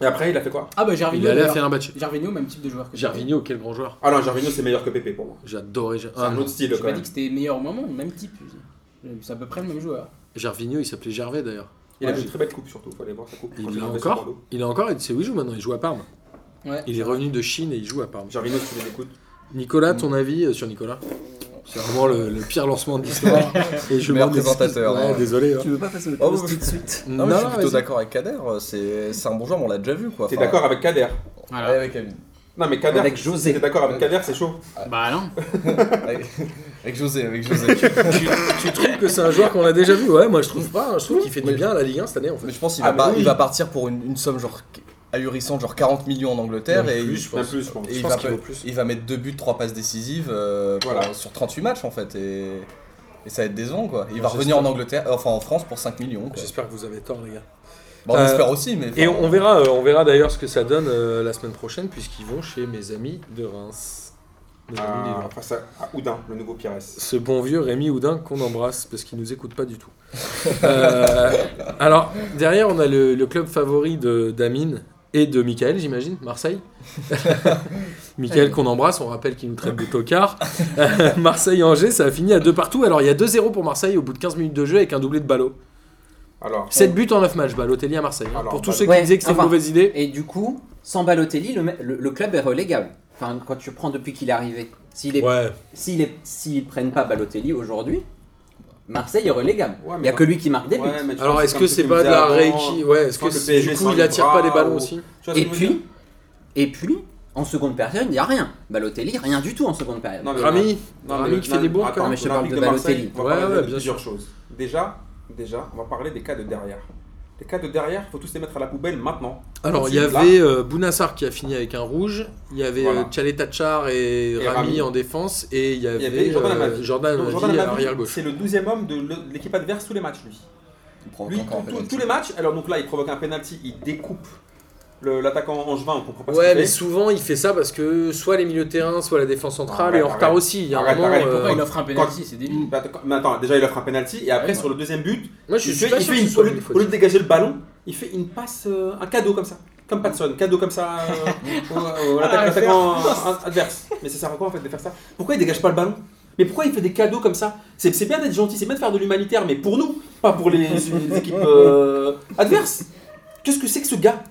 Et après, il a fait quoi Ah bah Il Gervinho. est allé à d'ailleurs. Fenerbahce. Gervinho, même type de joueur que Pepe. Gervinho, quel grand joueur. Ah non, Gervinho, c'est meilleur que Pepe pour moi. J'adorais Ger- C'est ah, un non. autre style J'ai quand pas dit même. que c'était meilleur au moment, même type. je dis. C'est à peu près le même joueur. Gervinho, il s'appelait Gervais d'ailleurs. Il avait Ouais, une très belle coupe surtout. Faut aller voir sa coupe. quand Il l'a a fait sur encore Bordeaux. Il a encore, il sait où il joue maintenant, il joue à Parme. Ouais. Il est revenu de Chine et il joue à Parme. Gervinho, si tu les écoutes. Nicolas, ton avis euh, sur Nicolas C'est vraiment le, le pire lancement de <laughs> l'histoire. et je Meilleur m'en excuse. présentateur, Ouais, hein. désolé. hein. Tu veux pas passer au Oh, toast oui. tout de suite Non, mais je suis non, plutôt vas-y. d'accord avec Kader, euh, c'est c'est un bon joueur, mais on l'a déjà vu quoi. T'es Enfin, d'accord avec Kader ouais, Voilà. avec Amine. Non, mais Kader. Avec José. si T'es d'accord avec Kader, c'est chaud. Bah non. Avec avec José, avec <laughs> José. Tu trouves que c'est un joueur qu'on a déjà vu Ouais, moi je trouve pas. Je trouve qu'il fait du bien à la Ligue 1 cette année en mais fait. je pense qu'il Ah, va, mais pas- oui. il va partir pour une, une somme genre ahurissante, genre 40 millions en Angleterre. Même et plus, il- je Même plus, je pense. Et Je il pense va, qu'il vaut plus. il va mettre 2 buts, 3 passes décisives euh, pour- Voilà. sur 38 matchs en fait. Et, et ça va être décevant quoi. Il va J'espère. revenir en Angleterre, euh, enfin en France pour 5 millions. quoi. J'espère que vous avez tort, les gars. Bon, on Euh, espère aussi, mais. Et enfin, on on verra, euh, on verra d'ailleurs ce que ça donne euh, la semaine prochaine, puisqu'ils vont chez mes amis de Reims. Nos amis Ah, lillois. face à, à Oudin, le nouveau Pires. Ce bon vieux Rémi Houdin qu'on embrasse parce qu'il nous écoute pas du tout. Euh, <laughs> alors, derrière, on a le, le club favori de d'Amine et de Michael, j'imagine, <laughs> Marseille. Michael qu'on embrasse, on rappelle qu'il nous traite de tocard. Marseille-Angers, ça a fini à deux partout. Alors, il y a 2-0 pour Marseille au bout de 15 minutes de jeu avec un doublé de Ballot. Alors, 7 buts en 9 matchs, Balotelli à Marseille. hein. Alors, bah, pour tous Ballot- ceux qui Ouais, disaient que c'était enfin, une mauvaise idée. Et du coup, sans Balotelli, le, me- le- le club est relégable. Enfin, quand tu prends depuis qu'il est arrivé. S'il est, Ouais, s'il est- s'ils prennent pas Balotelli aujourd'hui, Marseille est relégable. Ouais, Il mais n'y a dans- que lui qui marque des buts. Ouais, mais tu Alors vois, est-ce comme que ce c'est me pas de disait la avant. réiki Ouais, est-ce que Quand le c'est- PSG du coup sort il les attire bras pas les ballons ou- aussi Tu vois ce Et que je veux dire puis, et puis, en seconde période, il n'y a rien. Balotelli, rien du tout en seconde période. Non, Ah, mais- Rami, non, mais- Rami qui non, fait des mais- bourres attends, quand mais même. je te l'Olympique parle de Marseille, Balotelli. On Ouais, va ouais, parler de bien plusieurs choses. Déjà, déjà, on va parler des cas de derrière. Les cas de derrière, il faut tous les mettre à la poubelle maintenant. Alors il y Là. avait euh, Bounassar qui a fini avec un rouge, il y avait Voilà. euh, Tchaleta Tchar et, Et Rami Rami. en défense et il y Il y avait avait Jordan euh, Amavi. Jordan Donc, Amavi à Amavi, l'arrière gauche. c'est le 12 e homme de le- l'équipe adverse tous les matchs, lui. il provoque Lui, encore un tous- tous- penalty. tous les matchs, alors donc là, il provoque un penalty, il découpe le- l'attaquant angevin, on comprend pas ce Ouais, qu'il mais fait. souvent il fait ça parce que soit les milieux de terrain, soit la défense centrale Arrête, est en retard arrête. aussi. Il y a un Arrête, moment. arrête, euh, Pourquoi il offre un penalty C'est débile. Mais attends, Mais attends, déjà, il offre un penalty, et après, Ouais, sur le deuxième but, Moi je il suis fait, pas il sûr fait qu'il une- soit au, lieu, une au faute. lieu de dégager le ballon, il fait une passe, euh, un cadeau comme ça. Comme Patson, cadeau comme ça euh, <laughs> au- Ah, au- à l'attaque- l'attaquant euh, adverse. Mais ça sert à quoi en fait de faire ça Pourquoi il dégage pas le ballon Mais pourquoi il fait des cadeaux comme ça C'est c'est bien d'être gentil, c'est bien de faire de l'humanitaire, mais pour nous, pas pour les, <laughs> les équipes euh, adverses. Qu'est-ce que c'est que ce gars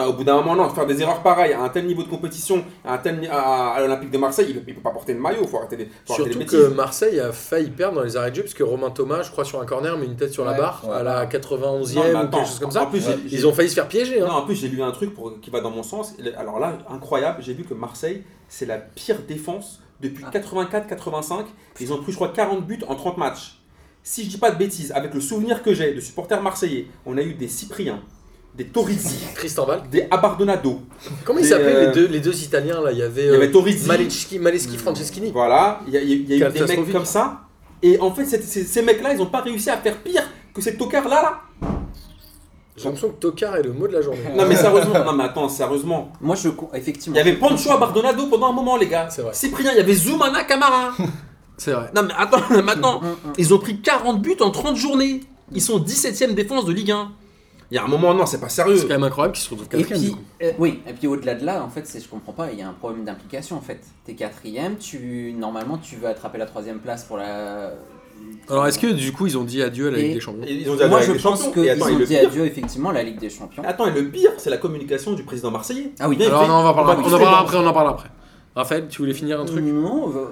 Ah, Au bout d'un moment, non, faire des erreurs pareilles à un tel niveau de compétition, à, un tel, ni- à, à l'Olympique de Marseille, il ne peut pas porter le maillot, il faut arrêter les, faut arrêter Surtout les que bêtises. Marseille a failli perdre dans les arrêts de jeu parce que Romain Thomas, je crois sur un corner, met une tête sur la Ouais. barre Ouais. à la 91e Non, mais ou attends, quelque chose comme en ça. plus, Ouais. j'ai- j'ai- Ils ont failli se faire piéger. hein. Non, en plus, j'ai lu un truc pour- qui va dans mon sens. Le- Alors là, incroyable, j'ai vu que Marseille, c'est la pire défense depuis Ah. 84-85. Ils ont pris, je crois, 40 buts en 30 matchs. Si je dis pas de bêtises, avec le souvenir que j'ai de supporters marseillais, on a eu des Cypriens, des Torizzi, <laughs> Tristan Val. des Abardonado. Comment ils Et, s'appelaient euh, les, deux, les deux Italiens là Il y avait, Il y euh, avait Mm. Torizzi. Maleski, Maleski Franceschini. Voilà, il y a, il y a- il y a eu des mecs Catastrophique. comme ça. Et en fait, c'est- c'est- ces mecs-là, ils ont pas réussi à faire pire que ces tocards-là. Là. J'ai l'impression que Tocard est le mot de la journée. Non, mais <laughs> sérieusement, non, mais attends, sérieusement. Moi, je co- effectivement. Il y avait Pancho Abardonado pendant un moment, les gars. C'est vrai. Cyprien, il y avait Zoumana Camara. C'est vrai. non, mais attends, maintenant, ils ont pris 40 buts en 30 journées. Ils sont 17ème défense de Ligue 1. Il y a un moment, non, c'est pas sérieux. C'est quand même incroyable qu'ils se retrouvent Et quatrième. du puis, coup. euh, oui, et puis au-delà de là, en fait, c'est je comprends pas, il y a un problème d'implication en fait. T'es quatrième, tu normalement tu veux attraper la troisième place pour la. Alors est-ce que du coup ils ont dit adieu à la Et- Ligue des Champions Et ils ont dit adieu à Moi, je la Ligue des pense Champions. qu'ils Et attends, et ont le dit pire- adieu effectivement à la Ligue des Champions. Attends, et le pire, c'est la communication du président marseillais. Ah oui. Bien, Alors il fait- non, on va en parler après. on On en parlera après. On en parlera après. Raphaël, tu voulais finir un truc Mm. Non, euh, ouais,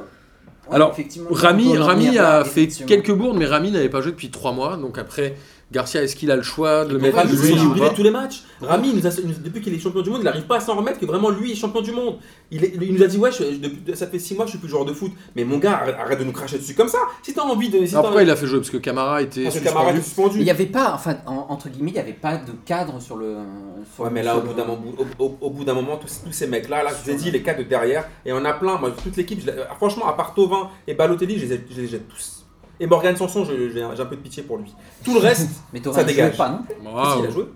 Alors, effectivement, on Rami, peut en Rami venir là, a fait effectivement. quelques bourdes, mais Rami n'avait pas joué depuis 3 mois. Donc après, Garcia, est-ce qu'il a le choix de le Mais mettre Rami, lui il ou oublie pas tous les matchs. Rami, il nous a- il nous- depuis qu'il est champion du monde, il n'arrive pas à s'en remettre que vraiment lui est champion du monde. Il, est- il nous a dit ouais, je- je- depuis- ça fait 6 mois, je suis plus joueur de foot. Mais mon gars, arrête, arrête de nous cracher dessus comme ça. Si t'as envie de, si Alors, t'as- pourquoi il a fait jouer Parce que Camara était parce que camarade est suspendu. suspendu. Mais Il n'y avait pas, enfin, en- entre guillemets, il n'y avait pas de cadre sur le. sur Ouais, le- mais là, sur au bout le- d'un moment, au, au- au bout d'un moment, tous, tous ces mecs-là, là, je vous ai dit, les quatre de derrière, et on a plein. Moi, toute l'équipe, je la- franchement, à part Tovin et Balotelli, je les, ai- je les jette tous. Et Morgan Sanson, je- j'ai un j'ai un peu de pitié pour lui. Tout le <laughs> reste, Mais t'aurais ça joué dégage. pas, non plus. Waouh. il a joué.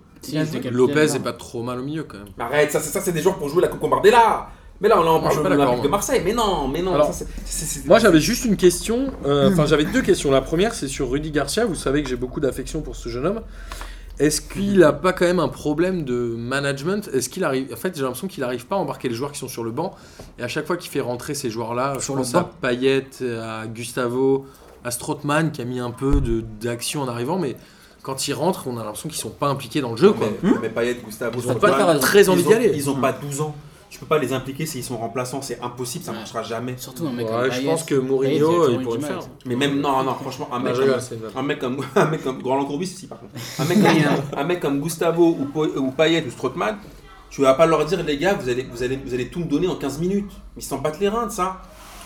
Lopez est pas trop mal au milieu quand même. Mais Arrête, ça, c'est- ça c'est des joueurs pour jouer la Coupe Bardella. Mais là, on, là, on Non, parle Ah, je suis de pas d'accord, l'Olympique de moi. Marseille. Mais non, mais non. Alors, ça, c'est- c'est- c'est- Moi j'avais juste une question, euh, enfin j'avais deux questions. La première c'est sur Rudy Garcia, vous savez que j'ai beaucoup d'affection pour ce jeune homme. Est-ce qu'il a pas quand même un problème de management Est-ce qu'il arrive En fait, j'ai l'impression qu'il n'arrive pas à embarquer les joueurs qui sont sur le banc. Et à chaque fois qu'il fait rentrer ces joueurs-là, je Sur le pense banc. à Payet, à Gustavo, à Strootman qui a mis un peu de- d'action en arrivant, mais quand ils rentrent, on a l'impression qu'ils sont pas impliqués dans le jeu. Non, Quoi. mais, mais Payet, Gustavo, Ils Zlatan, ont pas très envie ils d'y ont- aller. Hmm. Ils ont pas 12 ans. Tu peux pas les impliquer s'ils sont remplaçants. C'est impossible, ça ne marchera jamais. Surtout un mec Ouais, comme je Payet. pense que Payet, Mourinho, a il vraiment eu pourrait du le mal, faire. ça. Mais même, non, non, franchement, un Ah, mec, je comme, rigole, c'est une blague. un mec comme, <laughs> un mec comme Grand Courbis, si par contre, un mec comme, un mec comme Gustavo ou, Po- ou Payet ou Strootman, tu vas pas leur dire, les gars, vous allez, vous allez, vous allez tout me donner en 15 minutes. Ils s'en battent les reins de ça.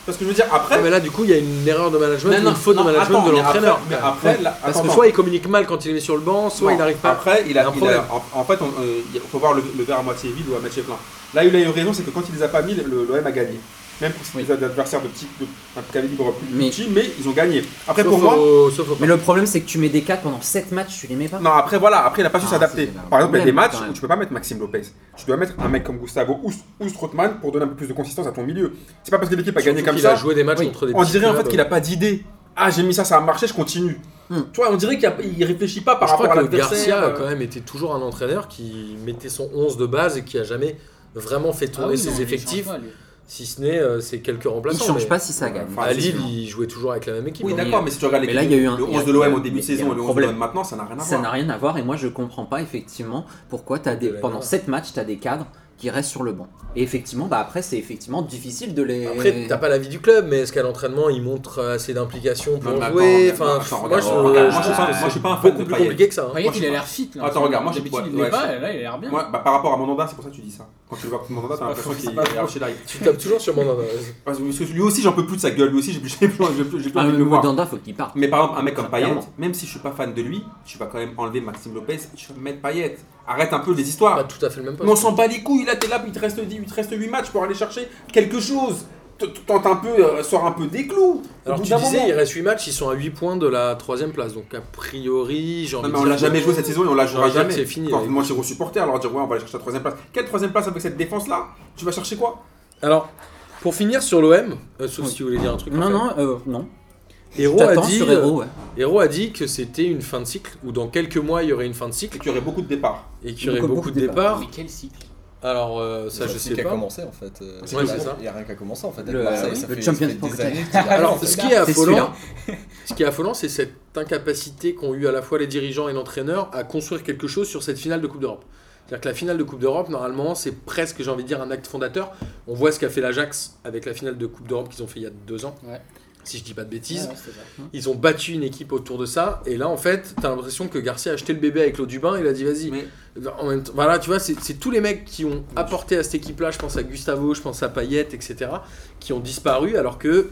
Parce que je veux dire, après, Ouais, Ah, mais là, du coup, il y a une erreur de management, Non, une non, faute non, de management attends, de mais l'entraîneur. après- Mais après, là, Parce attends, que soit il communique mal quand il est mis sur le banc, soit Non, il n'arrive pas. Après, il a, Il y a un il a- problème. en, en fait, on- euh, il faut voir le, le verre à moitié vide ou à moitié plein. Là, il a eu raison, c'est que quand il les a pas mis, le- l'OM a gagné. Même pour ces adversaires de petit, de, un calibre plus Mais- petit, mais ils ont gagné. Après, Sauf pour moi, au- sauf au- Mais le problème, c'est que tu mets des cadres pendant 7 matchs, tu les mets pas. non, après, voilà, après, il a pas su Ah, s'adapter. c'est un Par exemple, il y a des problème, matchs quand même. où tu peux pas mettre Maxime Lopez. Tu dois mettre un mec comme Gustavo ou, ou Strootman pour donner un peu plus de consistance à ton milieu. C'est pas parce que l'équipe a gagné Surtout comme qu'il ça. a joué des matchs Oui. contre des On petits dirait en fait clubs. qu'il a pas d'idée. Ah, j'ai mis ça, ça a marché, je continue. Hmm. Tu vois, on dirait qu'il a- il réfléchit pas par Je rapport crois à que l'adversaire. Garcia a euh. quand même été toujours un entraîneur qui mettait son 11 de base et qui a jamais vraiment fait Ah oui, tourner non, mais ses il effectifs, change pas, lui. si ce n'est euh, ses quelques Il remplaçants. change mais pas si ça gagne. Enfin, À c'est Lille, sûr. il jouait toujours avec la même équipe. hein. Oui, donc- d'accord, mais si tu regardes mais les là, il y a eu un- le il y a- 11 de l'OM au il y début a de eu un saison et le 11 de problème. l'OM maintenant, ça n'a rien à Ça n'a voir. rien à voir et moi je comprends pas effectivement pourquoi t'as des, pendant 7 matchs t'as des cadres qui restent sur le banc. Et effectivement bah après c'est effectivement difficile de les. Après, t'as pas l'avis du club, mais est-ce qu'à l'entraînement, il montre assez d'implication pour Non, mais jouer attends, Enfin, attends, attends, moi, regarde, je, je regarde, moi, je suis pense pas- que moi, je c'est suis pas un fan beaucoup de plus Payet. compliqué que ça. hein. Payet, je il a sais l'air fit. là, Attends, regarde, moi, je- d'habitude ouais, il l'est ouais, pas, là il a l'air bien. Ouais, bah, par rapport à Mandanda, c'est pour ça que tu dis ça. Quand tu le vois comme Mandanda, t'as l'impression qu'il est archi live. Tu tapes toujours sur mon Parce que lui aussi, j'en peux plus de sa gueule, lui aussi, j'ai plus, <laughs> j'ai plus, j'ai plus- j'ai plus Ah, envie de mais le voir. Mandanda, faut qu'il parte. Mais par exemple, un mec comme Payet, Clairement. même si je suis pas fan de lui, tu vas quand même enlever Maxime Lopez, tu vas mettre Payet. Arrête un peu les histoires. Pas tout à fait le même poste. Mais on s'en bat les couilles, là t'es là, puis il te reste 10, il te reste 8 matchs pour aller chercher quelque chose. T- t- Tente un peu, euh, sors un peu des clous. Au Alors bout tu d'un disais, moment. il reste 8 matchs, ils sont à 8 points de la 3ème place. Donc a priori, j'ai envie Non, mais de on dire l'a que- jamais joué cette saison et on la jouera Ouais, jamais. c'est fini, Quand ouais. ils vont tirer aux supporters, leur dire ouais, on va aller chercher la troisième place. Quelle troisième place avec cette défense là Tu vas chercher quoi Alors, pour finir sur l'OM, euh, sauf Oui. si tu voulais dire un truc. Non Raphaël. non euh, non. Hero a, T'attends dit, sur Hero ouais. euh, Hero a dit que c'était une fin de cycle, ou dans quelques mois il y aurait une fin de cycle, Et qu'il y aurait beaucoup de départs. et qu'il y aurait Beaucoup, beaucoup, beaucoup de de départs. Mais quel cycle Alors euh, ça je sais qui a pas. commencé en fait. euh, Ouais, c'est tout. c'est ça. Il n'y a rien qu'à commencer en fait. avec Le, Marseille, euh, ça le fait- Champions ça fait des Poker. années qu'il y a- <laughs> Alors ce qui est C'est affolant, celui-là. ce qui est affolant, c'est cette incapacité qu'ont eu à la fois les dirigeants et l'entraîneur à construire quelque chose sur cette finale de Coupe d'Europe. C'est-à-dire que la finale de Coupe d'Europe, normalement, c'est presque, j'ai envie de dire, un acte fondateur. On voit ce qu'a fait l'Ajax avec la finale de Coupe d'Europe qu'ils ont fait il y a deux ans, Ouais. si je dis pas de Ouais, bêtises. ouais, c'est ça. Ils ont battu une équipe autour de ça, et là, en fait, t'as l'impression que Garcia a acheté le bébé avec l'eau du bain, il a dit vas-y. Mais- En même temps, voilà, tu vois, c'est c'est tous les mecs qui ont apporté à cette équipe-là, je pense à Gustavo, je pense à Payet, etc., qui ont disparu, alors que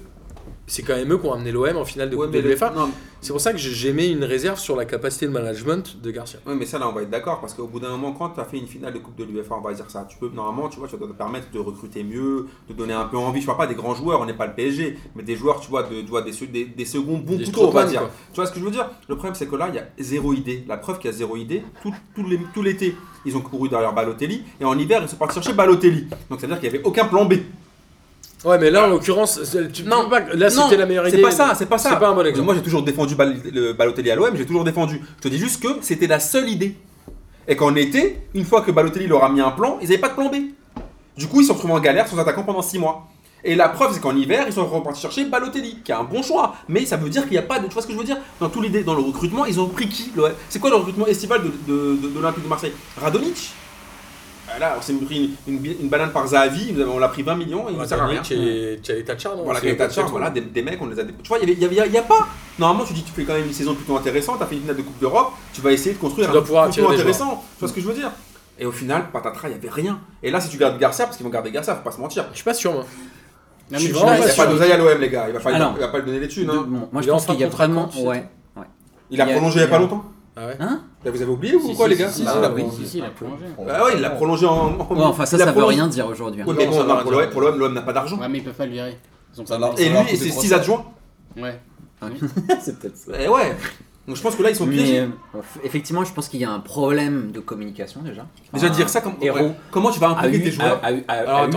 c'est quand même eux qui ont amené l'OM en finale de Ouais, Coupe mais de le- l'UEFA. non, C'est pour ça que j'aimais une réserve sur la capacité de management de Garcia. ouais, mais ça là on va être d'accord parce qu'au bout d'un moment, quand tu as fait une finale de Coupe de l'UEFA, on va dire ça. Tu peux normalement, tu vois, tu dois te permettre de recruter mieux, de donner un peu envie. Je parle pas des grands joueurs, on n'est pas le PSG, mais des joueurs, tu vois, de, tu vois, des, se- des, des seconds bons Des couteaux, on va Strootman, dire. quoi. Tu vois ce que je veux dire Le problème, c'est que là, il y a zéro idée. La preuve qu'il y a zéro idée, tout, tout les- tout l'été, ils ont couru derrière Balotelli et en hiver, ils sont partis chercher Balotelli. Donc, ça veut dire qu'il n'y avait aucun plan B. Ouais, mais là, en l'occurrence, c'est- tu Ah. Non. peux pas- là, Non, c'était la meilleure idée. C'est pas ça, c'est pas ça. C'est pas un bon exemple. Moi, j'ai toujours défendu Bal- le Balotelli à l'OM, j'ai toujours défendu. Je te dis juste que c'était la seule idée. Et qu'en été, une fois que Balotelli leur a mis un plan, ils n'avaient pas de plan B. Du coup, ils se sont retrouvés en galère sans attaquant pendant 6 mois. Et la preuve, c'est qu'en hiver, ils sont repartis chercher Balotelli, qui a un bon choix. Mais ça veut dire qu'il n'y a pas de. Tu vois ce que je veux dire Dans tous les dé- dans le recrutement, ils ont pris qui l'OM C'est quoi le recrutement estival de, de, de- de l'Olympique de Marseille Radonic Ah Là, on s'est pris une, une, une banane par Zahavi, nous avons- on l'a pris 20 millions, il ne sert à rien. et Tchaleta Tchar, non Voilà, C'est- les tas de charges, voilà, des, des mecs, on les a dé- Tu vois, il n'y a, il y a- il y a pas. Normalement, tu dis, tu fais quand même une saison plutôt intéressante, tu fait une finale de Coupe d'Europe, tu vas essayer de construire Tu dois un pouvoir truc plutôt attirer des intéressant. Tu vois ce que je veux dire Et au final, patatras, il n'y avait rien. Et là, si tu gardes Garcia, parce qu'ils vont garder Garcia, faut pas se mentir. Je suis pas sûr, moi. mais suis tu vraiment l'as- Il n'y a pas pas sûr. d'oseille à l'OM, les gars, il va pas, Alors. il va pas lui donner les thunes. De- hein. bon, moi, Il je est pense enfin qu'il y a contraint vraiment. quand, tu sais. Ouais. ouais. Il a Il y a- prolongé il n'y a pas longtemps. Ah ouais Hein Là, vous avez oublié ou Si, quoi, si, les gars si, si, Ah, si, bah si, oui. si, si, il a plongé. Ah Bah ouais, il l'a prolongé en. en- Ouais, enfin, ça, il l'a ça veut prolongé- rien dire aujourd'hui. hein. Oui, mais Non, bon, ça veut rien pour l'OM, dire. pour l'OM, l'OM n'a pas d'argent. Ouais, mais ils peuvent pas le virer. Ils ont Ça pas va. de- Et Ça lui va et coûter ses trop 6 cher. adjoints. Ouais. C'est peut-être ça. Eh ouais. Donc je pense que là, ils sont piégés. Mais, euh, effectivement, je pense qu'il y a un problème de communication déjà. Déjà Enfin, dire ça comme Héros. ouais. comment tu vas À impliquer tes 8, joueurs Alors, attends.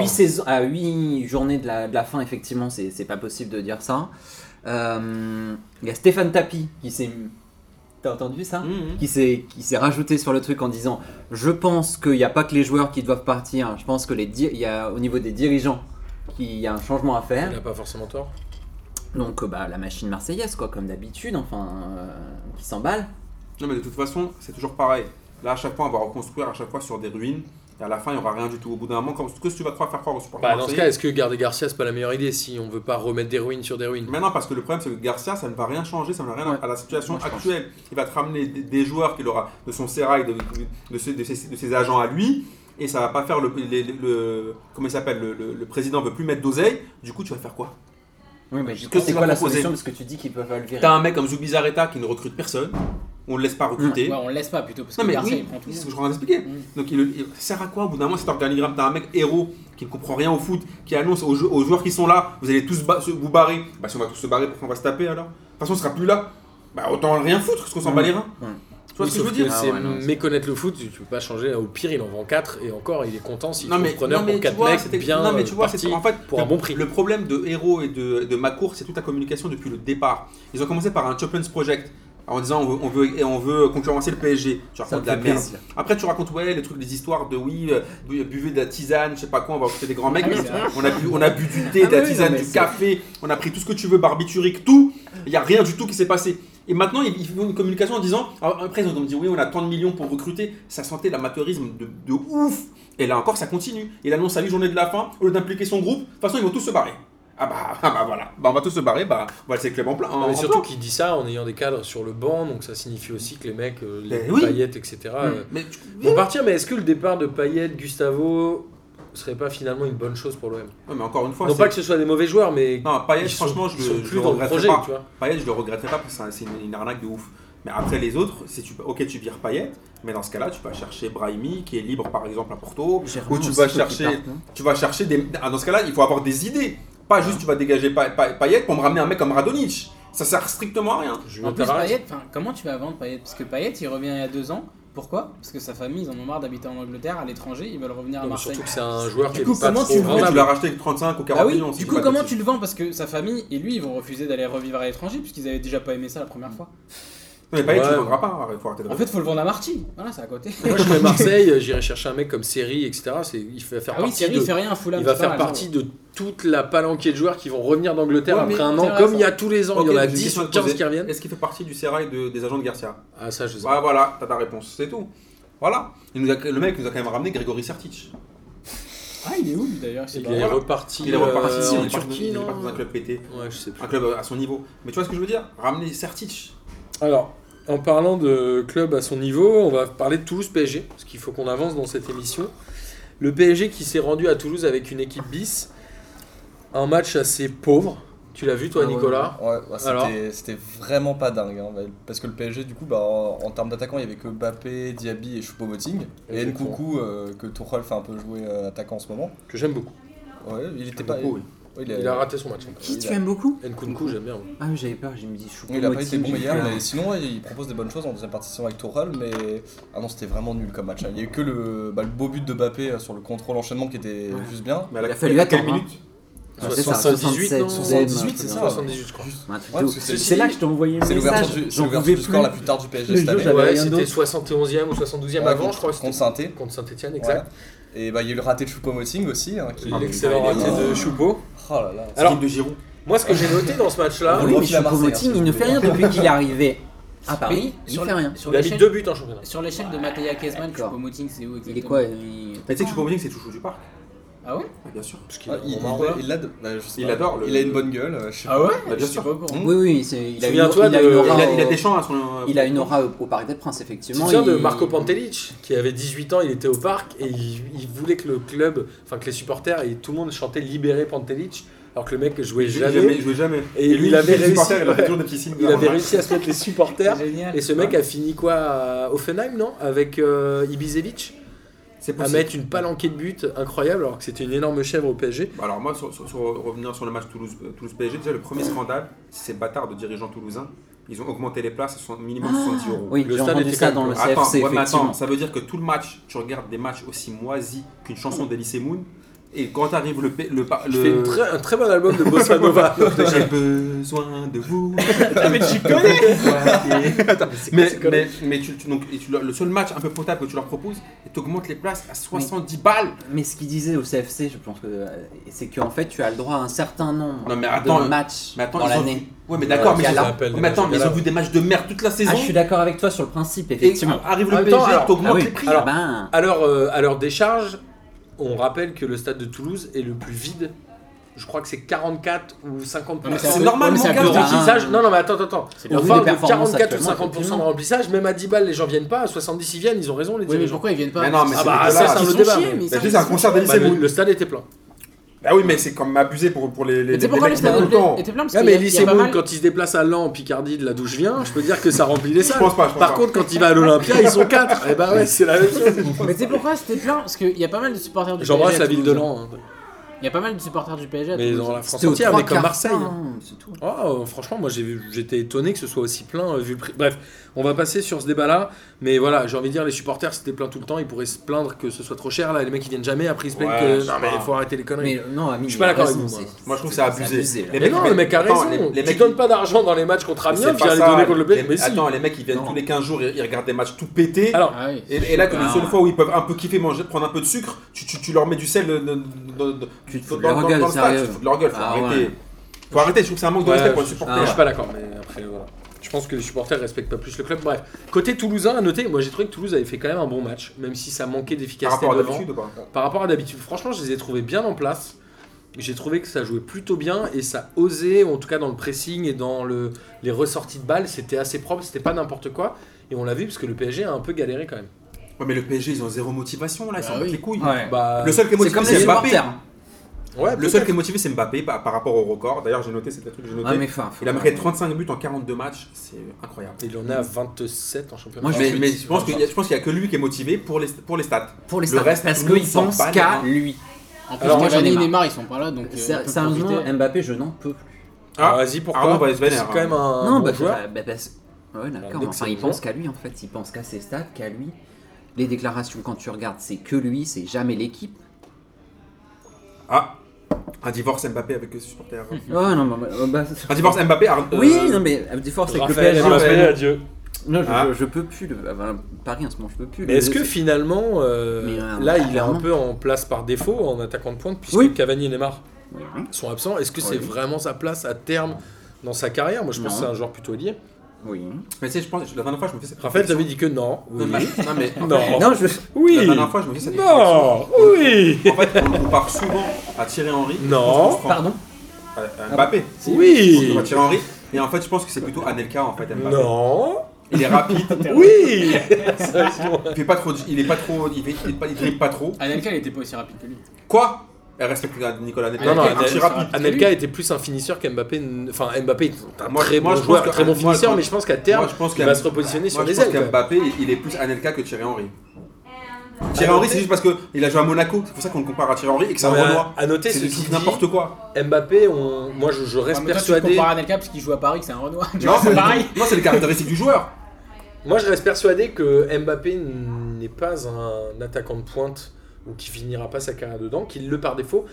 journées de la, de la fin, effectivement, c'est c'est pas possible de dire ça. Euh, Il y a Stéphane Tapi qui s'est. T'as entendu ça Mhm. qui s'est qui s'est rajouté sur le truc en disant je pense qu'il n'y a pas que les joueurs qui doivent partir je pense que les di- il y a au niveau des dirigeants qu'il y a un changement à faire Il a pas forcément tort. donc euh, bah la machine marseillaise quoi comme d'habitude enfin euh, qui s'emballe Non mais de toute façon, c'est toujours pareil. Là, à chaque fois, on va reconstruire à chaque fois sur des ruines. Et à la fin, il n'y aura rien du tout. Au bout d'un moment, comme- qu'est-ce que tu vas croire faire croire aux supporters Bah, dans ce marseillais cas, est-ce que garder Garcia, c'est pas la meilleure idée si on veut pas remettre des ruines sur des ruines Maintenant, parce que le problème, c'est que Garcia, ça ne va rien changer, ça ne va rien Ouais. à la situation Moi, je pense. actuelle. Il va te ramener des, des joueurs qu'il aura de son sérail, de, de, ses, de ses- de ses agents à lui, et ça va pas faire le. les- le- le- comment il s'appelle le, le, le président veut plus mettre d'oseille, du coup, tu vas faire quoi oui mais je que c'est tu quoi vas la proposer solution parce que tu dis qu'ils peuvent pas le virer T'as un mec comme Zubizarreta qui ne recrute personne, on le laisse pas recruter. Ouais, on le laisse pas plutôt parce Non que mais Garcia oui, il prend tout. c'est ce que je suis en train d'expliquer. Mm. Donc il, il- ça sert à quoi au bout d'un moment cet organigramme T'as un mec héros qui ne comprend rien au foot, qui annonce aux, jou- aux joueurs qui sont là, vous allez tous ba- se- vous barrer. Bah si on va tous se barrer, pourquoi on va se taper alors De toute façon on sera plus là. Bah autant rien foutre, parce qu'on s'en bat les reins. Mm. Tu vois Oui, ce que je sauf veux dire c'est Ah ouais, non, c'est- méconnaître le foot, tu peux pas changer. Au pire, il en vend 4 et encore, il est content si non mais, preneur non, mais pour tu 4 vois, mecs c'était- bien non, mais tu vois, euh, c'est partis. en fait pour le, un bon prix. Le problème de Hero et de, de Macourt, c'est toute la communication depuis le départ. Ils ont commencé par un Champions Project en disant on veut, on veut, et on veut concurrencer le PSG. Tu Ça racontes me de la fait merde. plaisir. Après, tu racontes ouais, les trucs, des histoires de oui, euh, bu- buvez de la tisane, je sais pas quoi, on va recruter des grands mecs. Ah oui, mais c'est on, a bu, on a bu du thé, Ah de la oui, tisane, non, mais du c'est- café, on a pris tout ce que tu veux, barbiturique, tout. Il n'y a rien du tout qui s'est passé. Et maintenant, ils ils font une communication en disant alors, après, ils ont dit oui, on a tant de millions pour recruter. Ça sentait l'amateurisme de, de ouf. Et là encore, ça continue. Il annonce à 8 journées de la fin, au lieu d'impliquer son groupe, de toute façon, ils vont tous se barrer. Ah bah, <laughs> ah bah voilà, bah, on va tous se barrer, bah, on va laisser Clément plein. Non, en- mais en surtout plan. qu'il dit ça en ayant des cadres sur le banc, donc ça signifie aussi que les mecs, euh, les Ben oui. paillettes, etc., euh, Mais tu- vont partir. Mais est-ce que le départ de Payet, Gustavo, serait pas finalement une bonne chose pour l'OM Ouais, mais encore une fois, Non c'est- pas que ce soit des mauvais joueurs, mais non, Payet, ils sont- franchement, ils je, sont le- je plus le dans le regretterai projet, pas. tu vois. Payet, je le regretterai pas parce que c'est un- c'est une, une arnaque de ouf. Mais après les autres, si tu, ok, tu vires Payet, mais dans ce cas-là, tu vas chercher Brahimi qui est libre par exemple à Porto, ou tu vas chercher, tu vas chercher des. ah, Dans ce cas-là, il faut avoir des idées, pas juste tu vas dégager Pa- Pa- Payet pour me ramener un mec comme Radonic. Ça sert strictement à rien. Julien En plus, Tavares. Payet, enfin, comment tu vas vendre Payet Parce que Payet, il revient il y a deux ans. Pourquoi Parce que sa famille, ils en ont marre d'habiter en Angleterre, à l'étranger, ils veulent revenir à Non, mais Marseille. surtout que c'est un joueur qui Du coup, est pas comment trop tu le Mais vendable. tu l'as racheté avec 35 ou 40 Bah oui, millions. si du je dis coup, pas de comment bêtises. tu le vends Parce que sa famille et lui, ils vont refuser d'aller revivre à l'étranger, puisqu'ils avaient déjà pas aimé ça la première fois. Non, mais Payet, tu Ouais. le vendras pas. hein, Il faut arrêter de En fait, faut le vendre à Marty. Voilà, c'est à côté. <laughs> Ah Moi, je serais Marseille, j'irais chercher un mec comme Seri, etc. C'est- Il va faire Ah oui, partie Thierry, de- il fait rien à Fulham. il va c'est faire pas grave. partie de toute la palanquée de joueurs qui vont revenir d'Angleterre Ouais, mais après un c'est an, vrai, comme ça. il y a tous les ans, Ok, il y en a j'ai une 10 question à ou te 15 poser. qui reviennent. Est-ce qu'il fait partie du sérail de- des agents de Garcia Ah ça, je sais pas. Ah voilà, t'as ta réponse, c'est tout. Voilà. Il nous a- le mec nous a quand même ramené Grégory Sertic. Ah, il est où lui d'ailleurs Il C'est est pas- reparti, Il est reparti euh, il est en parti- Turquie, il est non parti dans un club pété. Ouais, je sais plus. Un club à son niveau. Mais tu vois ce que je veux dire Ramener Sertic. Alors, en parlant de club à son niveau, on va parler de Toulouse PSG, parce qu'il faut qu'on avance dans cette émission. Le PSG qui s'est rendu à Toulouse avec une équipe bis, un match assez pauvre. Tu l'as vu toi, Ah ouais. Nicolas Ouais, bah, c'était- Alors c'était vraiment pas dingue. hein, bah, parce que le PSG, du coup, bah, en, en termes d'attaquants, il y avait que Bappé, Diaby et Choupo-Moting. Et Exactement. Nkoukou, euh, que Tourelle fait un peu jouer euh, attaquant en ce moment. Que j'aime beaucoup. Ouais, il était pas. Beaucoup, oui. ouais, il, Il a raté son match. qui tu aimes beaucoup Nkunku, j'aime bien. ah oui, j'avais peur j'ai me dit chou il a pas été bon hier, mais sinon ouais, il propose des bonnes choses en deuxième partie de saison avec Tourelle, mais ah non c'était vraiment nul comme match. hein. Il y a eu que le, bah, le beau but de Bappé euh, sur le contrôle enchaînement qui était juste bien. Mais à la- Il a fallu à quelle attendre, hein. minute Ah, Ah, Ouais, c'est ça, 78, non 78, 78, c'est ça. 78, je crois. Un truc Ouais, de parce ouf. que C'est c'est- c'est là que je t'ai envoyé le C'est l'ouverture message. du, c'est J'en l'ouverture pouvais du score la plus. plus tard du PSG Le cette jeu, année. j'avais Ouais, rien c'était d'autre. 71e ou 72e Ouais, avant, contre- je crois. Contre c'était Saint-Étienne. Contre Saint-Etienne, exact. Et bah, il y a eu le raté de Choupo-Moting aussi. hein, qui... Ah, mais L'excellent il est raté mort. de Choupo. Oh là là. Alors- Alors, de Giroud. Moi, ce que j'ai noté dans ce match-là, Ah Oui, oui, mais il a marqué, Choupo-Moting, hein, il ne fait rien depuis qu'il est arrivé à Mais Paris. Il sur fait le- rien. Sur il a mis l'échelle deux buts hein, en championnat. sur l'échelle de Matéa Kesman, D'accord. Choupo-Moting, c'est où exactement Il est quoi euh, il- Mais Bah, tu sais que Choupo-Moting, c'est Chouchou du Parc. Ah ouais Ah, Bien sûr. Parce qu'il Ah, il, on il- m'en il- il l'ad- bah, je sais Il pas. adore le- Il a une bonne gueule. euh, Je sais pas. Ah ouais Bah, bien Je suis sûr. pas au courant. Oui, oui, c'est- il a une Souviens-toi il a de- une Il Il aura. a, il a au- des hein, champs à son. euh, il a une aura au, au Parc des Princes, effectivement. Tu te souviens de Il- Marco Pantelic qui avait 18 ans, il était au parc et il, il voulait que le club, enfin que les supporters et tout le monde chantait Libérer Pantelic alors que le mec jouait Il jamais. jamais, jouait jamais. Et lui, il il avait fait les réussi- supporters, Il avait toujours des petits signes. Il avait réussi à se mettre les supporters. C'est génial. Et ce mec a fini quoi à Offenheim, non Avec euh, Ibisevic C'est à possible. mettre une palanquée de buts incroyable alors que c'était une énorme chèvre au PSG. Bah Alors moi, sur, sur- sur- revenir sur le match Toulouse- euh, Toulouse-PSG, déjà le premier scandale, c'est ces bâtards de dirigeants toulousains. Ils ont augmenté les places à son- minimum 70 euros. Oui, Le j'ai stade entendu était ça quand dans même- le Attends, CFC, ouais, mais effectivement. attends, ça veut dire que tout le match, tu regardes des matchs aussi moisis qu'une chanson d'Elysée Moon, et quand arrive le... pa- le, pa- Il le- fait une très- un très bon album de <laughs> Bossa Nova. J'ai besoin de vous. mais tu connais <laughs> Attends, c'est quoi, mais, c'est quoi mais, mais tu, tu- donc, et tu leur- le seul match un peu potable que tu leur proposes, et tu augmentes les places à 70 balles. Mais ce qu'il disait au CFC, je pense que euh, c'est qu'en fait, tu as le droit à un certain nombre Non, mais attends, de matchs Mais attends, dans ils ont l'année. vu- Ouais, mais d'accord, Euh, mais, qui a ils ont- la- appelle, mais attends, mais ils la- ont vu des matchs de merde toute la saison. Ah, je suis d'accord avec toi sur le principe, Et effectivement. arrive En le même temps, PSG, alors- Ah t'augmentes oui, les prix. hein. ah ben, Alors, euh, à leur décharge, on rappelle que le stade de Toulouse est le plus vide. Je crois que c'est 44 ou 50%. Non, mais ben, C'est un peu- normal, ouais, mais mon c'est un gars, peu de Ah. remplissage. Non, non, mais attends, attends. attends. leur On vu parle des de 44 performances ou actuellement, 50% de remplissage. Même à 10 balles, les gens viennent pas. À 70, ils viennent. Ils ont raison, les Oui, mais dirigeants. pourquoi ils viennent pas Mais non, mais Ah c'est bah, dégueulasse. ça, c'est un Ils autre sont débat. chiés, mais- mais T'as ça, vu, c'est un concert Bah, d'Elysée le, Moon. le stade était plein. Bah oui, mais c'est quand même abusé pour, pour les, les, Mais tu sais les pourquoi le mecs qui viennent stade tout le temps. était était plein parce Ah, qu'il y mais a- il y lycée a pas Moon, mal- quand il se déplace à Lan, en Picardie, de là d'où je viens, je peux dire que ça remplit les Je salles. pense pas, je pense Par pas. contre, quand il va à l'Olympia, ils sont <laughs> 4. Et bah ouais, c'est la même chose. Mais tu sais pourquoi c'était plein Parce qu'il y a pas mal de supporters du PSG. J'embrasse à la ville de Toulouse. Lan. hein. Il y a pas mal de supporters du PSG. à Mais Toulouse. hein. dans la France c'était au entière, trois mais comme quarts Marseille. plein, hein, c'est tout. Oh, euh, franchement, moi j'ai vu- j'étais étonné que ce soit aussi plein euh, vu le prix. Bref, on va passer sur ce débat-là. Mais voilà, j'ai envie de dire, les supporters c'était plein tout le temps. Ils pourraient se plaindre que ce soit trop cher. Là, les mecs ils viennent jamais. Après ils se plaignent Ouais, que je sais non mais pas. il faut arrêter les conneries. Mais non, Amine, Je suis pas d'accord il a avec raison, vous, moi. Moi, je trouve que c'est abusé. là. Mais, non, ils le mec a attends, raison. les- les tu mecs, donnes ils- pas d'argent dans les matchs contre c'est Amiens, pas viens les ça, donner contre le les- PSG. Mais si. Attends, les mecs, ils viennent Non. tous les 15 jours, ils, ils regardent des matchs tout pétés. Alors, Ah oui. et, et là, que la Ah. seule fois où ils peuvent un peu kiffer, manger, prendre un peu de sucre, tu, tu, tu leur mets du sel de- de- de- de- Tu dans- te fous de leur dans- dans gueule, le stade, sérieux. tu te fous de leur gueule, faut Ah arrêter. ouais. Faut arrêter, je trouve que c'est un manque de Ouais, respect pour les je- supporters. ah Je suis pas d'accord, mais après voilà. Je pense que les supporters respectent pas plus le club. Bref, côté toulousain, à noter, moi j'ai trouvé que Toulouse avait fait quand même un bon match, même si ça manquait Par d'efficacité rapport à devant. d'habitude ou pas Par rapport à d'habitude, franchement, je les ai trouvés bien en place. J'ai trouvé que ça jouait plutôt bien et ça osait, en tout cas dans le pressing et dans le, les ressorties de balles, c'était assez propre, c'était pas n'importe quoi. Et on l'a vu parce que le PSG a un peu galéré quand même. Ouais, mais le PSG, ils ont zéro motivation là, ils Bah s'en battent oui. les couilles. Ouais. Bah, Le seul qui est C'est motivé, comme les c'est Mbappé. supporters. ouais, Le seul qui est motivé, c'est Mbappé par par rapport au record. D'ailleurs, j'ai noté, c'était un truc que j'ai Ah, mais noté. enfin, faut- Il a marqué 35 buts en 42 matchs, c'est incroyable. Il en a 27 en championnat. Ah, Moi, je Mais, vais- mais je pense qu'il y, a- je pense qu'il y a que lui qui est motivé pour les, pour les stats. Pour les Le stades, reste, parce tout le monde qu'ils s'en pensent bat les qu'à reins. lui. En Alors, plus, moi, j'en ai Cavani et marre. Neymar, ils sont pas là donc. euh, on peut Sérieusement, profiter. Mbappé, je n'en peux plus. Ah, Ah, vas-y, pourquoi Arnaud va se C'est vénère, hein. quand même un Non, bon bah, joueur. bah, parce- ouais, d'accord, Alors, dès mais que enfin, c'est il bon. pense qu'à lui en fait, il pense qu'à ses stats, qu'à lui. Les déclarations, quand tu regardes, c'est que lui, c'est jamais l'équipe. Ah, un divorce Mbappé avec les supporters. Hmm. Oh non, bah, bah, bah, un divorce Mbappé. Ar- euh, Oui, non, mais à force avec le Raphaël PSG. Mbappé, vraiment. adieu. Non, je, Ah. je- je peux plus. Le, enfin, Paris en ce moment, je peux plus. Mais Le- est-ce que finalement, euh, Mais, euh, là, il est un clairement. peu en place par défaut en attaquant de pointe, puisque Oui. Cavani et Neymar Oui. sont absents Est-ce que c'est Oui. vraiment sa place à terme dans sa carrière Moi, je pense Non. que c'est un joueur plutôt lié. Oui. Mais tu sais, je pense, la dernière fois, je me fais cette Raphaël, réflexion. t'avais dit que non. Non, mais- non, mais. <laughs> Non. Non, je. Oui. La dernière fois, je me fais cette réflexion. Non. Oui. En fait, on compare souvent à Thierry Henry. Non. Je pense qu'on se prend- Pardon à- à Mbappé. On Oui. compare Thierry Henry. Et en fait, je pense que c'est plutôt Anelka en fait. Mbappé. Non. Il est rapide. Oui. <laughs> Il fait pas trop, de- il est pas trop, il, fait- il est pas, il dribble pas trop. Anelka, il était pas aussi rapide que lui. Quoi Elle respecte la- Nicolas Anelka. Non, non, il est un Anel- petit rapide. Anelka était plus un finisseur qu'Mbappé. n- Enfin, Mbappé est un Moi, très bon moi, je pense joueur, que- très bon moi, finisseur, je- mais je pense qu'à terme, Moi, je pense il qu'il va se repositionner sur Moi, les je pense ailes. quand même. qu'Mbappé, il- il est plus Anelka que Thierry Henry. Thierry Henry, c'est juste parce qu'il a joué à Monaco, c'est pour ça qu'on le compare à Thierry Henry et que c'est un Non, mais Renoir. à, à noter, C'est ce du qui tout n'importe quoi. Mbappé, on- moi je, je reste Ah, mais toi, tu le persuadé. compares à Anelka parce qu'il joue à Paris, que c'est un Renoir. Tu Non, vois, c'est c'est pareil. non, c'est les caractéristiques du joueur. Moi je reste persuadé que Mbappé n'est pas un attaquant de pointe ou qui finira pas sa carrière dedans, qu'il le par défaut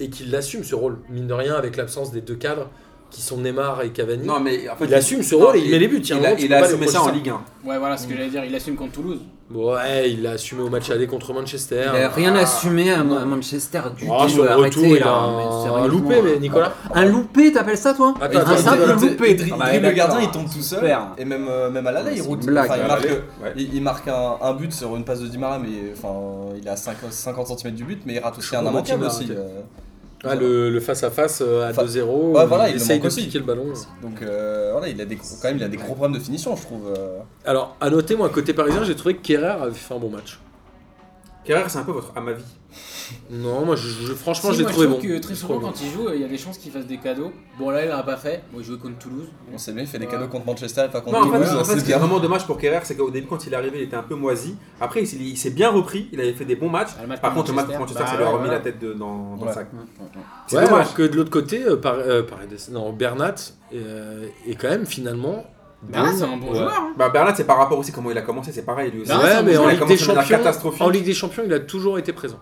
et qu'il assume ce rôle, mine de rien, avec l'absence des deux cadres qui sont Neymar et Cavani. Non, mais en fait, il assume ce non, rôle et il met les buts. Il y a un moment, a, tu il peux a pas lui assumé ça en reprocher Ligue 1. Ouais, voilà ce que j'allais dire. Il assume contre Toulouse. Ouais, il l'a assumé au match aller contre Manchester. Il a rien Ah. assumé à, à Manchester du Ah, tout. euh, sur le arrêtez, retour, il a là, un, mais un loupé, sérieusement. mais Nicolas. Un loupé, t'appelles ça toi Attends, Un attends, simple attends, loupé. Il dri- il Ah dribble bah, le d'accord. gardien, il tombe tout seul. Super. Et même, euh, même à l'aller, il C'est roule. une blague, Enfin, il, à marque, l'aller, ouais. il, il marque un, un but sur une passe de Di Maria, mais enfin, il est à 50, 50 cm du but, mais il rate aussi un comprends immanquable pas qui aussi. l'a euh. Ah, le, le face-à-face euh, à Enfin, 2-0, ouais, voilà, il, il le essaye manque de aussi. piquer le ballon. Donc euh, voilà, il a des, quand même, il a des gros problèmes de finition, je trouve. euh. Alors, à noter, moi, côté parisien, j'ai trouvé que Kerrer avait fait un bon match. Kerrer, c'est un peu votre à ma vie. Non, moi, je, je- franchement, Si, je l'ai moi, trouvé bon. trouve que très Je l'ai souvent trouvé bon. quand il joue, euh, il y a des chances qu'il fasse des cadeaux. Bon là, il l'a pas fait. Moi, il jouait contre Toulouse. On sait bien, il fait des cadeaux contre Manchester, enfin contre Non, en fait, Toulouse, en fait, c'est ce qui est bien. vraiment dommage pour Kerrer, c'est qu'au début, quand il est arrivé, il était un peu moisi. Après, il s'est- il s'est bien repris, il avait fait des bons matchs. Ah, le match Par contre contre, le match contre Manchester. Manchester, ça Bah, lui a ouais, remis voilà. la tête de- dans dans le Ouais. sac. C'est Ouais, dommage. alors que de l'autre côté, euh, par, euh, Paredes- non, Bernat euh, est quand même finalement. Bah, bon. c'est un bon Ouais. joueur. hein. Bah, Bernat, c'est par rapport aussi comment il a commencé, c'est pareil lui aussi. Ouais, Bernat, c'est un mais bon en joueur. Ligue, Il des a commencé de manière Champions, catastrophique. en Ligue des Champions, il a toujours été présent.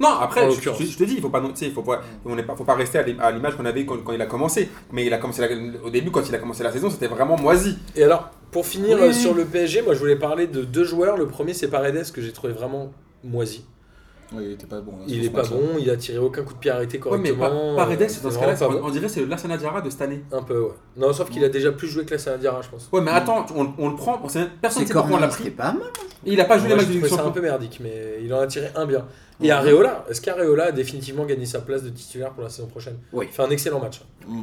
Non, En après, je, l'occurrence. je- je te dis, il faut pas, non- tu sais, il faut pas, on n'est pas, faut pas rester à l'im- à l'image qu'on avait eu quand, quand il a commencé. Mais il a commencé la- au début, quand il a commencé la saison, c'était vraiment moisi. Et alors, pour finir Oui. euh, sur le PSG, moi je voulais parler de deux joueurs. Le premier, c'est Paredes, que j'ai trouvé vraiment moisi. Oui, il était pas bon. hein, Il sur est ce pas match-là. bon, il a tiré aucun coup de pied arrêté Ouais, mais Pa- correctement. Paredes, euh, c'est dans ce cas-là, vraiment pas on, bon. on dirait c'est le Lassana Diarra de cette année. Un peu, ouais. Non, sauf qu'il a déjà plus joué que la Sanadiara, je pense. Ouais, mais attends, on, on le prend, on sait, personne ne C'est sait pourquoi on l'a Cornet, c'était pris. pas mal. Et il a pas joué Moi, les matchs j'ai de trouvé Ligue des ça un Champions. peu merdique, mais il en a tiré un bien. Et Ouais. Areola, est-ce qu'Areola a définitivement gagné sa place de titulaire pour la saison prochaine Oui. Il fait un excellent match. Mm.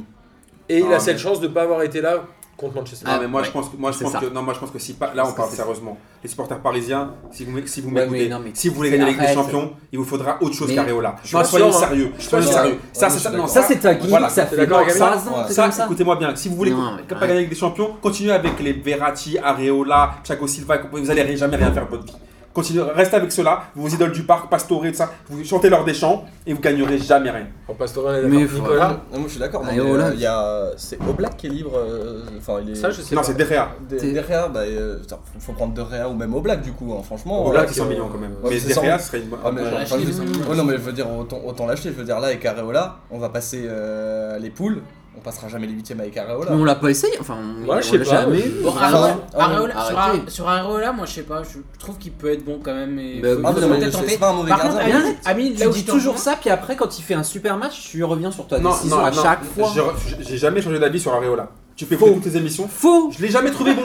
Et il Ah, a cette mais- Ah, chance de ne pas avoir été là contre Manchester. Non, mais moi je ouais. pense que moi je C'est pense ça. que non moi je pense que si pas là on Parce que parle c'est- sérieusement les supporters parisiens si vous si vous Ouais, m'écoutez mais non, mais si vous voulez gagner la Ligue des arrête. Champions il vous faudra autre chose Mais- qu'Areola suis non pas soyez sûr, hein. sérieux soyez pas sûr. sérieux ça c'est Ouais, je suis ça non, d'accord. Ça, c'est ta gimmick, Voilà. ça T'es fait d'accord avec trois Alex ans, c'est Ah, Ça, comme ça. écoutez-moi bien, si vous voulez Non, mais pas ouais. gagner la Ligue des Champions, continuez avec les Verratti, Areola, Thiago Silva, et compagnie, vous allez jamais rien faire de votre vie. Continuez, restez avec ceux-là, vos idoles du parc, Pastore, tout ça, vous chantez leur des chants et vous gagnerez jamais rien. On passe le relais, Mais d'accord. faut- Nicolas, Ah, non, moi je suis d'accord. non, Ah, et mais, voilà. euh, il y a- C'est Oblak qui est libre. euh, Enfin, il est. ça je sais Non, pas. c'est Derrea. De- T'es- Derrière, bah, euh, putain, faut- faut prendre Derrière ou même Oblak du coup, hein, Oh, franchement. Au-delà euh, de 100 millions quand même. ouais, Mais c'est cent Derrea, ce serait une Ah, mais, bonne. genre, Acheter enfin, je- les cinq minutes. ouais, non, mais je veux dire, autant, autant l'acheter. Je veux dire, là, avec Areola, on va passer euh, les poules. On passera jamais les huitièmes avec Areola. Mais on l'a pas essayé. Enfin, on, Ouais, je on sais l'a pas, jamais. mais- vu. Bon, Ah, Areola, ah, Areola- sur, arrêtez. Are- sur Areola, moi je sais pas, je je trouve qu'il peut être bon quand même. Et Bah, faut- Ah, Vous mais faut non, mais peut-être c'est tenter. pas un mauvais Par contre, gardien. Arrête. Amine, Amine, Tu là où dis je te toujours rejoins- ça, puis après, quand il fait un super match, tu reviens sur ta Non, décision non, à non, chaque fois. je- je- J'ai jamais changé d'avis sur Areola. Tu peux écouter toutes les émissions. Faux Je l'ai jamais trouvé <laughs> bon.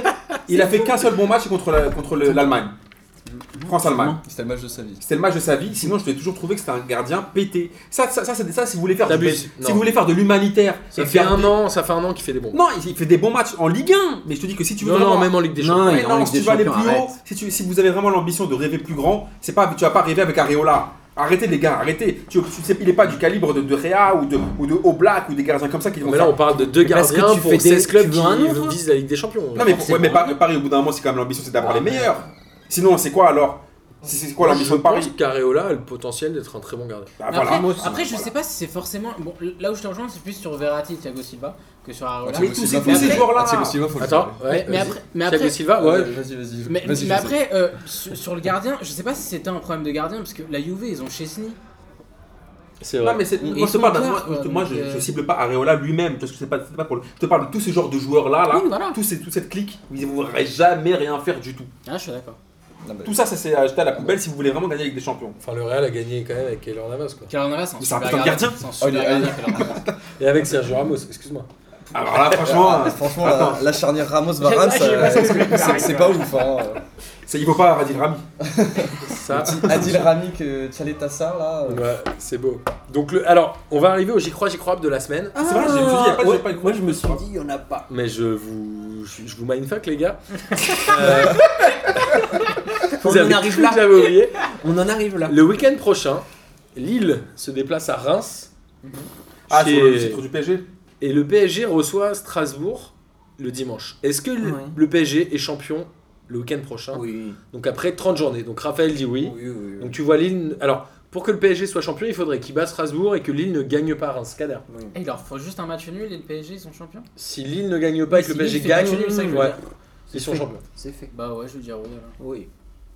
Il a fait qu'un seul bon match contre la- contre le- l'Allemagne. France-Allemagne. C'était le match de sa vie. C'était le match de sa vie, sinon je t'ai toujours trouvé que c'était un gardien pété. Ça, ça, ça, c'est ça si vous voulez faire du T'abuses. si Non. vous voulez faire de l'humanitaire. Ça et fait faire un des- an, ça fait un an qu'il fait des bons. Non, il il fait des bons matchs en Ligue 1, mais je te dis que si tu veux non, vraiment- non, même en Ligue des Non, Champions. il Ouais, est en non, Ligue si des tu vas aller Champions, plus haut, arrête. si, tu- si vous avez vraiment l'ambition de rêver plus grand, c'est pas, tu vas pas rêver avec Areola. Arrêtez les gars, arrêtez. Tu, tu sais, il est pas du calibre de, de Réa ou de, ou de Oblak ou des gardiens comme ça qui vont Mais là, on faire- parle de deux Mais parce que gardiens tu pour fais des- 16 clubs tu qui veux un nom, toi visent la Ligue des Champions. Non mais, forcément. ouais, mais Par- Paris, au bout d'un moment, c'est quand même l'ambition, c'est Ah, d'avoir les meilleurs. Sinon, c'est quoi alors C'est c'est quoi l'ambition je de Paris pense qu'Areola a le potentiel d'être un très bon gardien. Bah, Après, voilà. après, je Voilà. sais pas si c'est forcément. Bon, là où je te rejoins, c'est plus sur Verratti et Thiago Silva que sur Areola. Mais Thiago Mais, tous Silva, ces- faut tous le ces gérer. joueurs-là. Ah, Thiago Silva, faut le Attends, gérer. ouais, mais vas-y. après, mais Thiago après, Silva, Ouais, ouais. vas-y, vas-y. mais, vas-y, mais vas-y. après euh, sur sur le gardien, je sais pas si c'était un problème de gardien parce que la Juve ils ont Chesney. C'est Non, vrai. mais c'est- Ils moi, je te sont parle d'un- clairs, moi, quoi, je- moi, donc, je, je euh, cible pas Areola lui-même, parce que c'est pas, c'est pas pour le- Je te parle de tous ces genres de joueurs-là, là, Oui, voilà. tous ces, toute cette clique, où ils ne voudraient jamais rien faire du tout. Ah, je suis d'accord. Non, mais- Tout ça, ça c'est à jeter à la poubelle si vous voulez vraiment gagner avec des champions. Enfin, le Real a gagné quand même avec Keylor Navas, quoi. Keylor Navas, c'est un Mais c'est un super putain de gardien. gardien. C'est un Oh, il super est- gardien. Keylor Navas. Et avec Sergio Ramos, excuse-moi. Alors là, Ah, franchement, <laughs> franchement, euh, attends. la, la charnière Ramos-Varane, Là, j'ai pas ça- c'est c'est pas ouf. Hein. c'est- il ne faut pas Radil Rami. Ça, Adil Rami que Tchaletassar, là. euh, ouais, c'est beau. Donc, le, alors, on va arriver au J'y crois, J'y crois de la semaine. C'est vrai, je me suis dit, il y a pas de- Ouais, pas de- Moi, je me suis dit, il y en a pas. Mais je vous, je, je vous mindfuck, les <laughs> gars. Euh, vous On en avez arrive cru là. que j'avais oublié. On en arrive là. Le week-end prochain, Lille se déplace à Reims. Ah, Chez- sur le titre du PSG Et le PSG reçoit Strasbourg le dimanche. Est-ce que le, Ouais. le PSG est champion le week-end prochain Oui. Donc après 30 journées. Donc Raphaël dit oui. oui, oui. Donc tu vois Lille. Alors pour que le PSG soit champion, il faudrait qu'il bat Strasbourg et que Lille ne gagne pas Reims. Kader. Et il leur faut juste un match nul et le PSG ils sont champions Si Lille ne gagne pas et que Si le PSG Lille fait match gagne, nul, c'est ça que je veux ouais, dire. ils sont fait. champions. C'est fait. Bah ouais, je veux dire oui alors. Oui.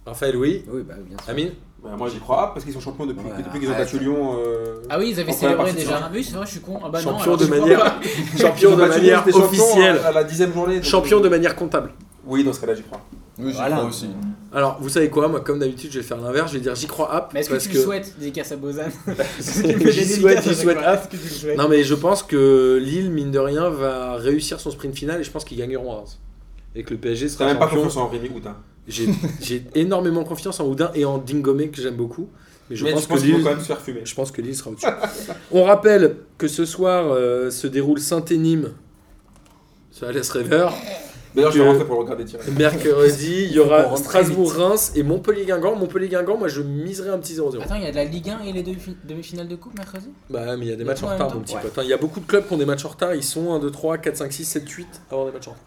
Raphaël oui. Oui, bah, bien sûr. Amine Bah, moi j'y crois pas parce qu'ils sont champions depuis, Ouais, depuis qu'ils ont battu Lyon. euh, <laughs> Ah oui, ils avaient En première célébré partie de déjà. saison. Ah oui, c'est vrai, je suis con. Ah bah non. Champion alors, de je crois manière- pas. ils Champion de ont battu Lyon, manière c'était champion euh, officielle. À la dixième journée. donc- euh, Champion de manière comptable. Oui, dans ce cas-là j'y crois. Oui, j'y Voilà. crois aussi. Alors, vous savez quoi Moi, comme d'habitude, je vais faire l'inverse. Je vais dire j'y crois app. Mais est-ce que parce tu le souhaites, dédicace à Bozan <laughs> J'y souhaite, j'y souhaite app. Est-ce que tu le souhaites Non, mais je pense que Lille, mine de rien, va réussir son sprint final et je pense qu'ils gagneront à Reims. Et que le PSG T'as sera même pas champion. confiance hein. en Rémi Goutin. J'ai j'ai énormément confiance en Oudin et en Dingomé que j'aime beaucoup. Mais je Mais pense je que pense qu'ils vont Lille. quand même se faire fumer. Je pense que Lille sera au-dessus. On rappelle que ce soir euh, se déroule Saint-Énime. Ça laisse rêveur. D'ailleurs, je Que- vais rentrer pour le regarder tirer. Mercredi, il y aura rentrer Strasbourg-Reims et Montpellier-Guingamp. Montpellier-Guingamp, moi je miserais un petit 0-0. Attends, il y a de la Ligue 1 et les deux fi- demi-finales de coupe mercredi Bah, mais il y a des Mais matchs en en même retard, temps, mon petit ouais. pote. hein. Il y a beaucoup de clubs qui ont des matchs en retard. Ils sont 1, 2, 3, 4, 5, 6, 7, 8 avant des matchs en retard.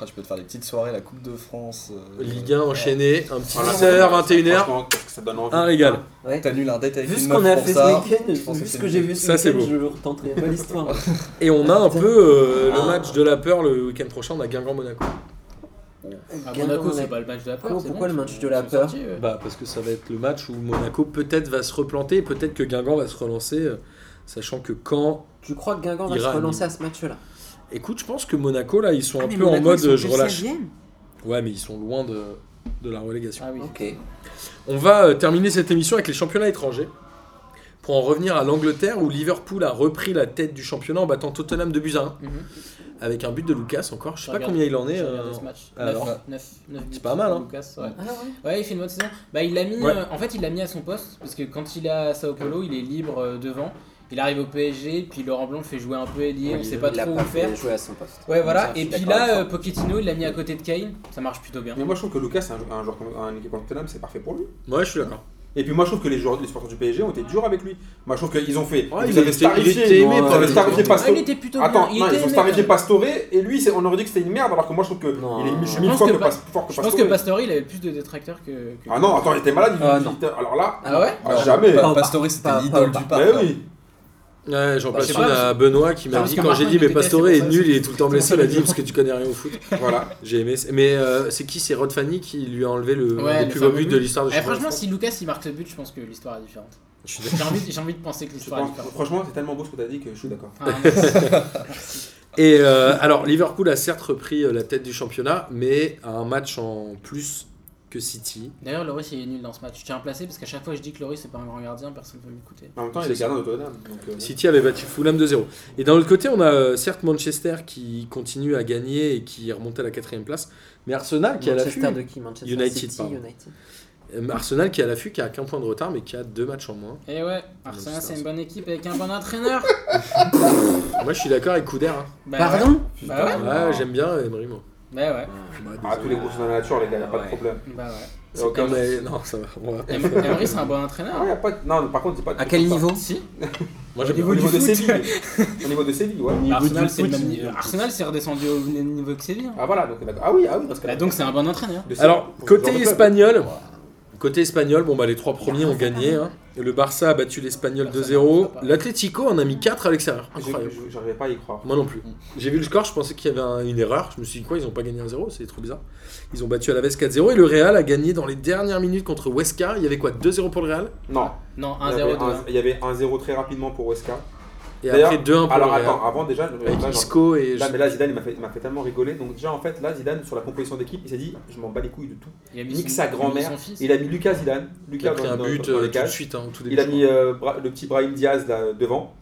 Ah, je peux te faire des petites soirées, la Coupe de France. euh, Ligue 1 enchaîné, un petit Voilà, 10h, ça donne- 21h, franchement, qu'est-ce que ça donne envie. un régal. Ouais. T'annules un date avec Vu une ce meuf qu'on a pour fait ça. ce week-end, je pense vu que ce c'est que une- j'ai vu Ça, ce c'est week-end, beau. je le retenterai pas l'histoire. Et on a un Putain. peu euh, Ah. le match de la peur le week-end prochain. On a Guingamp-Monaco. Ah, Guingamp, Monaco, on a- c'est pas le match de la peur. Comment- c'est pourquoi bon, le match ils de la sont peur sortis, ouais. Bah, parce que ça va être le match où Monaco peut-être va se replanter et peut-être que Guingamp va se relancer, euh, sachant que quand. Tu crois que Guingamp va se Ira à relancer Nîmes. à ce match-là Écoute, je pense que Monaco, là, ils Ah, sont un peu en mode euh, je relâche. Ouais, mais ils sont loin de, de la relégation. Ah oui. Ok. On va euh, terminer cette émission avec les championnats étrangers. Pour en revenir à l'Angleterre, où Liverpool a repris la tête du championnat en battant Tottenham de buts à un, Mhm. avec un but de Lucas encore. Je sais J'ai pas regardé- combien il en est. j'ai euh, regardé ce match. alors 9, 9, 9 C'est pas mal, hein. Lucas, ouais. Ah ouais. Ouais, il fait une bonne saison. Bah, il l'a mis. Ouais. euh, en fait, il l'a mis à son poste parce que quand il est à Sao Paulo, il est libre euh, devant. Il arrive au PSG, puis Laurent Blanc le fait jouer un peu ailier, on Oui, sait pas Il a trop où pas le faire. fait jouer à son poste. Ouais, Ça, voilà. je Et suis puis d'accord avec toi. là, euh, Pochettino, il l'a mis à côté de Kane. Ça marche plutôt bien. Mais moi, je trouve que Lucas, c'est un, jou- un joueur comme un équipe Tottenham, c'est parfait pour lui. Ouais, je suis d'accord. Et puis moi, je trouve que les joueurs, les supporters du PSG ont été durs avec lui. Moi, je trouve qu'ils ont fait. Ouais, ils il avaient était- il starifié, était aimé ils par avaient les supporters. starifié Ah, il Pastore. était plutôt Attends, bien. Il non, était ils ont aimé, starifié quand même. Pastore et lui, c'est- on aurait dit que c'était une merde alors que moi, je trouve que Non. il est mille- Je mille pense fois que que Pas- Pas- fort que Je pense Pastore. que Pastore, il avait plus de détracteurs que. que- Ah non, attends, il était malade. il- Ah non. il était- Alors là, Ah ouais ah, jamais. Pa- Non, Pastore, c'était pas- l'idole pas- du Bah Eh parc. hein. oui. Ouais, j'en Bah, passe je sais une pas, à Benoît qui m'a Parce dit que quand j'ai Martin, dit il mais déteste, Pastore c'est est pour ça nul, que il est tout le temps blessé, il a dit c'est parce que tu connais rien au foot. Voilà. J'ai aimé. ça. Mais euh, c'est qui C'est Rod Fanny qui lui a enlevé le, Ouais, le le plus beau fameux but de but. l'histoire Eh, de championnat de franchement, France. si Lucas il marque ce but, je pense que l'histoire <laughs> est différente. Je suis J'ai envie, j'ai envie de penser que Je l'histoire est pense- différente. Franchement, c'est tellement beau ce que t'as dit que je suis d'accord. Ah, non. <laughs> Et euh, alors, Liverpool a certes repris euh, la tête du championnat, mais a un match en plus que City. D'ailleurs, Loris il est nul dans ce match. Je tiens à le placer parce qu'à chaque fois je dis que Loris c'est pas un grand gardien, personne ne peut m'écouter. En même temps, il est gardien de Tottenham. donc, euh, City avait battu Fulham 2-0. Et d'un autre côté, on a euh, certes Manchester qui continue à gagner et qui est remonté à la quatrième place, mais Arsenal qui est à l'affût. Manchester de qui Manchester United, City, pardon. United. Euh, Arsenal qui est à l'affût, qui a qu'un point de retard, mais qui a deux matchs en moins. Et Eh ouais, Arsenal c'est c'est une bonne équipe avec un bon entraîneur. Moi, je suis d'accord avec Couder. hein. Bah ouais. Pardon Bah ouais. Ouais, j'aime bien euh, Emery, moi. Bah ouais. Ah, tous les gros sont dans la nature, les gars, y a pas de Ouais. problème. Bah ouais. Y a aucun- Non, mais non, ça va. on Eh, va- Em- Emery c'est un bon Ah, entraîneur. y a pas de- Non, par contre, c'est pas. À quel niveau Si. Moi, Au j'aime niveau, bien. de <laughs> Séville. Au niveau de Séville, ouais. Ah. Arsenal c'est le même niveau. Arsenal c'est redescendu au niveau que Séville. Ah voilà, donc d'accord. Ah oui, ah oui, parce que Bah donc c'est un bon entraîneur. De Séville, Alors, pour ce côté genre de club. espagnol, côté espagnol, bon, bah, les trois premiers ont gagné. hein. Le Barça a battu l'Espagnol Barça, 2-0. Barça, pas. L'Atlético en a mis 4 à l'extérieur. Je- Incroyable. je- J'arrivais pas à y croire. Moi non plus. J'ai vu le score, je pensais qu'il y avait un- une erreur. Je me suis dit quoi, ils ont pas gagné un 0 c'est trop bizarre. Ils ont battu à la 4-0 et le Real a gagné dans les dernières minutes contre Huesca. Il y avait quoi 2-0 pour le Real Non. Non, Il y avait 1-0-2. hein. un- Il y avait 1-0 très rapidement pour Huesca. Et D'ailleurs, après 2-1 pour Alors le Real. attends, euh, avant déjà, le- là, avec genre- Isco et là, je- mais là Zidane il m'a fait, il m'a fait tellement rigoler. Donc déjà en fait là Zidane sur la composition d'équipe il s'est dit je m'en bats les couilles de tout. Il a mis Nique son- sa il a mis grand-mère. son fils. Il a mis Lucas Zidane. il Lucas a pris dans- un dans- but dans euh, les tout de cages. suite, hein, au tout début. Il a je mis crois. euh, Bra- le petit Brahim Diaz là, devant.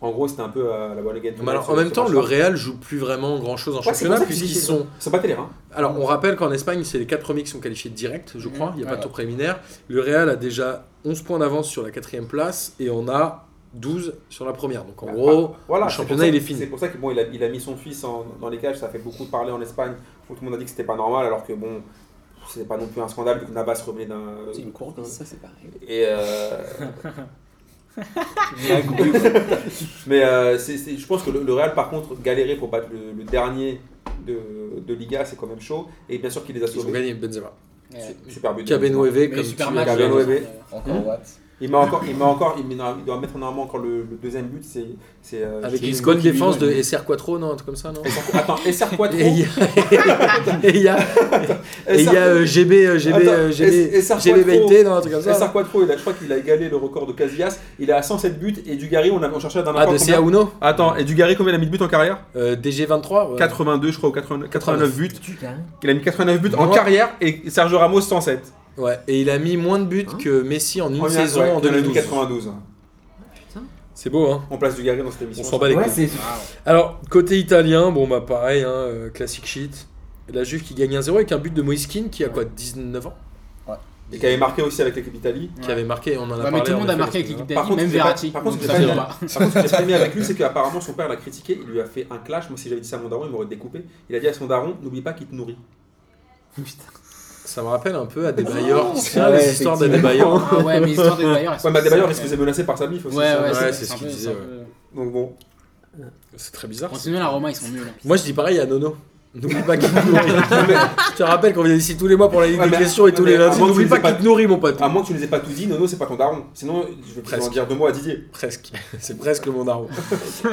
En gros c'était un peu euh, la bonne game. Mais alors, en même temps, le Real joue plus vraiment grand chose en Ouais, c'est pour championnat ça que je puisqu'ils dis- sont Ça battait les reins. Alors, on rappelle qu'en Espagne, c'est les quatre premiers qui sont qualifiés direct, je crois. Il n'y a pas de tour préliminaire. Le Real a déjà 11 points d'avance sur la quatrième place et on a 12 sur la première. Donc, en gros, Voilà, le c'est championnat, pour ça- il est fini. C'est pour ça que bon, il a, il a mis son fils en- dans les cages, ça fait beaucoup parler en Espagne. Tout le monde a dit que c'était pas normal, alors que bon, c'est pas non plus un scandale vu que Navas revenait d'un. C'est une courbe, ça c'est pareil. Et euh, <laughs> mais euh, c'est- c'est- je pense que le, le Real, par contre, galérer pour battre le, le dernier de, de Liga, c'est quand même chaud. Et bien sûr qu'il les a ils ont sauvés. gagné Benzema. Ouais. Super but. de Cabenueve, Mais comme super tu match. l'as- Cabenueve. ouais. Mmh. Encore Watt. Il m'a encore, il m'a encore, il, m'a- il doit mettre normalement encore le, le deuxième but, c'est, c'est. euh, Avec qui- une bonne qui- défense <laughs> de SR Quattro, non, un truc comme ça, non Attends, SR Quattro. Et il y a- <laughs> et il y a, et il y a euh, GB, euh, GB, euh, Attends, GB, et- et Sarko GB Pro. Baité, non, un truc comme ça. SR Quattro, il a- je crois qu'il a égalé le record de Casillas. Il est à 107 buts et Dugarry, on, a, on cherchait la dernière Ah, fois de combien- CA Uno Attends, et Dugarry, combien il a mis de buts en carrière Euh, DG23 ouais. 82, je crois, ou 89, 89 buts. Tu gagnes. Il a mis 89 buts en Moi- carrière et Sergio Ramos 107. Ouais, et il a mis moins de buts Hein que Messi en une On est à- saison ouais, en on a mis 2012. 92. C'est beau, hein On place Dugarry dans cette émission. On s'en bat les Ouais, couilles. c'est. Alors, côté italien, bon, bah pareil, hein, euh, classic shit. La Juve qui gagne 1-0 avec un but de Moïskine qui a quoi, 19 ans Et qui avait marqué aussi avec l'équipe d'Italie. Qui avait marqué, on en a Ouais, parlé. mais tout le en monde a effet, marqué la avec semaine l'équipe Par d'Italie, contre, c'est même pas- Verratti. par contre, Donc, c'est ça pas se bien. voit. Par contre, ce que j'ai aimé avec lui, c'est qu'apparemment son père l'a critiqué. Il lui a fait un clash. Moi, si j'avais dit ça à mon daron, il m'aurait découpé. Il a dit à son daron N'oublie pas qu'il te nourrit. dernière. hein. Ça me rappelle un peu à des bailleurs. C'est Ah ouais, les histoires de effectivement. bailleurs. Ah ouais, mais l'histoire des bailleurs. Ouais, mais d'ailleurs, parce que c'est menacé par sa bif aussi. Ouais, ça. ouais, Ouais, c'est c'est ce un qu'il peu- disait, c'est un peu- Donc bon. C'est très bizarre. ça. Continuez la Roma, ils sont nuls. Moi, je dis pareil à Nono. N'oublie pas qu'il te nourrit. Je te rappelle qu'on vient ici tous les mois pour la Ligue Ouais, des mais- questions et tous ouais, les mais lundis. avant que tu Ah. N'oublie les pas aies pas- qu'il te nourrit, mon pote. À moins que tu nous aies pas tout dit, Nono, c'est pas ton daron. Sinon, je vais Presque. presque en dire deux mots à Didier. Presque. <laughs> C'est presque mon daron.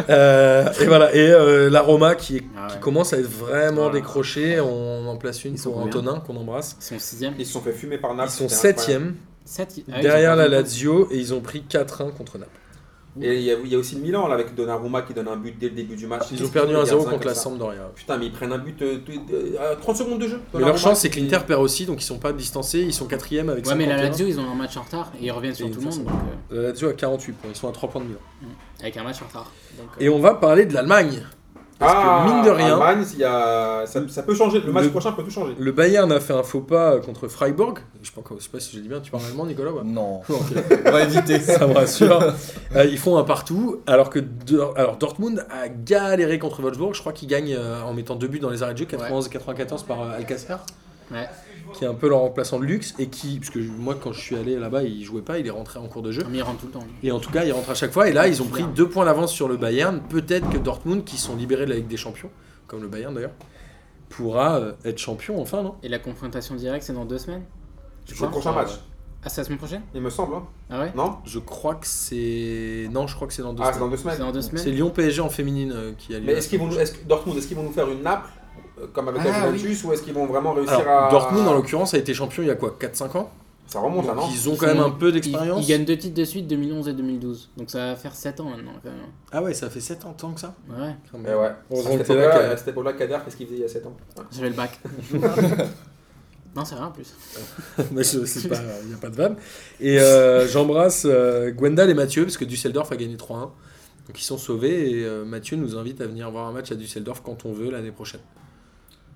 Euh, et voilà. Et euh, la Roma qui, est- Ah qui ouais. commence à être vraiment Voilà. décrochée. On en place une Ils sont pour combien Antonin qu'on embrasse. Ils sont 6ème. Ils se sont fait fumer par Ils Naples. sont c'était Ah, incroyable. septième Ah, derrière la Lazio et ils ont pris 4-1 contre Naples. Et il y, a- il y a aussi le Milan là avec Donnarumma qui donne un but dès le début du match. Ils Qu'est-ce ont que perdu les 1-0 gardiens contre comme la ça Sampdoria. Putain, mais ils prennent un but euh, tout- euh, à 30 secondes de jeu. Mais leur Donnarumma. chance, c'est que l'Inter perd aussi, donc ils sont pas distancés. Ils sont quatrième avec Ouais, mais la 51. Lazio, ils ont un match en retard et ils reviennent sur Et tout le ils monde. sont- Donc, euh, La Lazio à 48 points. Ils sont à 3 points de Milan. avec un match en retard. Donc, euh, Et on va parler de l'Allemagne. Parce Ah, que mine de rien, Allemagne, il y a- ça, ça peut changer. Le match Le- prochain peut tout changer. le Bayern a fait un faux pas euh, contre Freiburg. Je pense que- je sais pas si je dis bien, tu parles allemand, Nicolas ouais. <laughs> Non, Non, ok. on va éviter. <laughs> <laughs> Ça me rassure. Euh, ils font un partout, alors que Dor- alors Dortmund a galéré contre Wolfsburg. Je crois qu'ils gagnent euh, en mettant deux buts dans les arrêts de jeu, 91 et 94 par euh, Alcacer, Ouais. qui est un peu leur remplaçant de luxe. Et qui, parce que moi, quand je suis allé là-bas, il jouait pas, il est rentré en cours de jeu. mais ils rentrent tout le temps. Et en tout cas, ils rentrent à chaque fois. Et là, ils ont pris deux points d'avance sur le Bayern. Peut-être que Dortmund, qui sont libérés de la Ligue des Champions, comme le Bayern d'ailleurs, pourra euh, être champion enfin, non Et la confrontation directe, c'est dans deux semaines C'est crois le prochain que- match, Ah, c'est la semaine prochaine il me semble. hein. Ah ouais Non Je crois que c'est. Non, je crois que c'est dans deux Ah, c'est semaines. dans deux C'est semaines. dans deux C'est semaines Lyon PSG en féminine euh, qui a lieu. Mais est-ce qu'ils vont nous, est-ce que- Dortmund, est-ce qu'ils vont nous faire une Naples euh, comme avec la Ah, Juventus ou est-ce qu'ils vont vraiment réussir Alors, à Dortmund, en l'occurrence, a été champion il y a quoi 4-5 ans Ça remonte là, Ah, non Ils ont quand même un peu Ils, d'expérience. ils gagnent deux titres de suite, 2011 et 2012. Donc ça va faire 7 ans maintenant, quand même. Ah ouais, ça fait 7 ans tant que ça Ouais, Eh ouais. Heureusement À que cette t'es là, époque-là, Kader. à cette époque-là, Kader, qu'est-ce qu'il faisait il y a 7 ans j'avais le <laughs> bac. non, c'est rien en plus. <laughs> Moi, je sais pas, il n'y a pas de vanne. Et euh, j'embrasse euh, Gwendal et Mathieu, parce que Düsseldorf a gagné 3-1. Donc ils sont sauvés et euh, Mathieu nous invite à venir voir un match à Düsseldorf quand on veut l'année prochaine.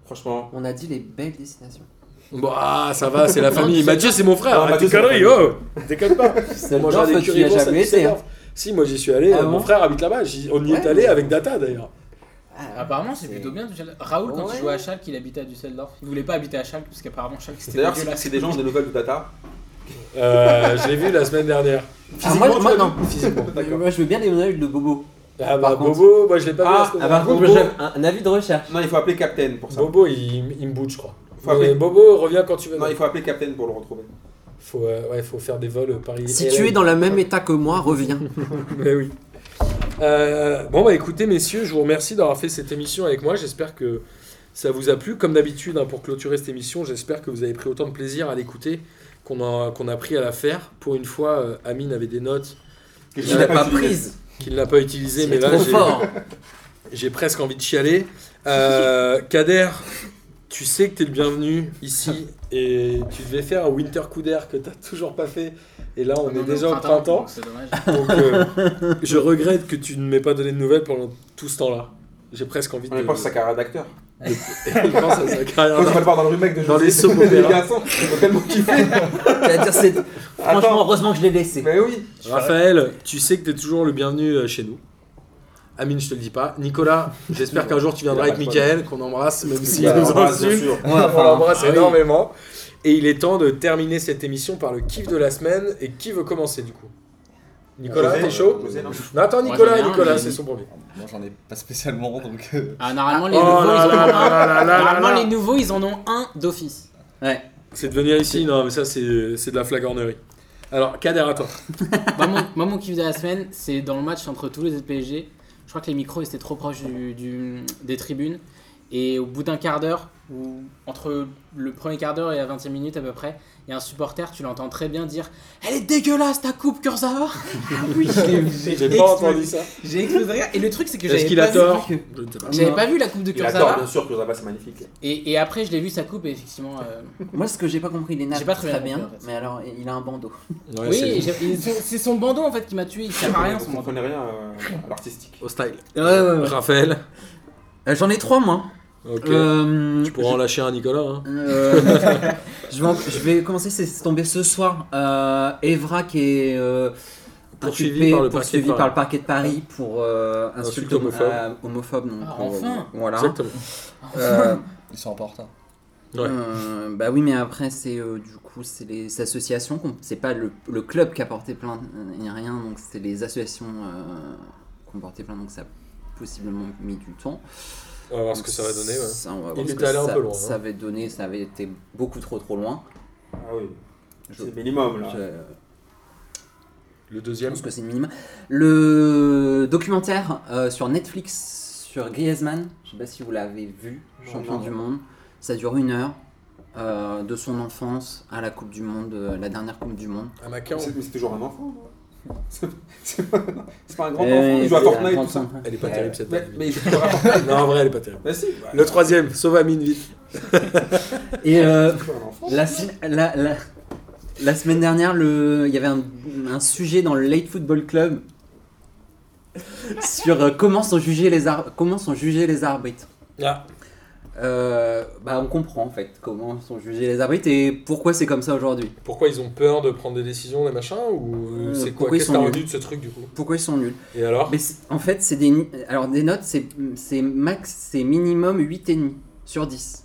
Franchement. On a dit les belles destinations. Bon, ah, ça va, <laughs> c'est la famille. Düsseldorf. Mathieu, c'est mon frère. Non, Arrête Mathieu, tes c'est conneries, mon oh Déconne pas. C'est Moi, j'aurais des tu n'y as curieux jamais penses à été. hein. Düsseldorf. Si, moi j'y suis allé. Ah euh, bon mon frère habite là-bas. J'y- On y est Ouais. allé avec Data d'ailleurs. Ah, Apparemment, c'est plutôt bien. Düsseldorf. Raoul, quand Ouais. il jouait à Schalke, il habitait à Düsseldorf. Il voulait pas habiter à Schalke, parce qu'apparemment, Schalke, c'était D'ailleurs, c'est dégueulasse. c'est des gens ont des nouvelles de Data. Euh, je l'ai vu la semaine dernière. Ah, moi, Physiquement, moi, tu l'as non. Euh, vu Physiquement, d'accord. Moi, je veux bien des nouvelles de Bobo. Ah bah Par contre- Bobo, moi je l'ai pas vu à Ah, ce Ah, moment-là. par contre, Bobo. j'aime un, un avis de recherche. Non, il faut appeler Captain pour ça. Bobo, il, il me bouge, je crois. Faut appeler- Mais Bobo, reviens quand tu veux. Non, il faut appeler Captain pour le retrouver. Faut, euh, ouais, faut faire des vols euh, Paris. Si tu es dans le même état que moi, reviens. <laughs> Mais oui. Euh, bon, bah écoutez, messieurs, je vous remercie d'avoir fait cette émission avec moi. J'espère que ça vous a plu. Comme d'habitude, hein, pour clôturer cette émission, j'espère que vous avez pris autant de plaisir à l'écouter qu'on a, qu'on a pris à la faire. Pour une fois, euh, Amine avait des notes Quelque Je Je chose l'ai n'ai à pas utiliser. prise. qu'il n'a pas utilisées, mais C'est là, trop j'ai- fort. j'ai presque envie de chialer. <laughs> Euh, Kader, tu sais que t'es le bienvenu ici et tu devais faire un winter coup d'air que t'as toujours pas fait. Et là, on Non, est mais déjà au printemps. donc C'est dommage. Donc, <laughs> euh, je regrette que tu ne m'aies pas donné de nouvelles pendant tout ce temps-là. J'ai presque envie On de. <laughs> est pas sur sa carrière d'acteur. Il pense à sa carrière. Quand tu vas le voir dans le remake de Dans José- les soap des opéras. garçons, ils vont tellement kiffer. <laughs> C'est-à-dire, c'est- Franchement, Attends, heureusement que je l'ai laissé. mais oui. Raphaël, tu sais que tu es toujours le bienvenu euh, chez nous. Amine, je te le dis pas. <laughs> Nicolas, j'espère qu'un jour tu viendras Il a avec pas de Michael, qu'on embrasse, même s'il Bah, nous on va, bien insulte. sûr. Ouais, On enfin, l'embrasse énormément. Et il est temps de terminer cette émission par le kiff de la semaine. Et qui veut commencer du coup Nicolas, José, t'es chaud José, non. Non, attends, Moi, Nicolas, j'en ai un, Nicolas, mais- c'est son premier. Moi, j'en ai pas spécialement, donc. euh, Ah, normalement, les Oh là nouveaux, ils en là ont là un. là là là Normalement, là. les nouveaux, ils en ont un d'office. Ouais. C'est de venir ici, non, mais ça, c'est c'est de la flagornerie. Alors, Kader, à toi. Moi, mon, moi, mon kiff de la semaine, c'est dans le match entre Toulouse et le PSG. Je crois que les micros étaient trop proches du- du- des tribunes. Et au bout d'un quart d'heure, ou entre le premier quart d'heure et la 20e minute à peu près, il y a un supporter, tu l'entends très bien dire Elle est dégueulasse ta coupe, Kurzawa Ah <laughs> oui, j'ai J'ai j'ai pas explosé- entendu ça. j'ai explosé de rire. Et le truc, c'est que Est-ce j'avais qu'il pas, a tort vu- Je ne sais pas. j'avais pas vu la coupe de Il a tort, Kurzawa. bien sûr, Kurzawa, c'est magnifique. Et, et après, je l'ai vu sa coupe, et effectivement. euh, Moi, ce que j'ai pas compris, il J'ai est pas très très bien, bien compris, en fait. mais alors il a un bandeau. Ouais, oui, c'est- j'ai- et son- c'est son bandeau en fait qui m'a tué, il sert à rien son Vous bandeau. comprenez rien euh, à l'artistique. Au style. Ouais, ouais, Raphaël. Euh, J'en ai trois, moi. Ok. Euh, tu pourras en lâcher un, Nicolas. hein. Euh, <laughs> je, vais en- je vais commencer, c'est c'est tombé ce soir. Euh, Evra qui est euh, Poursuivi inculpé- par le poursuivi parquet de par le parquet de Paris pour euh, Insulte insulte homophobe. homophobe. homophobe donc, Ah, euh, enfin. voilà. Exactement. <laughs> Euh, Ils sont importants. Ouais. euh, bah oui, mais après, c'est euh, du coup, c'est les associations. qu'on- C'est pas le, le club qui a porté plainte euh, ni rien, donc c'est les associations euh, qui ont porté plainte, donc ça a possiblement mis du temps. On va voir ce que ça va donner. ouais. Ça, on va voir Il ce était que allé un ça- peu loin, Ça hein. avait donné, ça avait été beaucoup trop trop loin. Ah oui, Je- c'est le minimum là. je- Le Je deuxième. pense que c'est le minimum. Le documentaire euh, sur Netflix sur Griezmann, je sais pas si vous l'avez vu, champion non. du monde. Ça dure une heure, euh, de son enfance à la Coupe du Monde, euh, la dernière Coupe du Monde. Un maquin. Mais c'est mais c'est toujours un enfant. non <laughs> C'est- C'est pas, c'est pas un grand enfant. Euh, il joue à c'est un Fortnite. grand tout ça. enfant. Elle est pas terrible cette Mais, année. mais il joue toujours <laughs> à Fortnite. Non, en vrai, elle est pas terrible. Mais si, bah, Le troisième, sauve Amine vite. Et euh, c'est toujours un enfant. la, se- la- la- la semaine dernière, le- il y avait un, un sujet dans le Late Football Club sur euh, comment, sont jugés les ar- comment sont jugés les arbitres. Ah, Euh, bah on comprend en fait comment sont jugés les arbitres et pourquoi c'est comme ça aujourd'hui. pourquoi ils ont peur de prendre des décisions, des machins Ou Euh, c'est quoi pourquoi ils Qu'est-ce que sont t'as nuls retenu de ce truc du coup Pourquoi ils sont nuls Et alors Mais c'est- en fait c'est des ni- alors des notes c'est c'est max c'est minimum 8 et demi sur 10.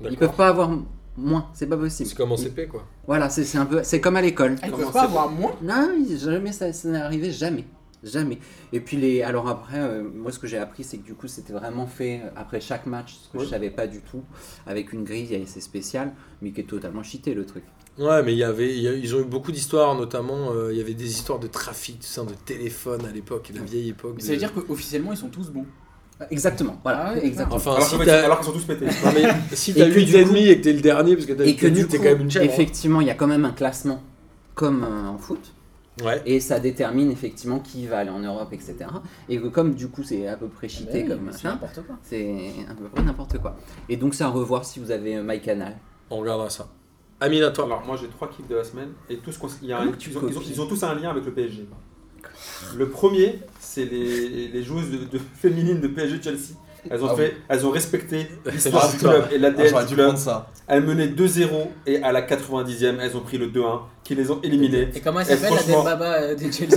Ils D'accord. peuvent pas avoir m- moins, c'est pas possible. C'est comme en CP quoi. Voilà, c'est c'est un peu c'est comme à l'école. Ah, ils Comment peuvent c'est- pas avoir moins Non, ils- jamais ça, ça n'est arrivé jamais. Jamais. Et puis les alors après euh, moi ce que j'ai appris c'est que du coup c'était vraiment fait euh, après chaque match, ce que Ouais. je savais pas du tout avec une grille assez spéciale mais qui est totalement cheatée le truc. Ouais, mais il y avait, il y a- ils ont eu beaucoup d'histoires, notamment euh, il y avait des histoires de trafic, tout ça, de téléphone à l'époque, la vieille époque. Mais de- Ça veut dire qu'officiellement ils sont tous bons. Exactement. Voilà, Ah ouais, exactement. Enfin, Alors si qu'en fait, euh, t'as- alors qu'ils sont tous pétés. <laughs> Non, mais si Et t'as que du 8 et demi et que t'es le dernier, parce que t'as Ah, Et huit que du ennemis, coup, t'es quand même une chèvre. hein. effectivement, il y a quand même un classement, comme euh, en foot, hein. Ouais. et ça détermine effectivement qui va aller en Europe, etc. Et que comme du coup c'est à peu près cheaté Ouais, comme mais c'est machin, n'importe quoi. c'est à peu près n'importe quoi. Et donc c'est à revoir si vous avez euh, MyCanal. On regardera ça. Amine, à toi. Alors moi j'ai trois kiffs de la semaine et tous cons- il y a Comment un- tu ils, ont, ils ont- copies ils ont tous un lien avec le PSG. Le premier, c'est les, les joueuses de, de- féminines de PSG Chelsea. Elles ont, Ah fait, elles ont respecté leur l'histoire du histoire. club et Ah, l'ADN J'aurais du dû club. prendre ça. Elles menaient 2-0 et à la 90e, elles ont pris le 2-1 qui les ont éliminées. Et comment elle Eh, s'appelle la franchement- Dembaba euh, des <laughs> Je Chelsea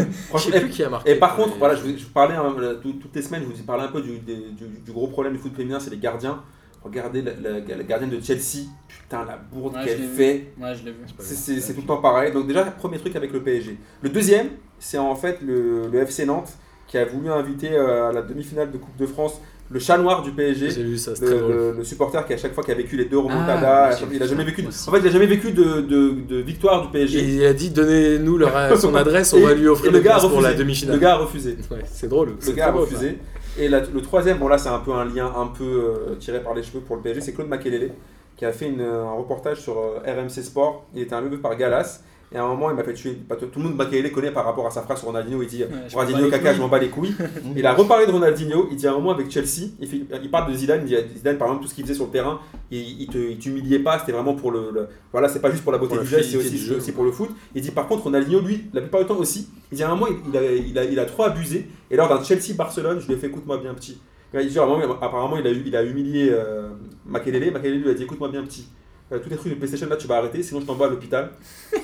sais Franchement, plus qui a marqué. Et par contre, mais- voilà, je vous, je vous parlais hein, voilà, tout- toutes les semaines, je vous parlais un peu du, des- du- du gros problème du foot féminin, c'est les gardiens. Regardez la, la- la gardienne de Chelsea, putain la bourde Ouais, je qu'elle l'ai vu. fait. Ouais, je l'ai vu. C'est- C'est c'est tout le temps pareil. Donc déjà, premier truc avec le PSG. Le deuxième, c'est en fait le, le FC Nantes qui a voulu inviter euh, à la demi-finale de Coupe de France le chat noir du PSG. J'ai vu ça, c'est Le, très drôle. le- le supporter qui à chaque fois qui a vécu les deux Ah, remontadas, oui, j'ai il a vu jamais ça vécu. de- En aussi. fait, il a jamais vécu de, de- de victoire du Et PSG. il a dit donnez-nous leur- son adresse, on Et- va lui offrir et le des gars a places pour refusé. la demi-finale. Le gars a refusé. Ouais, c'est drôle. Le c'est gars a très drôle, refusé. Et la- le troisième, bon là c'est un peu un lien un peu euh, tiré par les cheveux pour le PSG, c'est Claude Makelele qui a fait une- un reportage sur euh, RMC Sport. Il était interviewé par Galas. Et à un moment, il m'a fait tuer. bah, tout tout le monde Makelele connaît par rapport à sa phrase sur Ronaldinho. Il dit euh, je m'en bats Ronaldinho, les caca, je couilles. m'en bats <laughs> les couilles. il a reparlé de Ronaldinho. Il dit à un moment avec Chelsea, il, fait- il parle de Zidane. Il dit Zidane, par exemple, tout ce qu'il faisait sur le terrain, il, il te- il t'humiliait pas. C'était vraiment pour le, le- Voilà, c'est pas juste pour la beauté Pour la du geste, c'est fluidité aussi, du jeu. aussi pour le foot. Il dit par contre, Ronaldinho, lui, la plupart du temps aussi, il dit à un moment, il, il a, il, a, il a trop abusé. Et lors d'un Chelsea-Barcelone, je lui ai fait écoute-moi bien petit. Il dit, apparemment, apparemment, il a, eu- il a humilié euh, Makelele. Makelele lui a dit écoute-moi bien petit. Euh, tous les trucs de PlayStation là tu vas arrêter sinon je t'envoie <laughs> à l'hôpital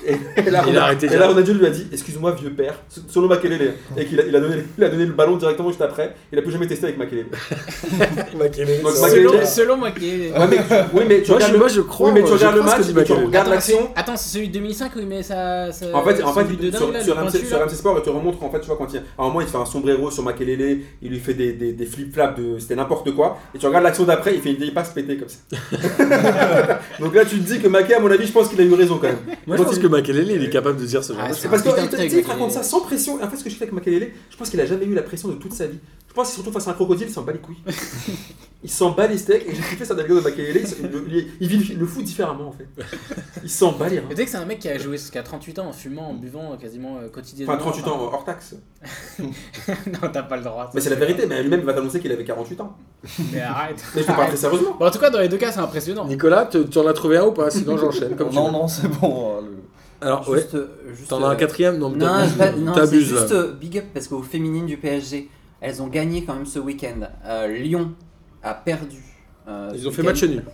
et, et là, Il Ronald- a arrêté et direct. là, Ronaldinho lui a dit excuse-moi vieux père selon Makelele et qu'il a, il a donné, il a donné le ballon directement juste après il a plus jamais testé avec Makelele ouais. Makelele, Donc, c'est vrai. Makelele- Selon, selon moi qui est. <laughs> Ouais, mais, oui mais tu Moi, regardes je, le, moi, je crois. oui, mais tu moi, je regardes le crois ce match que dit et tu Makelele. regardes l'action Attends, c'est celui de 2005 où il met sa. sa- En fait, en son fait but il- de dingue, sur, là, sur le RMC, pointu, sur là. RMC Sport, il te remontre en fait, tu vois, quand il, à un moment, il fait un sombrero sur Makelele, il lui fait des, des, des flip-flaps, de, c'était n'importe quoi, et tu regardes l'action d'après, il fait une vieille passe pétée comme ça. <laughs> Donc là, tu te dis que Maquet, à mon avis, je pense qu'il a eu raison quand même. Moi, je pense que Makelele, il est capable de dire ce genre Ah, de C'est choses. parce que Putain, tu sais, avec il te Makelele. raconte ça sans pression. Et En fait, ce que je fais avec Makelele, je pense qu'il a jamais eu la pression de toute sa vie. Je pense que surtout face à un crocodile, il s'en bat les couilles. il s'en bat les steaks. Et j'ai kiffé ça dans la vidéo de Makelele. Il, se- le- il- il vit le, le foot différemment en fait. Il s'en bat les reins. Mais tu sais que c'est un mec qui a joué jusqu'à 38 ans en fumant, en buvant euh, quasiment euh, quotidiennement. Enfin, 38 ans hors taxe. <laughs> non, t'as pas le droit. ça, Mais c'est la vrai. vérité, mais lui-même il va t'annoncer qu'il avait 48 ans. Mais arrête. Mais je te parle très sérieusement. Bon, en tout cas, dans les deux cas, c'est impressionnant. Nicolas, tu tu en as trouvé un ou pas Sinon, j'enchaîne. Comme tu non, veux. non, c'est bon. hein, le- Alors, ouais. Juste, euh, juste, T'en as un euh, quatrième Non, Non, t'abuses, c'est pas- non, c'est t'abuses, là. juste euh, big up parce qu'aux féminines du PSG, elles ont gagné quand même ce week-end. Euh, Lyon a perdu. euh, ce Ils ont fait week-end. match nul.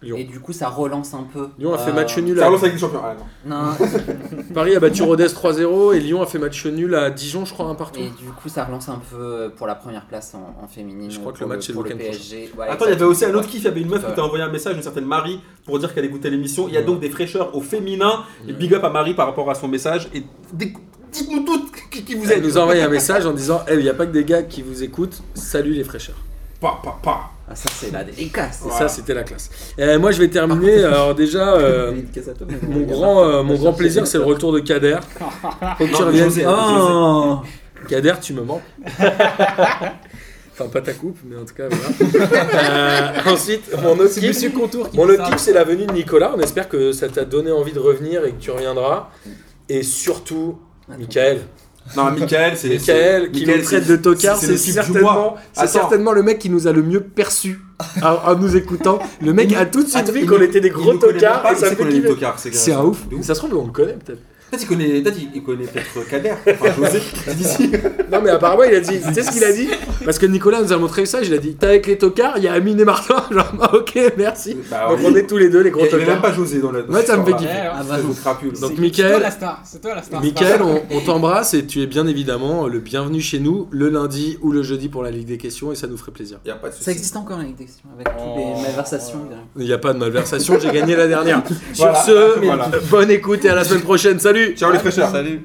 Lyon. Et du coup, ça relance un peu. Lyon a fait Euh, match nul. Ça À... relance avec le champion. Ah, non. Non, Paris a battu Rodez 3-0 et Lyon a fait match nul à Dijon, je crois, un partout. et du coup, ça relance un peu pour la première place en, en féminine. Je crois que pour le match, c'est le pour week-end PSG. Attends, il Ouais, y avait exactement. aussi un autre kiff, il y avait une meuf Ah, Ouais. qui t'a envoyé un message, une certaine Marie, pour dire qu'elle écoutait l'émission. Il y a Ouais. donc des fraîcheurs au féminin. Et big up à Marie par rapport à son message. Et dé- dites-nous toutes qui, qui vous Elle êtes. nous a envoyé un message en disant Eh, Il n'y a pas que des gars qui vous écoutent, salut les fraîcheurs. Pa, pa, pa. Ah, ça, c'est la délicace. Et Voilà. ça, c'était la classe. Euh, moi, je vais terminer. Alors, déjà, euh, Délicace à toi, mais bon, mon il y a grand, pas- euh, mon grand plaisir, c'est le retour de Kader. Faut que tu Non, reviennes. José, Oh Kader, tu me manques. enfin, pas ta coupe, mais en tout cas, voilà. Euh, ensuite, mon autre C'est kiff- Monsieur Contour qui Bon, dit le ça. tip, c'est la venue de Nicolas. On espère que ça t'a donné envie de revenir et que tu reviendras. Et surtout, Michael. Non, Michael, c'est. Michael, qui nous traite de tocard, c'est le type du mois. certainement, c'est Attends. certainement le mec qui nous a le mieux perçu en, en nous écoutant. Le mec a tout de suite Attends, vu Ah, il qu'on nous- était des il gros nous connaît même tocards et pas, il ça sait fait qu'on est des kiffer. tocards, C'est un ouf. Ça se trouve, on le connaît peut-être. Peut-être qu'il connaît, peut-être il- il connaît peut-être euh, Kader. <laughs> Enfin, José, c'est d'ici. Non, mais apparemment, il a dit. Tu sais ce qu'il a dit Parce que Nicolas nous a montré ça. Il a dit T'es avec les tocards, il y a Amine et Martin. <laughs> Genre, ah, ok, merci. Bah, Donc, oui. on est tous les deux les gros Il avait même tocards. pas José dans la. Moi, ça me fait dans kiffer. la- Ouais, alors, Ah bah, espèce de crapule. Donc, c'est- C'est toi Michael, la star, c'est toi la star. Michael, on, on t'embrasse et tu es bien évidemment le bienvenu chez nous le lundi ou le jeudi pour la Ligue des questions et ça nous ferait plaisir. Y a pas de Ça souci. existe encore, la délication, avec toutes Oh. les malversations. bien. Il n'y a pas de <laughs> malversation, j'ai gagné la dernière. Sur Voilà. ce, Voilà. bonne écoute et à la semaine prochaine. Ah, Salut Ciao les fraîcheurs. Salut.